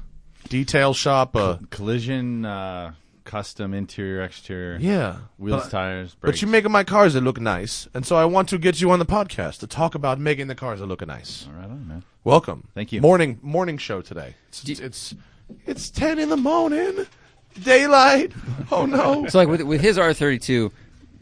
Speaker 1: detail shop, a
Speaker 2: Collision, uh, custom interior, exterior.
Speaker 1: yeah.
Speaker 2: Wheels,
Speaker 1: but,
Speaker 2: tires, brakes.
Speaker 1: But you making my cars that look nice, and so I want to get you on the podcast to talk about making the cars that look nice.
Speaker 2: Right on, man.
Speaker 1: Welcome.
Speaker 2: Thank you.
Speaker 1: Morning morning show today. It's it's, it's ten in the morning. Daylight. Oh no.
Speaker 3: So like with with his R32,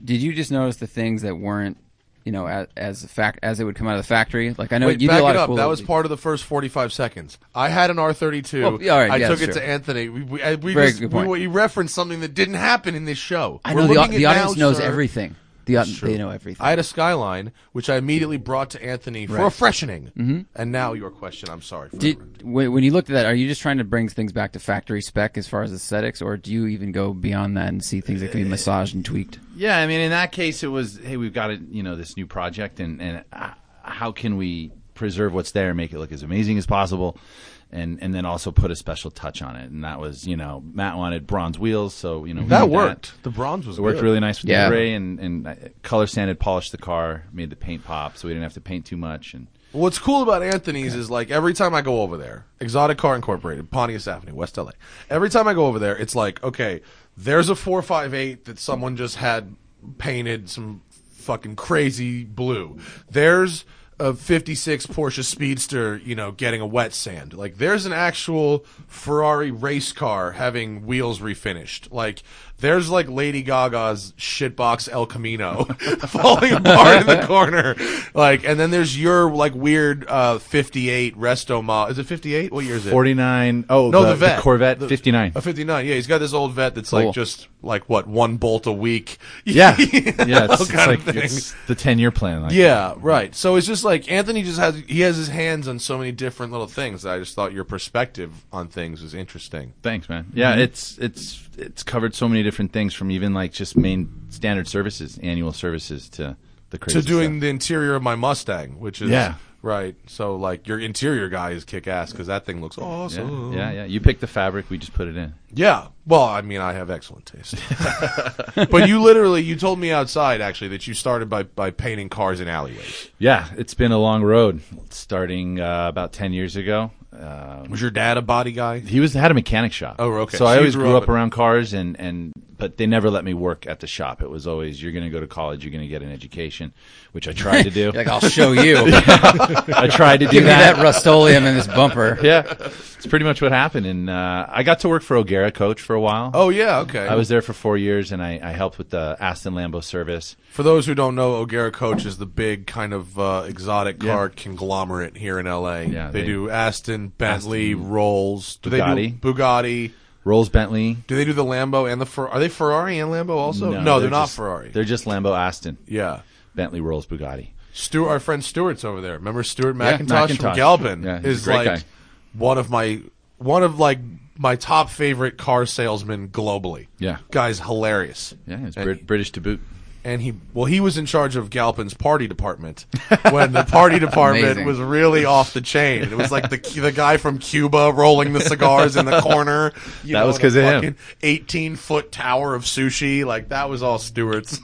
Speaker 3: did you just notice the things that weren't you know, as, as the fact as it would come out of the factory. Like I know
Speaker 1: Wait,
Speaker 3: you did
Speaker 1: back
Speaker 3: a lot
Speaker 1: it
Speaker 3: of
Speaker 1: up.
Speaker 3: cool
Speaker 1: that
Speaker 3: little-
Speaker 1: was part of the first 45 seconds. I had an R32.
Speaker 3: Oh, yeah, all right,
Speaker 1: I
Speaker 3: yeah,
Speaker 1: took it
Speaker 3: sure.
Speaker 1: to Anthony. We, we, I- we
Speaker 3: Very
Speaker 1: just,
Speaker 3: good
Speaker 1: we,
Speaker 3: point.
Speaker 1: we referenced something that didn't happen in this show.
Speaker 3: I
Speaker 1: We're
Speaker 3: know the, au-
Speaker 1: looking at
Speaker 3: the audience
Speaker 1: now,
Speaker 3: knows
Speaker 1: sir.
Speaker 3: everything. The au- they know everything.
Speaker 1: I had a Skyline, which I immediately brought to Anthony for a freshening. Mm-hmm. And now your question. I'm sorry. For
Speaker 3: Did when, when you looked at that, are you just trying to bring things back to factory spec as far as aesthetics, or do you even go beyond that and see things that can be massaged and tweaked?
Speaker 8: Yeah, I mean, in that case, it was hey, we've got it, you know, this new project, and and uh, how can we preserve what's there and make it look as amazing as possible, and and then also put a special touch on it, and that was you know Matt wanted bronze wheels, so you know we
Speaker 1: that
Speaker 8: did
Speaker 1: worked. The bronze was
Speaker 8: It worked
Speaker 1: good.
Speaker 8: really nice with
Speaker 3: Yeah.
Speaker 8: the gray and and uh, color sanded, polished the car, made the paint pop, so we didn't have to paint too much, and
Speaker 1: What's cool about Anthony's is like every time I go over there, Exotic Car Incorporated, Pontius Avenue, West LA. Every time I go over there, it's like, okay, there's a 458 that someone just had painted some fucking crazy blue. There's a 56 Porsche Speedster, you know, getting a wet sand. Like there's an actual Ferrari race car having wheels refinished. Like there's like Lady Gaga's shitbox El Camino falling apart in the corner. Like, and then there's your like weird uh, 58 resto model. Is it 58? What year is it?
Speaker 8: forty nine. Oh
Speaker 1: No, the, vet.
Speaker 8: Corvette
Speaker 1: The-
Speaker 8: fifty nine.
Speaker 1: A 59. Yeah, he's got this old vet that's
Speaker 3: Cool.
Speaker 1: like just like what one bolt a week.
Speaker 8: Yeah, yeah, it's, it's
Speaker 1: kind
Speaker 8: like
Speaker 1: of thing.
Speaker 8: it's the ten year plan. Like,
Speaker 1: Yeah, right. So it's just like Anthony just has he has his hands on so many different little things that I just thought your perspective on things was interesting.
Speaker 8: Thanks, man. Yeah, it's it's it's covered so many different things from even like just main standard services, annual services to the crazy
Speaker 1: to doing
Speaker 8: stuff.
Speaker 1: the interior of my Mustang, which is
Speaker 8: Yeah.
Speaker 1: right. So like your interior guy is kick ass because that thing looks awesome.
Speaker 8: Yeah, yeah, yeah. You pick the fabric, we just put it in.
Speaker 1: Yeah. Well, I mean, I have excellent taste. but you literally, you told me outside actually that you started by by painting cars in alleyways.
Speaker 8: Yeah, it's been a long road, starting uh, about ten years ago. Um,
Speaker 1: Was your dad a body guy?
Speaker 8: he was had a mechanic shop.
Speaker 1: Oh, okay.
Speaker 8: So,
Speaker 1: So
Speaker 8: I
Speaker 1: you
Speaker 8: always
Speaker 1: grew
Speaker 8: grew
Speaker 1: up
Speaker 8: up,
Speaker 1: in-
Speaker 8: around cars, and and but they never let me work at the shop. It was always you're going to go to college, you're going to get an education, which I tried to do.
Speaker 3: Like I'll show you.
Speaker 8: I tried to do
Speaker 3: Give me that Rust-Oleum in this bumper.
Speaker 8: yeah, it's pretty much what happened. And uh, I got to work for O'Gara Coach for a while.
Speaker 1: Oh yeah, okay.
Speaker 8: I was there for four years, and I, I helped with the Aston Lambo service.
Speaker 1: For those who don't know, O'Gara Coach is the big kind of uh, exotic
Speaker 8: Yeah.
Speaker 1: car conglomerate here in LA.
Speaker 8: Yeah,
Speaker 1: they,
Speaker 8: they-
Speaker 1: do Aston, Bentley, Rolls. Do
Speaker 8: Bugatti.
Speaker 1: they do Bugatti?
Speaker 8: Rolls Bentley.
Speaker 1: Do they do the Lambo and the Fer- are they Ferrari and Lambo also? No, they're, not
Speaker 8: just-
Speaker 1: Ferrari.
Speaker 8: They're just Lambo Aston,
Speaker 1: yeah.
Speaker 8: Bentley, Rolls, Bugatti.
Speaker 1: Stu, our friend Stuart's over there. Remember Stuart
Speaker 8: Yeah,
Speaker 1: McIntosh from
Speaker 8: McIntosh.
Speaker 1: Galvin
Speaker 8: Yeah, he's a
Speaker 1: is
Speaker 8: great
Speaker 1: like
Speaker 8: guy.
Speaker 1: one of my one of like my top favorite car salesmen globally.
Speaker 8: Yeah.
Speaker 1: guy's hilarious.
Speaker 8: Yeah, it's
Speaker 1: And-
Speaker 8: Brit- British to boot.
Speaker 1: and he well he was in charge of Galpin's party department when the party department
Speaker 3: Amazing.
Speaker 1: was really off the chain. It was like the the guy from Cuba rolling the cigars in the corner. You
Speaker 8: That
Speaker 1: know,
Speaker 8: was
Speaker 1: in a
Speaker 8: 'cause of him.
Speaker 1: fucking Eighteen foot tower of sushi, like that was all Stewart's.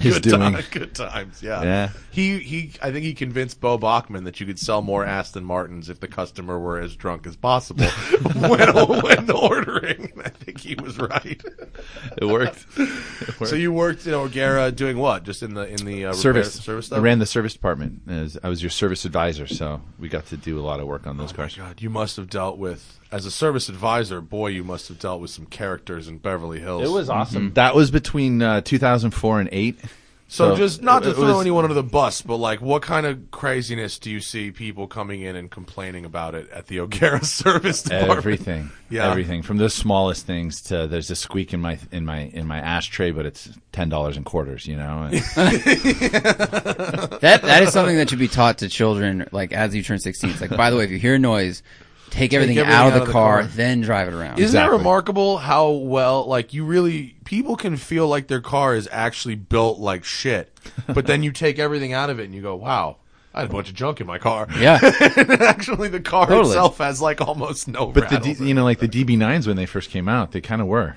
Speaker 8: His
Speaker 1: good
Speaker 8: doing.
Speaker 1: time- good times. Yeah.
Speaker 8: Yeah.
Speaker 1: He he. I think he convinced Bo Bachman that you could sell more Aston Martins if the customer were as drunk as possible when when ordering. I think he was right.
Speaker 8: It worked.
Speaker 1: So you worked in O'Gara doing what? Just in the in the uh,
Speaker 8: service.
Speaker 1: repair, service
Speaker 8: I
Speaker 1: stuff.
Speaker 8: ran the service department. As I was your service advisor, so we got to do a lot of work on those cars.
Speaker 1: Oh God, you must have dealt with as a service advisor. Boy, you must have dealt with some characters in Beverly Hills.
Speaker 8: awesome. Mm-hmm. That was between uh, 2004 and eight.
Speaker 1: so, just not to
Speaker 8: it
Speaker 1: throw
Speaker 8: was-
Speaker 1: anyone under the bus, but like, what kind of craziness do you see people coming in and complaining about it at the O'Gara service department?
Speaker 8: Everything,
Speaker 1: Yeah.
Speaker 8: everything from the smallest things to there's a squeak in my in my in my ashtray, but it's ten dollars in quarters, you know. And
Speaker 3: That that is something that should be taught to children like as you turn 16. It's like by the way, if you hear a noise, take everything,
Speaker 1: everything
Speaker 3: out, of the car, then drive it around.
Speaker 1: Isn't
Speaker 8: Exactly.
Speaker 1: it remarkable how well, like, you really people can feel like their car is actually built like shit, but then you take everything out of it and you go, "Wow, I had a bunch of junk in my car."
Speaker 3: yeah.
Speaker 1: actually, the car
Speaker 3: Totally.
Speaker 1: itself has like almost no.
Speaker 8: but the
Speaker 1: rattles
Speaker 8: D,
Speaker 1: in it.
Speaker 8: you know, like the DB9s when they first came out, they kind of were.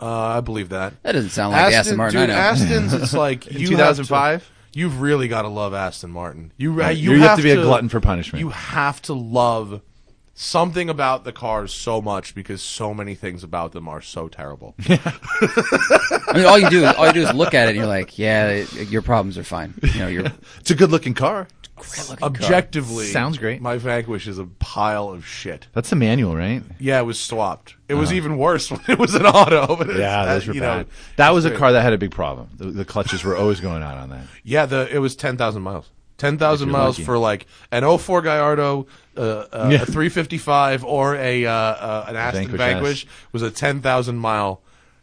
Speaker 1: Uh, I believe that.
Speaker 3: That doesn't sound like the Aston Martin I
Speaker 1: Dude,
Speaker 3: know.
Speaker 1: Aston's, it's like you have to-
Speaker 8: 2005?
Speaker 1: You've really got to love Aston Martin. You, ra-
Speaker 8: Right.
Speaker 1: you,
Speaker 8: You
Speaker 1: have,
Speaker 8: have to be a glutton for punishment.
Speaker 1: You have to love something about the cars so much because so many things about them are so terrible.
Speaker 3: I mean, all you do, all you do is look at it, and you're like, yeah, it, your problems are fine. You know, you're
Speaker 1: it's a good looking car. Objectively,
Speaker 8: Sounds great.
Speaker 1: My Vanquish is a pile of shit.
Speaker 8: That's the manual, right?
Speaker 1: Yeah, it was swapped. It was even worse when it was an auto. But it's-
Speaker 8: Uh-huh. Yeah,
Speaker 1: that,
Speaker 8: those were
Speaker 1: you
Speaker 8: bad.
Speaker 1: Know,
Speaker 8: that was a car that had a big problem. The, the clutches were always going out on that.
Speaker 1: yeah, the it was ten thousand miles. Ten thousand
Speaker 8: If you're
Speaker 1: miles
Speaker 8: lucky.
Speaker 1: for like an 04 Gallardo, uh, uh, a three fifty five, or a uh, uh, an Aston
Speaker 8: Vanquish
Speaker 1: Vanquish,
Speaker 8: S.
Speaker 1: was a ten thousand mile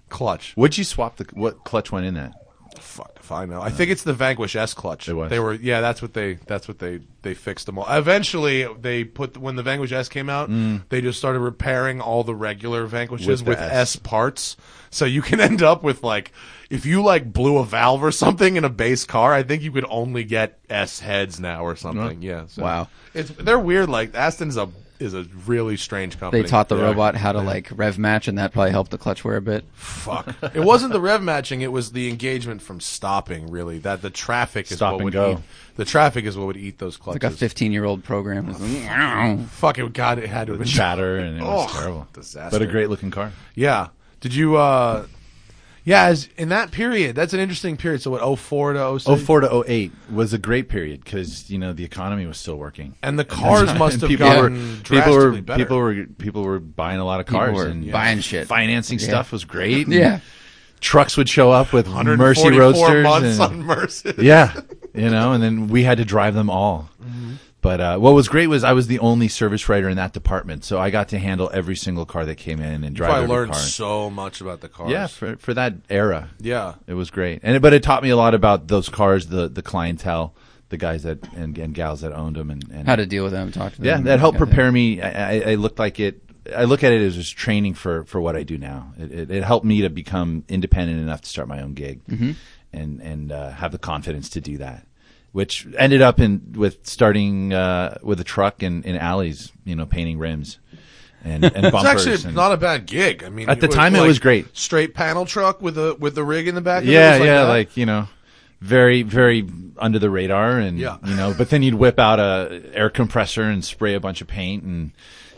Speaker 1: clutch.
Speaker 8: Would you swap the what clutch went in that?
Speaker 1: Fuck if I know. I think it's the Vanquish S clutch.
Speaker 8: It was.
Speaker 1: They were yeah, that's what they that's what they they fixed them all. Eventually they put when the Vanquish S came out, they just started repairing all the regular Vanquishes
Speaker 8: With
Speaker 1: with,
Speaker 8: the
Speaker 1: S.
Speaker 8: S.
Speaker 1: parts. So you can end up with like if you like blew a valve or something in a base car, I think you could only get S heads now or something. Yeah. so-
Speaker 3: Wow.
Speaker 1: It's they're weird like Aston's a is a really strange company.
Speaker 3: they taught the
Speaker 1: Yeah.
Speaker 3: robot how to like rev match, and that probably helped the clutch wear a bit.
Speaker 1: Fuck. It wasn't the rev matching. It was the engagement from stopping. Really, that the traffic is
Speaker 8: Stop
Speaker 1: what
Speaker 8: and
Speaker 1: would
Speaker 8: go.
Speaker 1: eat. The traffic is what would eat those
Speaker 3: Like
Speaker 1: clutches.
Speaker 3: a 15 year old program.
Speaker 1: Fuck it. God, it had to have been
Speaker 8: Chatter and it was
Speaker 1: Ugh,
Speaker 8: terrible.
Speaker 1: disaster.
Speaker 8: But a great looking car.
Speaker 1: Yeah. Did you? uh Yeah. As, in that period, that's an interesting period. So what? 04 to 06?
Speaker 8: 04 to 08 was a great period because you know the economy was still working.
Speaker 1: And the cars must have
Speaker 8: people were,
Speaker 1: gotten
Speaker 8: people
Speaker 1: drastically
Speaker 8: were
Speaker 1: better.
Speaker 8: people were people were buying a lot of cars
Speaker 3: were
Speaker 8: and
Speaker 3: buying shit.
Speaker 8: Financing stuff was great. and
Speaker 3: Yeah.
Speaker 8: trucks would show up with Mercy
Speaker 1: 144
Speaker 8: Roadsters.
Speaker 1: months
Speaker 8: and-
Speaker 1: on Mercy.
Speaker 8: yeah, you know, and then we had to drive them all.
Speaker 1: Mm-hmm.
Speaker 8: But uh, what was great was I was the only service writer in that department, so I got to handle every single car that came in and drive
Speaker 1: I
Speaker 8: every
Speaker 1: learned
Speaker 8: car.
Speaker 1: so much about the cars.
Speaker 8: yeah, for for that era,
Speaker 1: yeah.
Speaker 8: it was great, and it, but it taught me a lot about those cars, the the clientele, the guys that and, and gals that owned them, and, and
Speaker 3: How to deal with them, talk to them.
Speaker 1: Mm-hmm.
Speaker 8: yeah, that helped
Speaker 3: kind of
Speaker 8: prepare me. I, I, I looked like it. I look at it as just training for for what I do now. It, it, it helped me to become independent enough to start my own gig,
Speaker 1: Mm-hmm.
Speaker 8: and and uh, have the confidence to do that. Which ended up in with starting uh, with a truck in, in alleys, you know, painting rims and, and
Speaker 1: It's
Speaker 8: bumpers.
Speaker 1: actually
Speaker 8: and-
Speaker 1: not a bad gig. I mean,
Speaker 8: At the time, it was great.
Speaker 1: Straight panel truck with a with the rig in the back. of it,
Speaker 8: yeah,
Speaker 1: it was
Speaker 8: yeah,
Speaker 1: that?
Speaker 8: like you know, very very under the radar, and
Speaker 1: Yeah.
Speaker 8: you know, but then you'd whip out a air compressor and spray a bunch of paint, and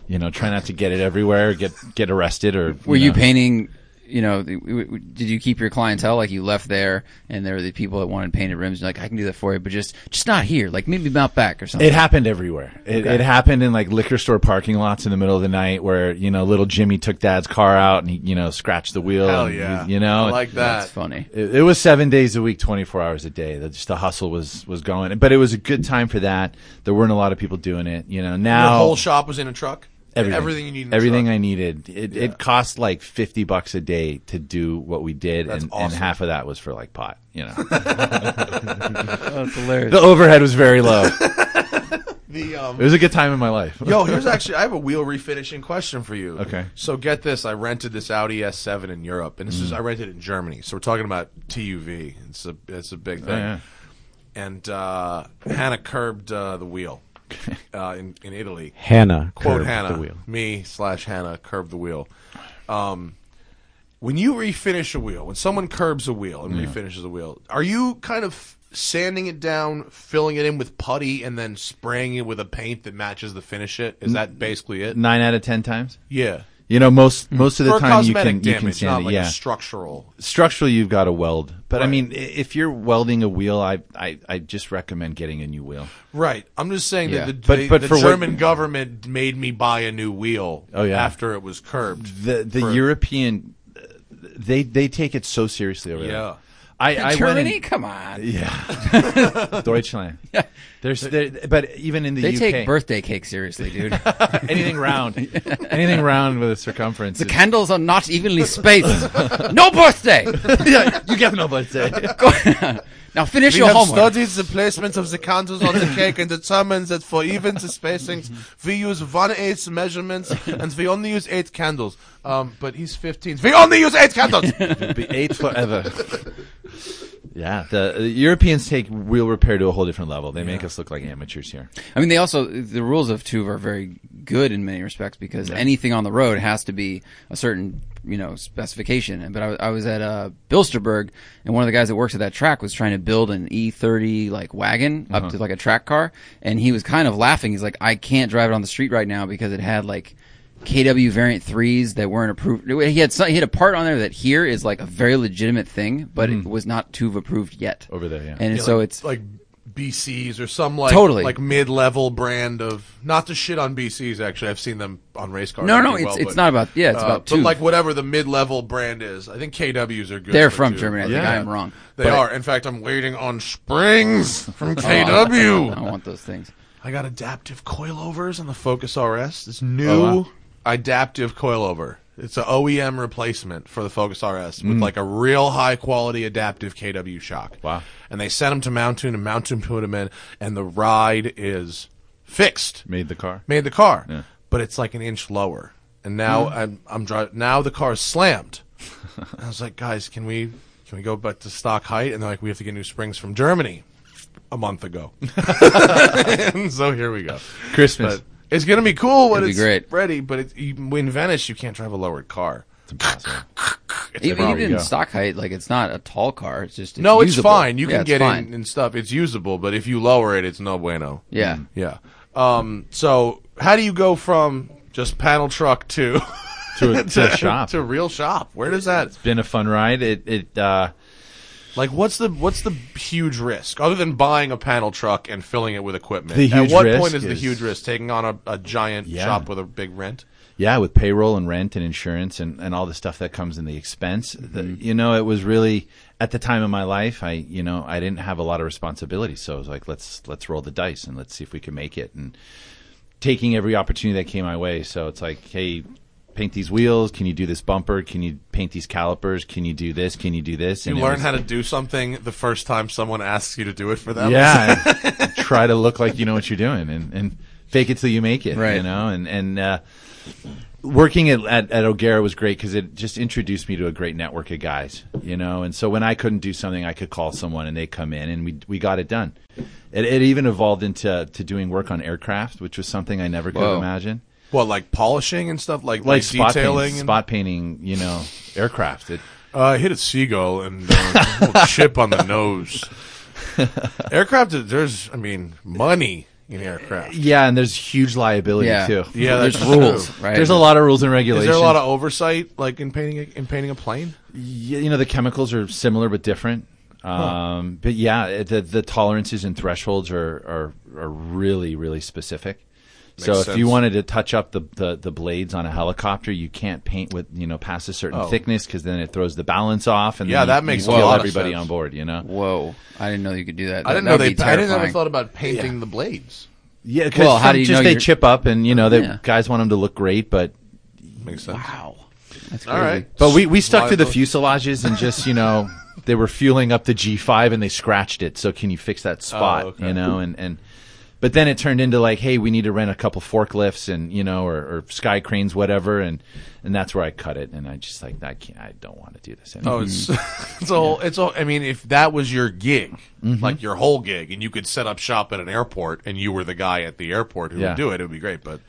Speaker 8: you know, try not to get it everywhere, get get arrested, or
Speaker 3: Were you
Speaker 8: know.
Speaker 3: painting? You know, the- w- w- did you keep your clientele like you left there, and there were the people that wanted painted rims? You're like, I can do that for you, but just just not here. Like maybe not back or something.
Speaker 8: It happened everywhere. It, it happened in like liquor store parking lots in the middle of the night, where you know little Jimmy took Dad's car out and he you know scratched the wheel.
Speaker 1: hell
Speaker 8: and,
Speaker 1: yeah,
Speaker 8: you know,
Speaker 1: I like that.
Speaker 3: That's funny.
Speaker 8: it, it was seven days a week, twenty four hours a day. That just the hustle was was going, but it was a good time for that. There weren't a lot of people doing it. You know,
Speaker 1: Your
Speaker 8: now
Speaker 1: whole shop was in a truck.
Speaker 8: everything,
Speaker 1: you need. In
Speaker 8: everything
Speaker 1: A
Speaker 8: I needed. It, it cost like fifty bucks a day to do what we did,
Speaker 1: That's
Speaker 8: and, and
Speaker 1: awesome.
Speaker 8: half of that was for like pot. You know,
Speaker 3: That's hilarious.
Speaker 8: the overhead was very low. it
Speaker 1: truck. The, um,
Speaker 8: was a good time in my life.
Speaker 1: yo, here's actually I have a wheel refinishing question for you.
Speaker 8: Okay.
Speaker 1: So get this, I rented this Audi S7 in Europe, and this
Speaker 8: Mm.
Speaker 1: is I rented it in Germany. So we're talking about TUV. It's a it's a big thing.
Speaker 8: Oh, yeah.
Speaker 1: And uh, Hannah curbed uh, the wheel uh, in in Italy.
Speaker 2: Hannah.
Speaker 1: quote
Speaker 2: curved
Speaker 1: Hannah,
Speaker 2: The wheel.
Speaker 1: me slash Hannah, curb the wheel. Um, when you refinish a wheel, when someone curbs a wheel and refinishes a wheel, are you kind of sanding it down, filling it in with putty, and then spraying it with a paint that matches the finish? It is that basically it?
Speaker 8: Nine out of ten times.
Speaker 1: Yeah.
Speaker 8: You know, most most of the
Speaker 1: Mm-hmm. For
Speaker 8: time you
Speaker 1: cosmetic
Speaker 8: can you can
Speaker 1: damage,
Speaker 8: stand
Speaker 1: not
Speaker 8: it.
Speaker 1: like
Speaker 8: yeah,
Speaker 1: a structural.
Speaker 8: structurally you've got to weld, but I
Speaker 1: Right.
Speaker 8: mean, i- if you're welding a wheel, I I, I just recommend getting a new wheel.
Speaker 1: Right. I'm just saying that
Speaker 3: Yeah.
Speaker 1: the,
Speaker 8: But-
Speaker 1: the-
Speaker 8: but
Speaker 1: the
Speaker 8: for what-
Speaker 1: German government made me buy a new wheel
Speaker 8: Oh, yeah.
Speaker 1: after it was curbed.
Speaker 8: The the
Speaker 1: For-
Speaker 8: European, uh, they they take it so seriously over
Speaker 1: Yeah.
Speaker 8: there. I, I went
Speaker 3: Germany,
Speaker 8: in
Speaker 3: come on.
Speaker 8: Deutschland. There's there, but even in the
Speaker 3: they
Speaker 8: UK,
Speaker 3: take birthday cake seriously, dude.
Speaker 8: anything round, anything round with a circumference.
Speaker 3: the candles are not evenly spaced. no birthday.
Speaker 8: you get no birthday.
Speaker 3: Go- now finish your homework.
Speaker 1: the placement of the candles on the cake and determined that for even the spacings, we use one eighth measurements and we only use eight candles. Um, but he's 15. We only use eight candles!
Speaker 8: be eight forever. yeah, the, the Europeans take wheel repair to a whole different level. They make us look like amateurs here.
Speaker 3: I mean, they also the rules of Tuve are very good in many respects because anything on the road has to be a certain you know specification. And- But I, was- I was at uh, Bilsterberg, and one of the guys that works at that track was trying to build an E30 like wagon
Speaker 1: Uh-huh.
Speaker 3: up to like a track car, and he was kind of laughing. He's like, I can't drive it on the street right now because it had like. KW variant threes that weren't approved. He had some, he had a part on there that here is like a very legitimate thing, but it was not TUV approved yet
Speaker 8: Over there, yeah.
Speaker 1: Mm-hmm.
Speaker 3: And
Speaker 1: Yeah,
Speaker 3: so
Speaker 1: like-
Speaker 3: it's
Speaker 1: like BCs or some like
Speaker 3: Totally.
Speaker 1: like mid level brand of not to shit on BCs. Actually, I've seen them on race cars.
Speaker 3: No,
Speaker 1: I
Speaker 3: no,
Speaker 1: think
Speaker 3: it's- it's not about- yeah, it's about
Speaker 1: uh, but
Speaker 3: two.
Speaker 1: like whatever the mid level brand is. I think KWs are good.
Speaker 3: They're
Speaker 1: for
Speaker 3: from
Speaker 1: two.
Speaker 3: Germany. I think
Speaker 1: Yeah.
Speaker 3: I am wrong.
Speaker 1: They
Speaker 3: But-
Speaker 1: are. In fact, I'm waiting on springs from
Speaker 3: Oh, I don't
Speaker 1: KW.
Speaker 3: want those things.
Speaker 1: I got adaptive coilovers on the Focus RS. This new
Speaker 8: Oh, wow.
Speaker 1: adaptive coilover. It's an OEM replacement for the Focus RS
Speaker 8: Mm.
Speaker 1: with like a real high quality adaptive KW shock.
Speaker 8: Wow.
Speaker 1: And they sent them to Mountain and Mountain put them in, and the ride is fixed
Speaker 8: Made the car.
Speaker 1: made the car,
Speaker 8: Yeah.
Speaker 1: but it's like an inch lower. And now
Speaker 3: Hmm.
Speaker 1: I'm I'm dri- now the car's slammed. I was like, guys, can we can we go back to stock height? And they're like, we have to get new springs from Germany a month ago. and so here we go.
Speaker 8: Christmas.
Speaker 1: But it's gonna be cool when
Speaker 3: It'll be
Speaker 1: it's
Speaker 3: great.
Speaker 1: ready. But it, you, in Venice, you can't drive a lowered car.
Speaker 8: It's impossible.
Speaker 3: Even,
Speaker 8: There we
Speaker 3: even
Speaker 8: go.
Speaker 3: in stock height, like it's not a tall car. It's just
Speaker 1: no, it's
Speaker 3: usable.
Speaker 1: fine. You
Speaker 3: Yeah,
Speaker 1: can
Speaker 3: it's
Speaker 1: get
Speaker 3: fine.
Speaker 1: in and stuff. It's usable, but if you lower it, it's no bueno.
Speaker 3: Yeah,
Speaker 1: Yeah. Um, so how do you go from just panel truck to
Speaker 8: to a, to a shop.
Speaker 1: to real shop? Where does that?
Speaker 8: It's been a fun ride. It it uh,
Speaker 1: Like, what's the what's the huge risk other than buying a panel truck and filling it with equipment?
Speaker 8: The
Speaker 1: At
Speaker 8: huge
Speaker 1: what
Speaker 8: risk
Speaker 1: point is, the
Speaker 8: is-
Speaker 1: huge risk taking on a, a giant
Speaker 8: Yeah.
Speaker 1: shop with a big rent?
Speaker 8: yeah, with payroll and rent and insurance and, and all the stuff that comes in the expense. The,
Speaker 1: Mm-hmm.
Speaker 8: you know, it was really at the time of my life, I you know I didn't have a lot of responsibility, so I was like, let's let's roll the dice and let's see if we can make it. And taking every opportunity that came my way. So it's like, hey, paint these wheels. Can you do this bumper? Can you paint these calipers? Can you do this? Can you do this?
Speaker 1: You
Speaker 8: And it
Speaker 1: learn
Speaker 8: was-
Speaker 1: how to do something the first time someone asks you to do it for them.
Speaker 8: Yeah, and try to look like you know what you're doing, and, and fake it till you make it.
Speaker 3: Right.
Speaker 8: You know, and and uh, working at at, at O'Gara was great because it just introduced me to a great network of guys. You know, and so when I couldn't do something, I could call someone, and they come in, and we we got it done. It, it even evolved into to doing work on aircraft, which was something I never could
Speaker 3: Whoa.
Speaker 8: imagine.
Speaker 1: Well, like polishing and stuff, like
Speaker 8: Like spot
Speaker 1: detailing.
Speaker 8: painting,
Speaker 1: and,
Speaker 8: spot painting, you know, aircraft. It,
Speaker 1: Uh, I hit a seagull and uh, a little chip on the nose. Aircraft, is- there's, I mean, money in aircraft.
Speaker 8: yeah, and there's huge liability
Speaker 3: yeah,
Speaker 8: too.
Speaker 1: Yeah,
Speaker 3: There's
Speaker 1: that's
Speaker 3: rules,
Speaker 1: true.
Speaker 3: right?
Speaker 8: There's a lot of rules and
Speaker 1: Is
Speaker 8: regulations.
Speaker 1: there a lot of oversight, like in painting a, in painting a plane?
Speaker 8: Yeah, you know the chemicals are similar but different. Um, But yeah, it- the the tolerances and thresholds are are, are really really specific. so if
Speaker 1: sense.
Speaker 8: you wanted to touch up the, the, the blades on a helicopter, you can't paint with you know past a certain thickness because then it throws the balance off and
Speaker 1: Yeah,
Speaker 8: then
Speaker 1: that
Speaker 8: you,
Speaker 1: makes
Speaker 8: you
Speaker 1: a
Speaker 8: kill
Speaker 1: lot of
Speaker 8: everybody
Speaker 1: sense.
Speaker 8: on board. You know,
Speaker 3: Whoa, I didn't know you could do that.
Speaker 1: I didn't
Speaker 3: That
Speaker 1: know
Speaker 3: would
Speaker 1: they.
Speaker 3: be
Speaker 1: I didn't ever
Speaker 3: terrifying.
Speaker 1: thought about painting the blades.
Speaker 8: yeah, because
Speaker 3: Well, how do you
Speaker 8: just
Speaker 3: know
Speaker 8: they
Speaker 3: you're-
Speaker 8: chip up and you know the
Speaker 3: Yeah.
Speaker 8: guys want them to look great, but
Speaker 1: Makes sense.
Speaker 3: Wow, that's crazy.
Speaker 1: All right,
Speaker 8: But we, we stuck to the
Speaker 1: Liability.
Speaker 8: fuselages and just, you know, they were fueling up the G5 and they scratched it. So can you fix that spot,
Speaker 1: Oh, okay.
Speaker 8: you know? And, and, but then it turned into like, hey, we need to rent a couple forklifts and, you know, or, or sky cranes, whatever. And, and that's where I cut it. And I just like, I can't, I don't want to do this anymore.
Speaker 1: Oh, it's
Speaker 3: Mm.
Speaker 1: it's all it's all. I mean, if that was your gig,
Speaker 3: Mm-hmm.
Speaker 1: like your whole gig, and you could set up shop at an airport, and you were the guy at the airport who
Speaker 8: Yeah.
Speaker 1: would do it, it would be great. But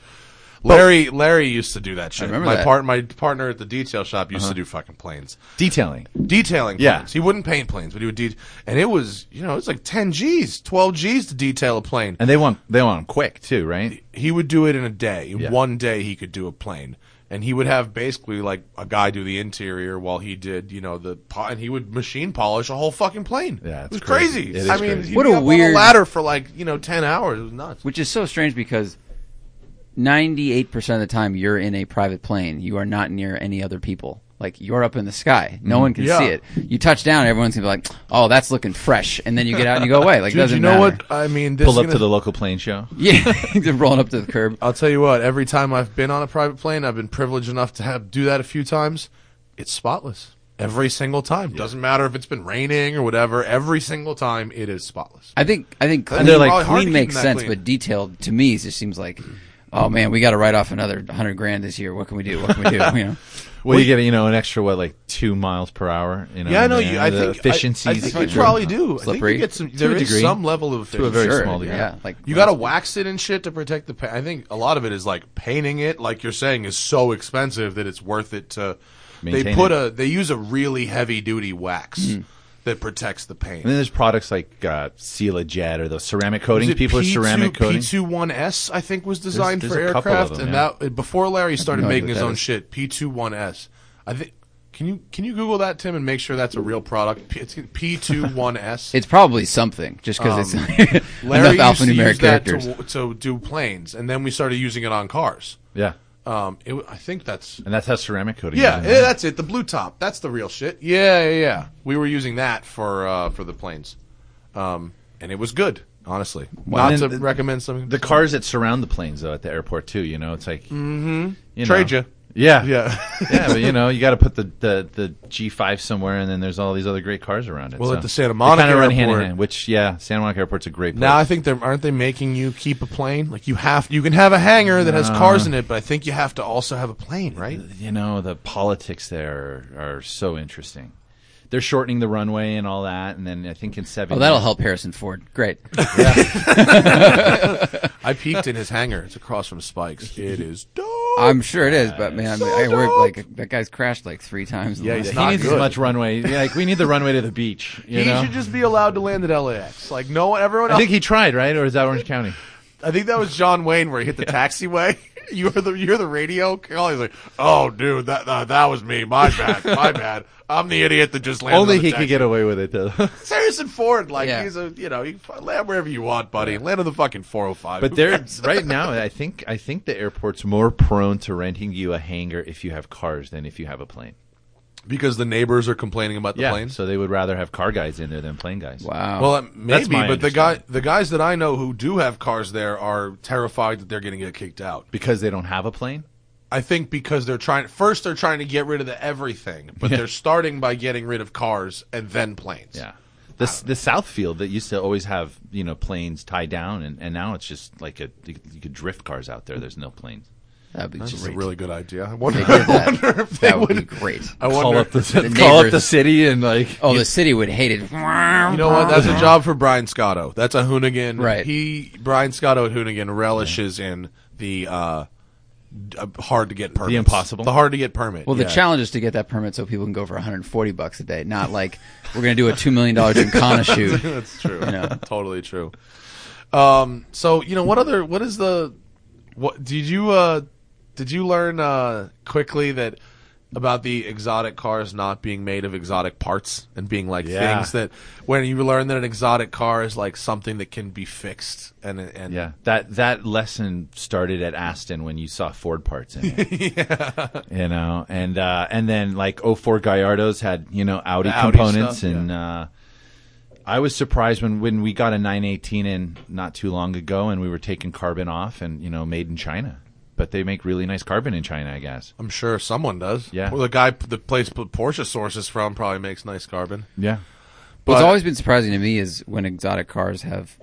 Speaker 1: Larry, Larry used to do that shit.
Speaker 3: remember
Speaker 1: my
Speaker 3: that. Uh-huh.
Speaker 1: part, my partner at the detail shop used to do fucking planes,
Speaker 8: Detailing.
Speaker 1: detailing.
Speaker 8: Yeah.
Speaker 1: planes. he wouldn't paint planes, but he would detail, and it was you know it was like ten G's, twelve G's to detail a plane.
Speaker 8: And they want, they want them quick too, right?
Speaker 1: he would do it in a day. In
Speaker 8: Yeah.
Speaker 1: One day he could do a plane, and he would have basically like a guy do the interior while he did, you know, the po- and he would machine polish a whole fucking plane.
Speaker 8: Yeah,
Speaker 1: it
Speaker 8: it's
Speaker 1: was
Speaker 8: crazy.
Speaker 1: crazy.
Speaker 8: It is
Speaker 1: I mean,
Speaker 8: crazy.
Speaker 1: he'd
Speaker 3: What
Speaker 1: be
Speaker 3: a
Speaker 1: up on
Speaker 3: weird-
Speaker 1: ladder for like you know ten hours. It was nuts.
Speaker 3: Which is so strange because ninety-eight percent of the time you're in a private plane, you are not near any other people. Like you're up in the sky, no one can
Speaker 1: Mm. Yeah.
Speaker 3: see it. You touch down, everyone's gonna be like, "Oh, that's looking fresh," and then you get out and you go away. Like it
Speaker 1: Dude,
Speaker 3: doesn't
Speaker 1: you know
Speaker 3: matter.
Speaker 1: what? I mean, this
Speaker 8: Pull
Speaker 1: is
Speaker 8: up to
Speaker 1: gonna-
Speaker 8: the local plane show.
Speaker 3: Yeah, they're rolling up to the curb.
Speaker 1: I'll tell you what. Every time I've been on a private plane, I've been privileged enough to have do that a few times. It's spotless. Every single time. Doesn't matter if it's been raining or whatever. Every single time, it is spotless.
Speaker 3: I think I think clean,
Speaker 8: they're like-
Speaker 1: Probably hard to
Speaker 3: clean
Speaker 1: keep
Speaker 3: makes
Speaker 1: them that
Speaker 3: sense,
Speaker 1: clean.
Speaker 3: but detailed to me just seems like, oh man, we got to write off another hundred grand this year. What can we do? What can we do? You know,
Speaker 8: Well, you get, you know, an extra, what, like two miles per hour? You know,
Speaker 1: Yeah, I
Speaker 8: Um, and
Speaker 1: know.
Speaker 8: the-
Speaker 1: You, I
Speaker 8: the
Speaker 1: think
Speaker 8: efficiencies.
Speaker 1: I, I think you
Speaker 8: Sure.
Speaker 1: probably do. I think
Speaker 3: Slippery.
Speaker 1: you get some.
Speaker 8: To
Speaker 1: There
Speaker 8: a
Speaker 1: is
Speaker 8: degree.
Speaker 1: some level of efficiency.
Speaker 8: a very
Speaker 3: Sure,
Speaker 8: small degree.
Speaker 3: yeah. Like
Speaker 1: You got to wax it and shit to protect the. Pa- I think a lot of it is like painting it, like you're saying, is so expensive that it's worth it to they
Speaker 8: Maintain
Speaker 1: put
Speaker 8: it. Hmm.
Speaker 1: a they use a really heavy duty wax that protects the paint.
Speaker 8: And then there's products like uh, Sealajet or those ceramic
Speaker 1: Was
Speaker 8: coatings.
Speaker 1: it
Speaker 8: People
Speaker 1: P2-
Speaker 8: are ceramic coating.
Speaker 1: P21S, I think, was designed
Speaker 8: There's-
Speaker 1: for
Speaker 8: there's a couple of
Speaker 1: aircraft,
Speaker 8: them,
Speaker 1: and
Speaker 8: yeah.
Speaker 1: that before Larry started
Speaker 3: no idea
Speaker 1: making
Speaker 3: what
Speaker 1: his
Speaker 3: that
Speaker 1: own
Speaker 3: is.
Speaker 1: shit. P21S, I think. Can you can you Google that, Tim, and make sure that's a real product? P, it's P21S.
Speaker 3: It's probably something, just because
Speaker 1: Um,
Speaker 3: it's
Speaker 1: Larry
Speaker 3: enough
Speaker 1: used to use
Speaker 3: alphanumeric
Speaker 1: that to
Speaker 3: characters.
Speaker 1: w- to do planes, and then we started using it on cars.
Speaker 8: Yeah,
Speaker 1: Um, it, w- I think that's
Speaker 8: and that's how ceramic coating.
Speaker 1: yeah,
Speaker 8: is in
Speaker 1: yeah,
Speaker 8: there.
Speaker 1: that's it. The blue top, that's the real shit. Yeah, yeah, yeah. We were using that for uh, for the planes, um, and it was good. Honestly,
Speaker 8: Well,
Speaker 1: not to
Speaker 8: then the-
Speaker 1: recommend something.
Speaker 8: the cars that surround the planes though at the airport too. You know, it's like you know.
Speaker 1: Mm-hmm. Trade ya.
Speaker 8: Yeah,
Speaker 1: yeah.
Speaker 8: yeah, but you know, you got to put the, the the G5 somewhere, and then there's all these other great cars around it.
Speaker 1: Well,
Speaker 8: so.
Speaker 1: at the Santa Monica
Speaker 8: kind of run hand in
Speaker 1: Airport-
Speaker 8: hand. Which, yeah, Santa Monica Airport's a great place.
Speaker 1: Now I think they're aren't they making you keep a plane? Like you have you can have a hangar that has cars in it, but I think you have to also have a plane, right?
Speaker 8: you know the politics there are, are so interesting. They're shortening the runway and all that, and then I think in seven.
Speaker 3: Oh, that'll
Speaker 8: years-
Speaker 3: help Harrison Ford. Great.
Speaker 1: I peeked in his hangar. It's across from Spikes. It is dope.
Speaker 3: I'm sure it is, but man, I work like that guy's crashed like three times. in the
Speaker 1: Yeah,
Speaker 3: last-
Speaker 1: he's
Speaker 8: He
Speaker 1: not
Speaker 8: needs
Speaker 1: good.
Speaker 8: as much runway. Yeah, Like we need the runway to the beach. You
Speaker 1: he
Speaker 8: know,
Speaker 1: should just be allowed to land at LAX. Like no one, everyone.
Speaker 8: I
Speaker 1: Else,
Speaker 8: think he tried, right? Or is that Orange County?
Speaker 1: I think that was John Wayne where he hit the taxiway. you hear the you hear the radio call. He's like, "Oh, dude, that uh, that was me. My bad. My bad. I'm the idiot that just landed."
Speaker 8: Only
Speaker 1: on the
Speaker 8: he could
Speaker 1: taxi."
Speaker 8: get away with it, though.
Speaker 1: It's Harrison Ford. Like
Speaker 3: Yeah.
Speaker 1: he's a you know you can land wherever you want, buddy. Land on the fucking 405.
Speaker 8: But
Speaker 1: Who
Speaker 8: there,
Speaker 1: cares?
Speaker 8: right now, I think I think the airport's more prone to renting you a hangar if you have cars than if you have a plane.
Speaker 1: because the neighbors are complaining about the
Speaker 8: yeah,
Speaker 1: planes.
Speaker 8: so they would rather have car guys in there than plane guys.
Speaker 3: Wow.
Speaker 1: Well, that- maybe,
Speaker 8: my
Speaker 1: but the guy, the guys that I know who do have cars there are terrified that they're going to get kicked out.
Speaker 8: because they don't have a plane.
Speaker 1: I think because they're trying. First, they're trying to get rid of the everything, but they're starting by getting rid of cars and then planes.
Speaker 8: Yeah, the the Southfield that used to always have you know planes tied down, and, and now it's just like a you could drift cars out there. There's no planes.
Speaker 3: that'd be
Speaker 1: this
Speaker 3: just
Speaker 1: is a really good idea. I wonder,
Speaker 3: They did
Speaker 1: I
Speaker 3: that.
Speaker 1: wonder if they
Speaker 3: that would be
Speaker 1: would.
Speaker 3: great.
Speaker 1: I wonder.
Speaker 3: The call up the neighbors-
Speaker 8: city and like
Speaker 3: Oh, the city would hate it.
Speaker 1: you know what? That's a job for Brian Scotto. That's a Hoonigan.
Speaker 3: Right.
Speaker 1: He Brian Scotto at Hoonigan relishes in the uh, d- uh, hard to get permit.
Speaker 8: impossible.
Speaker 1: The hard to get permit.
Speaker 3: Well, the
Speaker 1: yeah.
Speaker 3: challenge is to get that permit so people can go for 140 bucks a day, not like we're going to do a two million dollar Gincana shoot.
Speaker 1: That's true.
Speaker 3: know?
Speaker 1: Totally true. Um, so you know what other what is the what did you uh did you learn uh quickly that about the exotic cars not being made of exotic parts and being like
Speaker 8: Yeah.
Speaker 1: things that when you learn that an exotic car is like something that can be fixed and and
Speaker 8: yeah that that lesson started at Aston when you saw Ford parts in it. yeah, you know, and uh, and then like 04 Gallardos had you know Audi
Speaker 1: The Audi
Speaker 8: components,
Speaker 1: stuff,
Speaker 8: and uh, I was surprised when when we got a 918 in not too long ago, and we were taking carbon off, and you know made in China, but they make really nice carbon in China, I guess.
Speaker 1: I'm sure someone does.
Speaker 8: Yeah.
Speaker 1: Well, the guy the place Porsche sources from probably makes nice carbon.
Speaker 8: Yeah.
Speaker 3: What's
Speaker 1: But-
Speaker 3: always been surprising to me is when exotic cars have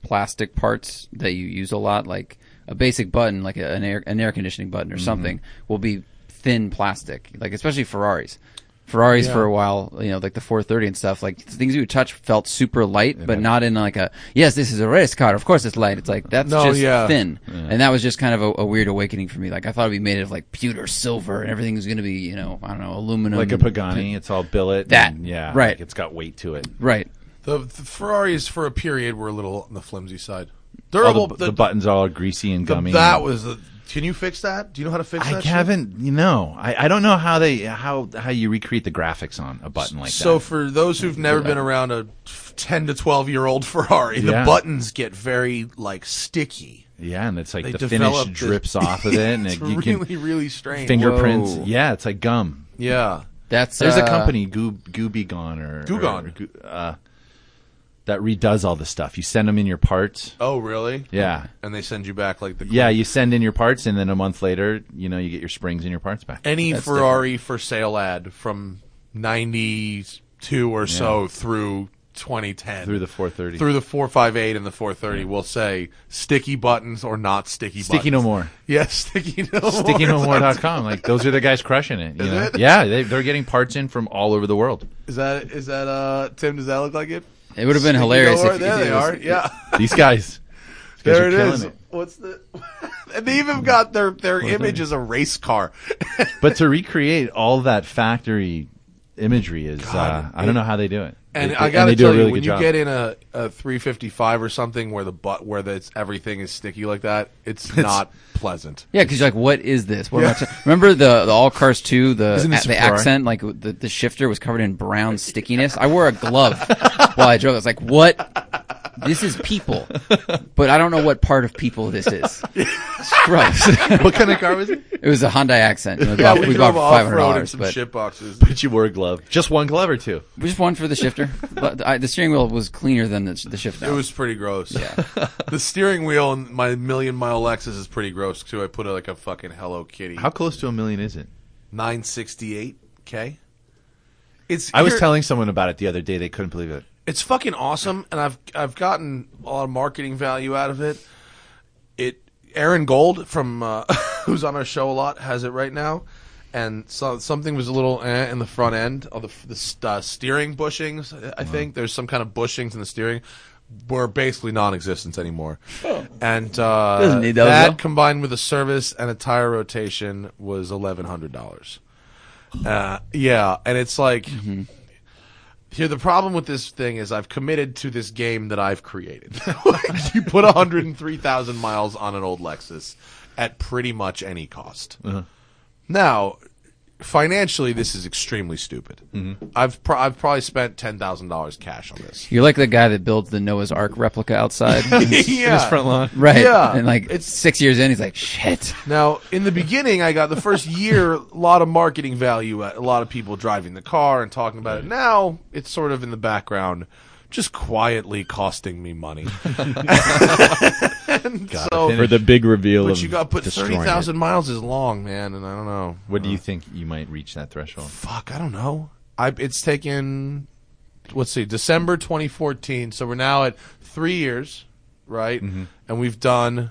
Speaker 3: plastic parts that you use a lot, like a basic button, like a- an air, an air conditioning button
Speaker 8: Mm-hmm.
Speaker 3: or something, will be thin plastic, like especially Ferraris. Ferraris for a while, you know, like the 430 and stuff, like things you would touch felt super light, but not in like a, yes, this is a race car. Of course it's light. It's like, that's
Speaker 1: No,
Speaker 3: just
Speaker 1: yeah.
Speaker 3: thin. And that was just kind of a, a weird awakening for me. Like I thought it'd be made of like pewter silver and everything was going to be, you know, I don't know, aluminum.
Speaker 8: Like a
Speaker 1: Mm.
Speaker 3: and-
Speaker 8: Pagani, it's all billet.
Speaker 3: That,
Speaker 8: and, yeah,
Speaker 3: right.
Speaker 8: like, it's got weight to it.
Speaker 3: Right.
Speaker 1: The, the Ferraris for a period were a little on the flimsy side. Durable
Speaker 8: All Oh, the, the buttons are all greasy and
Speaker 1: The-
Speaker 8: gummy.
Speaker 1: That was the. Can you fix that? Do you know how to fix
Speaker 8: I
Speaker 1: that? shit?
Speaker 8: haven't. You know, I, I don't know how they how how you recreate the graphics on a button like
Speaker 1: So
Speaker 8: that.
Speaker 1: for those who've never been around a ten to twelve year old Ferrari, the
Speaker 8: Yeah.
Speaker 1: buttons get very like sticky.
Speaker 8: yeah, and it's like
Speaker 1: They
Speaker 8: the finish
Speaker 1: developed this-
Speaker 8: drips off of it, and
Speaker 1: It's
Speaker 8: it, you
Speaker 1: really,
Speaker 8: can
Speaker 1: really strange.
Speaker 8: fingerprints.
Speaker 3: Whoa.
Speaker 8: Yeah, it's like gum.
Speaker 1: Yeah.
Speaker 3: That's
Speaker 8: There's
Speaker 3: uh,
Speaker 8: a company, Goo, Gooby Gone or
Speaker 1: Googon.
Speaker 8: or Goo- uh, that redoes all the stuff. You send them in your parts.
Speaker 1: Oh, really?
Speaker 8: Yeah,
Speaker 1: And they send you back like the
Speaker 8: yeah. You send in your parts, and then a month later, you know, you get your springs and your parts back.
Speaker 1: any Ferrari for sale ad from ninety two or so through twenty ten
Speaker 8: Through the 430.
Speaker 1: through the four five eight and the four thirty will say sticky buttons or not sticky.
Speaker 8: Sticky
Speaker 1: buttons.
Speaker 8: no more.
Speaker 1: Yes, sticky no more.
Speaker 8: StickyNoMore.com. Like those are the guys crushing it. You know?
Speaker 1: it?
Speaker 8: Yeah, they, they're getting parts in from all over the world.
Speaker 1: Is that is that uh Tim? Does that look like it?
Speaker 3: It would have been
Speaker 1: Sticky
Speaker 3: hilarious.
Speaker 1: door,
Speaker 3: if,
Speaker 1: there
Speaker 3: if it
Speaker 1: they
Speaker 3: was-
Speaker 1: are. Yeah,
Speaker 8: These guys, these guys
Speaker 1: there
Speaker 8: are
Speaker 1: it
Speaker 8: killing
Speaker 1: is.
Speaker 8: it.
Speaker 1: What's the? and they even got their their image as a race car.
Speaker 8: But to recreate all that factory imagery is, uh, I don't know how they do it.
Speaker 1: And
Speaker 8: They-
Speaker 1: I
Speaker 8: they-
Speaker 1: gotta
Speaker 8: they do a
Speaker 1: tell you,
Speaker 8: really
Speaker 1: when
Speaker 8: good
Speaker 1: you
Speaker 8: job.
Speaker 1: get in a, a 355 or something where the butt where that's everything is sticky like that, it's, not pleasant.
Speaker 3: Yeah, because you're like, what is this? What am I t- remember the, the All Cars 2, the,
Speaker 8: Isn't this
Speaker 3: the
Speaker 8: a Ferrari?
Speaker 3: accent, like the, the shifter was covered in brown stickiness. I wore a glove while I drove. I was like, what? This is people. But I don't know what part of people this is. It's gross.
Speaker 8: What kind of car was it?
Speaker 3: it was a Hyundai accent. We
Speaker 1: Yeah,
Speaker 3: bought,
Speaker 1: we,
Speaker 3: we bought
Speaker 1: drove off
Speaker 3: for
Speaker 1: road in
Speaker 3: $500.
Speaker 1: some
Speaker 3: But
Speaker 1: shit boxes.
Speaker 8: But you wore a glove. Just one glove or two?
Speaker 3: we just one for the shifter. But I, the steering wheel was cleaner than the, the shifter.
Speaker 1: It was pretty gross. Yeah. the steering wheel in my million mile Lexus is pretty gross too. I put a, like a fucking Hello Kitty.
Speaker 8: How close to a million is it?
Speaker 1: 968k. It's
Speaker 8: I was
Speaker 1: here-
Speaker 8: telling someone about it the other day. They couldn't believe it.
Speaker 1: it's fucking awesome, and I've I've gotten a lot of marketing value out of it. It Aaron Gold from uh, who's on our show a lot has it right now, and so, something was a little eh in the front end of the, the st- uh, steering bushings. I think there's some kind of bushings in the steering were basically non-existent anymore, and uh,
Speaker 3: Oh. Doesn't need those,
Speaker 1: that
Speaker 3: though.
Speaker 1: combined with a service and a tire rotation was eleven hundred dollars. Uh, yeah, and it's like
Speaker 3: Mm-hmm.
Speaker 1: here the problem with this thing is I've committed to this game that I've created. Like, you put 103,000 miles on an old Lexus at pretty much any cost. Now, financially, this is extremely stupid. I've pro- I've probably spent ten thousand dollars cash on this.
Speaker 3: You're like the guy that builds the Noah's Ark replica outside.
Speaker 1: yeah.
Speaker 8: lawn.
Speaker 3: right.
Speaker 1: Yeah.
Speaker 3: And like
Speaker 1: It's-
Speaker 3: six years in, he's like, shit.
Speaker 1: Now, in the beginning, I got the first year a lot of marketing value, uh, a lot of people driving the car and talking about it. Now, it's sort of in the background, just quietly costing me money. And so,
Speaker 2: for the big reveal
Speaker 1: but
Speaker 2: of
Speaker 1: you got put
Speaker 2: destroying
Speaker 1: thirty thousand miles is long, man, and I don't know.
Speaker 8: What do you think you might reach that threshold?
Speaker 1: Fuck, I don't know. I it's taken. Let's see, December 2014. So we're now at three years, right?
Speaker 8: Mm-hmm.
Speaker 1: And we've done.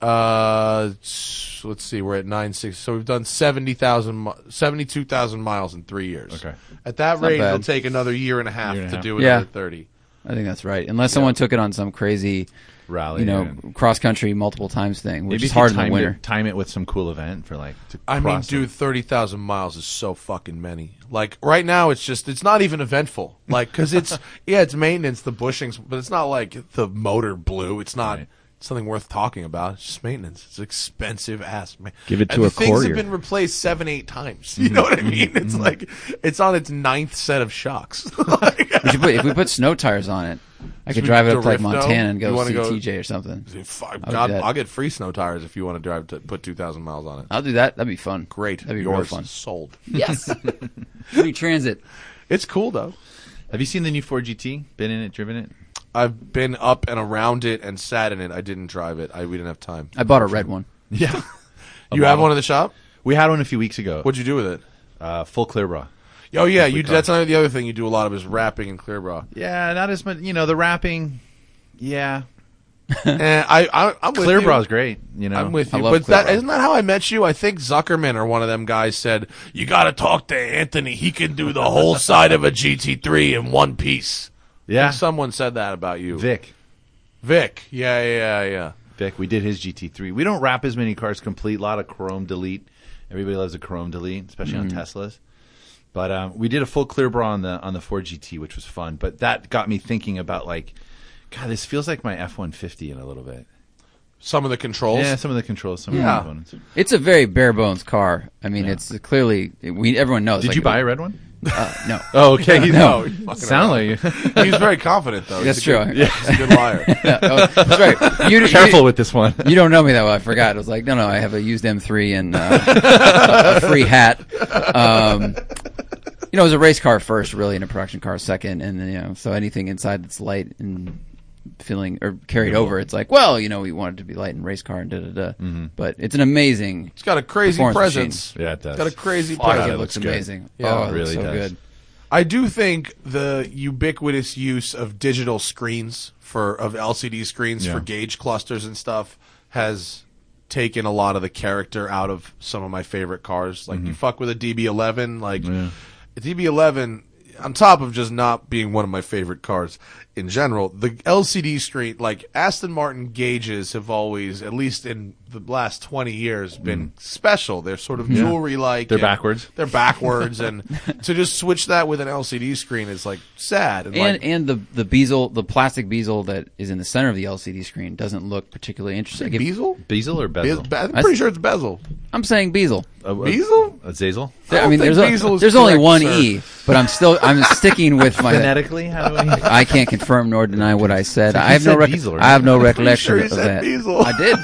Speaker 1: Uh, s- let's see, we're at nine six. So we've done 70,000, mi- 72,000 miles in three years.
Speaker 8: Okay.
Speaker 1: At that rate,
Speaker 3: bad.
Speaker 1: it'll take another year and a half
Speaker 8: Year and a
Speaker 1: to
Speaker 8: half.
Speaker 1: do
Speaker 3: Yeah.
Speaker 1: another thirty.
Speaker 3: I think that's right. Unless someone took it on some crazy,
Speaker 8: Rally.
Speaker 3: you know,
Speaker 8: and-
Speaker 3: cross country multiple times thing, which
Speaker 8: maybe
Speaker 3: is
Speaker 8: if you
Speaker 3: hard in the
Speaker 8: timed it-
Speaker 3: winter.
Speaker 8: time it with some cool event for like. To
Speaker 1: I mean,
Speaker 8: cross it.
Speaker 1: dude, thirty thousand miles is so fucking many. Like right now, it's just it's not even eventful. Like because it's yeah, it's maintenance, the bushings, but it's not like the motor blew. It's not
Speaker 8: Right.
Speaker 1: something worth talking about. It's just maintenance. It's expensive ass. Man.
Speaker 2: Give it to
Speaker 1: and
Speaker 2: a
Speaker 1: the things
Speaker 2: courier.
Speaker 1: have been replaced seven, eight times. You know what I mean? It's like it's on its ninth set of shocks. Like,
Speaker 3: We should put- if we put snow tires on it, I could
Speaker 1: we
Speaker 3: drive it
Speaker 1: do
Speaker 3: up to like
Speaker 1: Rifno?
Speaker 3: Montana and
Speaker 1: You
Speaker 3: go
Speaker 1: wanna
Speaker 3: see
Speaker 1: go-
Speaker 3: TJ or something.
Speaker 1: fuck,
Speaker 3: I'll
Speaker 1: God,
Speaker 3: do that.
Speaker 1: I'll get free snow tires if you want to drive to put two thousand miles on it.
Speaker 3: I'll do that. That'd be fun.
Speaker 1: Great,
Speaker 3: That'd be
Speaker 1: yours
Speaker 3: real fun.
Speaker 1: sold.
Speaker 3: Yes. Free transit.
Speaker 1: It's cool though.
Speaker 8: Have you seen the new Ford GT? Been in it, driven it?
Speaker 1: I've been up and around it and sat in it. I didn't drive it. I we didn't have time.
Speaker 3: I bought a red one.
Speaker 8: Yeah.
Speaker 1: you have one in the shop?
Speaker 8: We had one a few weeks ago.
Speaker 1: What'd you do with it?
Speaker 8: Uh, full clear bra.
Speaker 1: Oh yeah, you. That's another the other thing you do a lot of is wrapping and clear bra.
Speaker 8: Yeah, not as much. You know, the wrapping. Yeah,
Speaker 1: and I, I I'm with
Speaker 8: clear
Speaker 1: you.
Speaker 8: bra's great. You know,
Speaker 1: I'm with
Speaker 3: I
Speaker 1: you,
Speaker 3: love
Speaker 1: but
Speaker 3: clear
Speaker 1: that,
Speaker 3: bra.
Speaker 1: isn't that how I met you? I think Zuckerman or one of them guys said you got to talk to Anthony. He can do the whole side of a GT3 in one piece.
Speaker 8: yeah.
Speaker 1: Someone said that about you,
Speaker 8: Vic,
Speaker 1: Vic. Yeah, yeah, yeah, yeah.
Speaker 8: Vic, we did his GT3. We don't wrap as many cars complete. A lot of chrome delete. Everybody loves a chrome delete, especially
Speaker 1: Mm-hmm.
Speaker 8: on Teslas. But um, we did a full clear bra on the on the Ford GT, which was fun. But that got me thinking about like, God, this feels like my F one fifty in a little bit.
Speaker 1: Some of the controls.
Speaker 8: Yeah, some of the controls, some
Speaker 1: Yeah.
Speaker 8: of the components.
Speaker 3: It's a very bare bones car. I mean, it's clearly we everyone knows.
Speaker 8: Did
Speaker 3: like,
Speaker 8: you buy a red one?
Speaker 3: Uh, no.
Speaker 8: Oh, okay.
Speaker 1: No,
Speaker 8: Sound like you.
Speaker 1: he's very confident though.
Speaker 3: That's
Speaker 1: He's a good-
Speaker 3: true.
Speaker 1: He's a good liar.
Speaker 3: Oh, that's right. You,
Speaker 8: Careful with this one.
Speaker 3: You don't know me that well. I forgot. I was like, no, no, I have a used M3 and uh, a free hat. Um, you know, it was a race car first, really, and a production car second, and you know, so anything inside that's light and feeling or carried over, it's like, well, you know, we wanted to be light and race car and da da da. But it's an amazing.
Speaker 1: It's got a crazy
Speaker 3: Performance
Speaker 1: presence.
Speaker 8: machine. Yeah, it does.
Speaker 1: It's got a crazy
Speaker 3: Fuck, it
Speaker 1: presence.
Speaker 3: looks,
Speaker 8: good.
Speaker 3: amazing.
Speaker 1: Yeah,
Speaker 3: oh,
Speaker 1: it
Speaker 3: it
Speaker 8: really
Speaker 3: really so
Speaker 8: does.
Speaker 3: good.
Speaker 1: I do think the ubiquitous use of digital screens for of LCD screens
Speaker 8: Yeah.
Speaker 1: for gauge clusters and stuff has taken a lot of the character out of some of my favorite cars. Like you
Speaker 8: Mm-hmm.
Speaker 1: fuck with a DB11, like a DB11 on top of just not being one of my favorite cars in general, the LCD screen, like Aston Martin gauges have always, at least in the last 20 years been special. They're sort of jewelry like.
Speaker 8: Mm. They're backwards.
Speaker 1: They're backwards. and to just switch that with an LCD screen is like sad. And,
Speaker 3: And
Speaker 1: like,
Speaker 3: and the the bezel, the plastic bezel that is in the center of the LCD screen doesn't look particularly interesting. Like, if-
Speaker 1: Bezel?
Speaker 8: Bezel or
Speaker 1: Be-
Speaker 8: bezel?
Speaker 1: be- I'm pretty sure it's Bezel.
Speaker 3: I'm saying bezel.
Speaker 8: A- a-
Speaker 1: Bezel?
Speaker 8: A zazel?
Speaker 1: I
Speaker 3: I,
Speaker 1: don't
Speaker 3: mean,
Speaker 1: think
Speaker 3: there's a-
Speaker 1: bezel is
Speaker 3: there's only
Speaker 1: correct,
Speaker 3: one
Speaker 1: sir.
Speaker 3: e, but I'm still I'm sticking with my.
Speaker 8: Phonetically, how do we?
Speaker 3: I can't confirm nor deny what I said. I have no
Speaker 8: said
Speaker 3: rec-
Speaker 8: diesel, right?
Speaker 3: I have no
Speaker 1: Pretty
Speaker 3: recollection
Speaker 1: sure he
Speaker 3: of
Speaker 1: said
Speaker 3: that.
Speaker 1: Bezel.
Speaker 3: I did.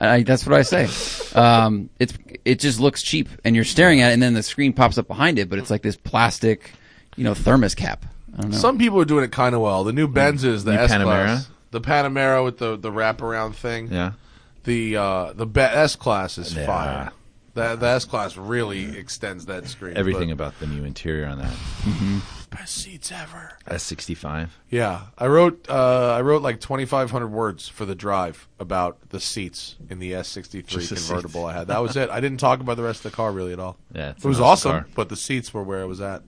Speaker 3: I, that's what I say. Um, it's it just looks cheap, and you're staring at it, and then the screen pops up behind it, but it's like this plastic, you know, thermos cap. I don't know.
Speaker 1: Some people are doing it kind of well. The new Benzes, the
Speaker 8: New
Speaker 1: S
Speaker 8: Panamera?
Speaker 1: class, the Panamera with the the wraparound thing.
Speaker 8: Yeah.
Speaker 1: The uh, the be- S class is
Speaker 8: Yeah.
Speaker 1: fire. The, the S class really extends that screen.
Speaker 8: Everything
Speaker 1: but-
Speaker 8: about the new interior on that
Speaker 1: best seats ever.
Speaker 8: S65.
Speaker 1: Yeah, I wrote uh, I wrote like 2,500 words for the drive about the seats in the S63
Speaker 8: Just the
Speaker 1: convertible
Speaker 8: seats.
Speaker 1: I had. That was it. I didn't talk about the rest of the car really at all.
Speaker 8: Yeah,
Speaker 1: it
Speaker 8: it's
Speaker 1: was
Speaker 8: an
Speaker 1: awesome,
Speaker 8: awesome car.
Speaker 1: but the seats were where I was at.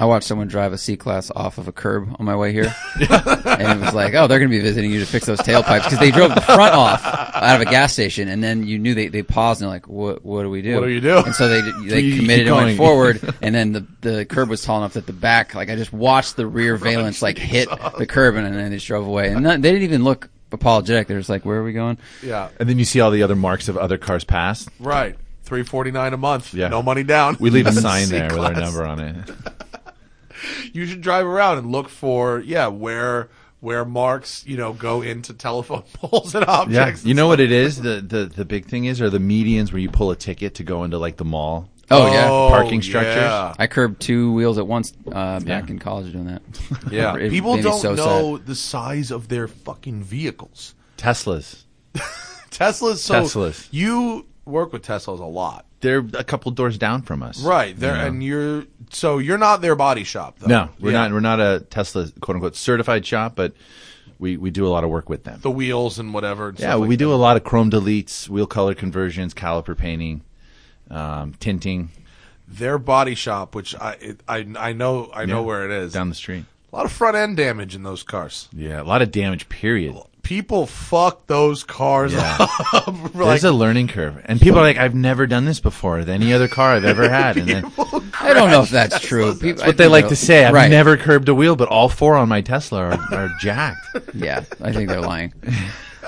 Speaker 3: I watched someone drive a C class off of a curb on my way here, and it was like, oh, they're going to be visiting you to fix those tailpipes because they drove the front off out of a gas station, and then you knew they, they paused and they're like, what what do we do?
Speaker 1: What do you do?
Speaker 3: And so they they
Speaker 8: You keep
Speaker 3: committed and
Speaker 8: going.
Speaker 3: went forward, and then the the curb was tall enough that the back, like I just watched the rear valence like hit the curb, and then they just drove away, and not, they didn't even look apologetic. They're just like, where are we going?
Speaker 1: Yeah,
Speaker 8: And then you see all the other marks of other cars past.
Speaker 1: right. 349 a month.
Speaker 8: Yeah.
Speaker 1: No money down.
Speaker 8: We leave a
Speaker 1: C
Speaker 8: sign there with our
Speaker 1: class.
Speaker 8: number on it.
Speaker 1: you should drive around and look for yeah where where marks you know go into telephone poles and
Speaker 8: Yeah,
Speaker 1: objects.
Speaker 8: you know what it is. The, the the big thing is are the medians where you pull a ticket to go into like the mall.
Speaker 3: Oh, yeah,
Speaker 8: Parking structures?
Speaker 1: Yeah,
Speaker 3: I curbed two wheels at once uh, back
Speaker 8: Yeah.
Speaker 3: in college doing that.
Speaker 1: Yeah.
Speaker 3: It
Speaker 1: people
Speaker 3: made me
Speaker 1: don't
Speaker 3: so
Speaker 1: know the size of their fucking vehicles.
Speaker 8: Teslas.
Speaker 1: Teslas. So
Speaker 8: Teslas.
Speaker 1: You work with Teslas a lot,
Speaker 8: They're a couple doors down from us.
Speaker 1: right? There
Speaker 8: You know?
Speaker 1: and you're so you're not their body shop. though.
Speaker 8: No, we're
Speaker 1: Yeah.
Speaker 8: not. We're not a Tesla quote unquote certified shop, but we we do a lot of work with them.
Speaker 1: the wheels and whatever. and
Speaker 8: yeah,
Speaker 1: stuff like
Speaker 8: we
Speaker 1: that.
Speaker 8: do a lot of chrome deletes, wheel color conversions, caliper painting, um, tinting
Speaker 1: Their body shop, which I it, I I know I know
Speaker 8: Yeah.
Speaker 1: where it is.
Speaker 8: down the street.
Speaker 1: a lot of front end damage in those cars.
Speaker 8: Yeah, a lot of damage. Period.
Speaker 1: People fuck those cars
Speaker 8: Yeah.
Speaker 1: up.
Speaker 8: There's a learning curve, and people are like, "I've never done this before." With any other car I've ever had, and then
Speaker 3: I don't know if that's true. People-
Speaker 8: what
Speaker 3: I
Speaker 8: they
Speaker 3: think
Speaker 8: like
Speaker 3: they're-
Speaker 8: to say. I've
Speaker 3: Right.
Speaker 8: never curbed a wheel, but all four on my Tesla are, are jacked. And
Speaker 3: Yeah, I think they're lying.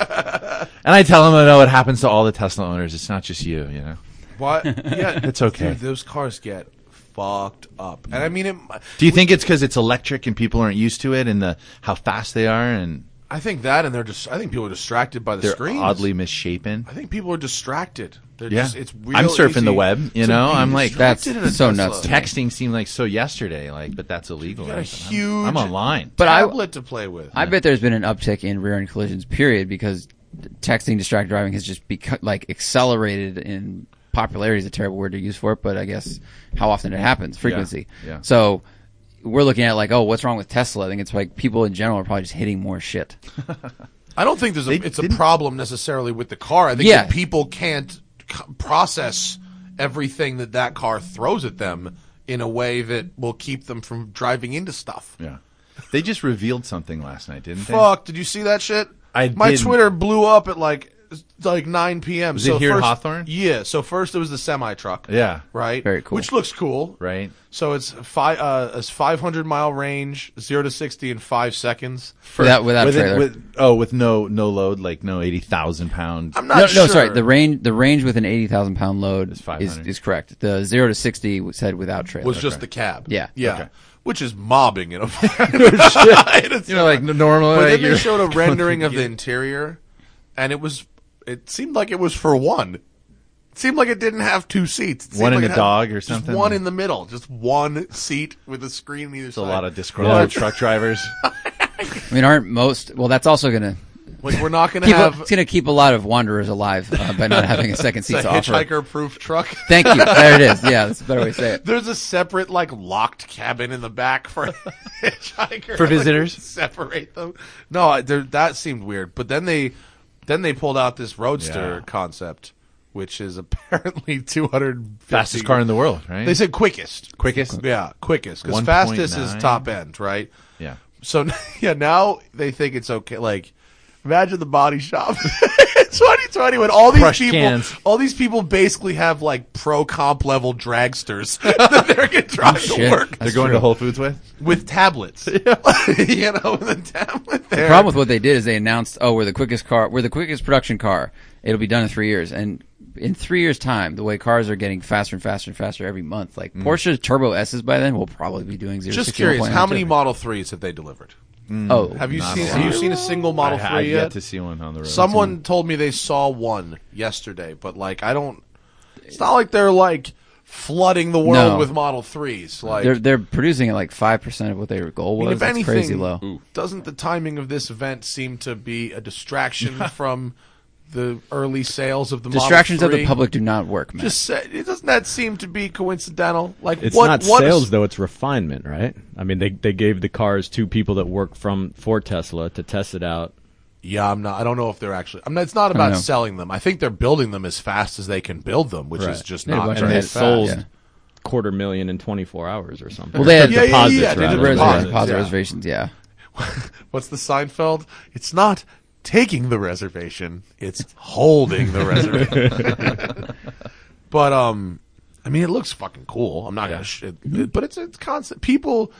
Speaker 8: I tell them, "I know it happens to all the Tesla owners. It's not just you, you know."
Speaker 1: What? Yeah,
Speaker 8: It's okay.
Speaker 1: Dude, those cars get fucked up, and I mean, it, mi-
Speaker 8: Do you think it's because it's electric and people aren't used to it, and the how fast they are, and
Speaker 1: I think that, and they're just. I think people are distracted by the
Speaker 8: they're
Speaker 1: screens.
Speaker 8: oddly misshapen?
Speaker 1: I think people are distracted. They're
Speaker 8: Yeah.
Speaker 1: just, it's real
Speaker 8: I'm surfing
Speaker 1: easy
Speaker 8: the web, you
Speaker 1: to
Speaker 8: know?
Speaker 1: be
Speaker 8: I'm like,
Speaker 1: distracted
Speaker 3: that's
Speaker 1: in a
Speaker 3: so
Speaker 1: Tesla.
Speaker 3: nuts to me.
Speaker 8: Texting seemed like so yesterday, like, but that's illegal.
Speaker 1: got a
Speaker 8: I'm-
Speaker 1: huge-
Speaker 8: I'm, online.
Speaker 3: But I-
Speaker 1: tablet to play with.
Speaker 3: I bet there's been an uptick in rear end collisions, period, because texting, distracted driving has just become like accelerated in popularity is a terrible word to use for it, but I guess how often it happens, frequency.
Speaker 8: yeah.
Speaker 3: So we're looking at like, oh, what's wrong with Tesla? I think it's like people in general are probably just hitting more shit.
Speaker 1: I don't think there's a. It's a problem necessarily with the car. I think
Speaker 3: Yeah.
Speaker 1: that people can't c- process everything that that car throws at them in a way that will keep them from driving into stuff.
Speaker 8: yeah. They just revealed something last night, didn't they?
Speaker 1: Fuck! Did you see that shit?
Speaker 8: I
Speaker 1: my
Speaker 8: didn't.
Speaker 1: Twitter blew up at like like 9 p.m.
Speaker 8: Was it here in
Speaker 1: first,
Speaker 8: Hawthorne?
Speaker 1: Yeah. So first it was the semi truck.
Speaker 8: Yeah.
Speaker 1: Right.
Speaker 3: Very cool.
Speaker 1: Which looks cool.
Speaker 8: Right?
Speaker 1: So it's five uh, it's 500 mile range, zero to 60 in five seconds.
Speaker 3: without without
Speaker 8: with it-
Speaker 3: trailer.
Speaker 8: with- oh, with no no load, like no 80,000 pound.
Speaker 1: I'm
Speaker 3: no,
Speaker 1: not
Speaker 3: no,
Speaker 1: sure.
Speaker 3: sorry. The range, the range with an eighty thousand pound load
Speaker 8: Is
Speaker 3: is
Speaker 8: 500.
Speaker 3: is correct. The zero to sixty said without trailer.
Speaker 1: was just the cab.
Speaker 3: Yeah.
Speaker 1: Yeah.
Speaker 8: Okay.
Speaker 1: Which is mobbing in a
Speaker 8: you know, like normally.
Speaker 1: But then
Speaker 8: you're-
Speaker 1: they showed a rendering of the interior, and it was it seemed like it was for one. It seemed like it didn't have two seats. It seemed
Speaker 8: One in
Speaker 1: like
Speaker 8: the
Speaker 1: it had
Speaker 8: dog or
Speaker 1: just
Speaker 8: something?
Speaker 1: One in the middle, just one seat with a screen on either
Speaker 8: a
Speaker 1: side.
Speaker 8: lot of disgruntled truck drivers.
Speaker 3: I mean, aren't most? Well, that's also going to
Speaker 1: Like we're not going to
Speaker 3: keep a,
Speaker 1: have
Speaker 3: it's going to keep a lot of wanderers alive uh, by not having a second
Speaker 1: a
Speaker 3: seat to offer.
Speaker 1: hitchhiker-proof truck.
Speaker 3: Thank you. There it is. Yeah, that's a better way to say it.
Speaker 1: There's a separate like locked cabin in the back for hitchhiker
Speaker 8: For
Speaker 1: like,
Speaker 8: visitors?
Speaker 1: separate them. No, I- there- that seemed weird. But then they then they pulled out this roadster
Speaker 8: Yeah.
Speaker 1: concept, which is apparently 200
Speaker 8: Fastest car in the world, right?
Speaker 1: They said quickest,
Speaker 8: Quickest?
Speaker 1: yeah, quickest because
Speaker 8: 1.9.
Speaker 1: fastest is top end, right?
Speaker 8: Yeah.
Speaker 1: So yeah, now they think it's okay. Like, imagine the body shop. it's funny It's funny when all these
Speaker 8: Crushed
Speaker 1: people,
Speaker 8: cans.
Speaker 1: all these people basically have like pro comp level dragsters that they're gonna try to
Speaker 3: shit.
Speaker 1: work
Speaker 8: They're going to Whole Foods with.
Speaker 1: with tablets. you know, with a tablet there.
Speaker 3: The problem with what they did is they announced, "Oh, we're the quickest car. We're the quickest production car. It'll be done in three years." And in three years' time, the way cars are getting faster and faster and faster every month, like Porsche Turbo S's by then will probably be doing zero.
Speaker 1: Mm. Just
Speaker 3: 60
Speaker 1: curious, how many
Speaker 3: 1.92.
Speaker 1: Model Threes have they delivered?
Speaker 3: Oh,
Speaker 1: Have you seen? Have you seen a single Model
Speaker 8: I,
Speaker 1: Three
Speaker 8: I've
Speaker 1: yet?
Speaker 8: yet to see one on the road.
Speaker 1: Someone told me they saw one yesterday, but like I don't. It's not like they're like flooding the world
Speaker 3: No.
Speaker 1: with Model Threes. Like
Speaker 3: they're they're producing at like five percent of what their goal
Speaker 1: I
Speaker 3: was.
Speaker 1: mean, if
Speaker 3: That's
Speaker 1: anything,
Speaker 3: crazy low.
Speaker 1: doesn't the timing of this event seem to be a distraction from the early sales of the Model
Speaker 3: Distractions of the
Speaker 1: 3?
Speaker 3: public do not work, man.
Speaker 1: Just say, doesn't that seem to be coincidental? Like
Speaker 2: It's
Speaker 1: what?
Speaker 2: not
Speaker 1: what
Speaker 2: sales though; it's refinement, right? I mean, they they gave the cars to people that work from for Tesla to test it out.
Speaker 1: Yeah, I'm not. I don't know if they're actually. I'm not. It's not
Speaker 3: don't
Speaker 1: about
Speaker 3: know.
Speaker 1: selling them. I think they're building them as fast as they can build them, which is
Speaker 2: Right.
Speaker 1: just
Speaker 3: They had a
Speaker 1: not
Speaker 3: bunch
Speaker 2: And
Speaker 3: of
Speaker 1: very
Speaker 2: they
Speaker 3: Right.
Speaker 1: fast.
Speaker 2: sold
Speaker 3: Yeah.
Speaker 2: quarter million in 24 hours or something.
Speaker 3: Well, they had
Speaker 1: Yeah, yeah, yeah,
Speaker 2: deposits,
Speaker 1: yeah, they did
Speaker 2: rather.
Speaker 1: the
Speaker 3: Reservations,
Speaker 1: deposits,
Speaker 3: deposit
Speaker 1: yeah.
Speaker 3: reservations, yeah.
Speaker 1: What's the Seinfeld? It's not taking the reservation; it's holding the reservation. but um, I mean, it looks fucking cool. I'm not gonna, sh- it, but it's it's constant. People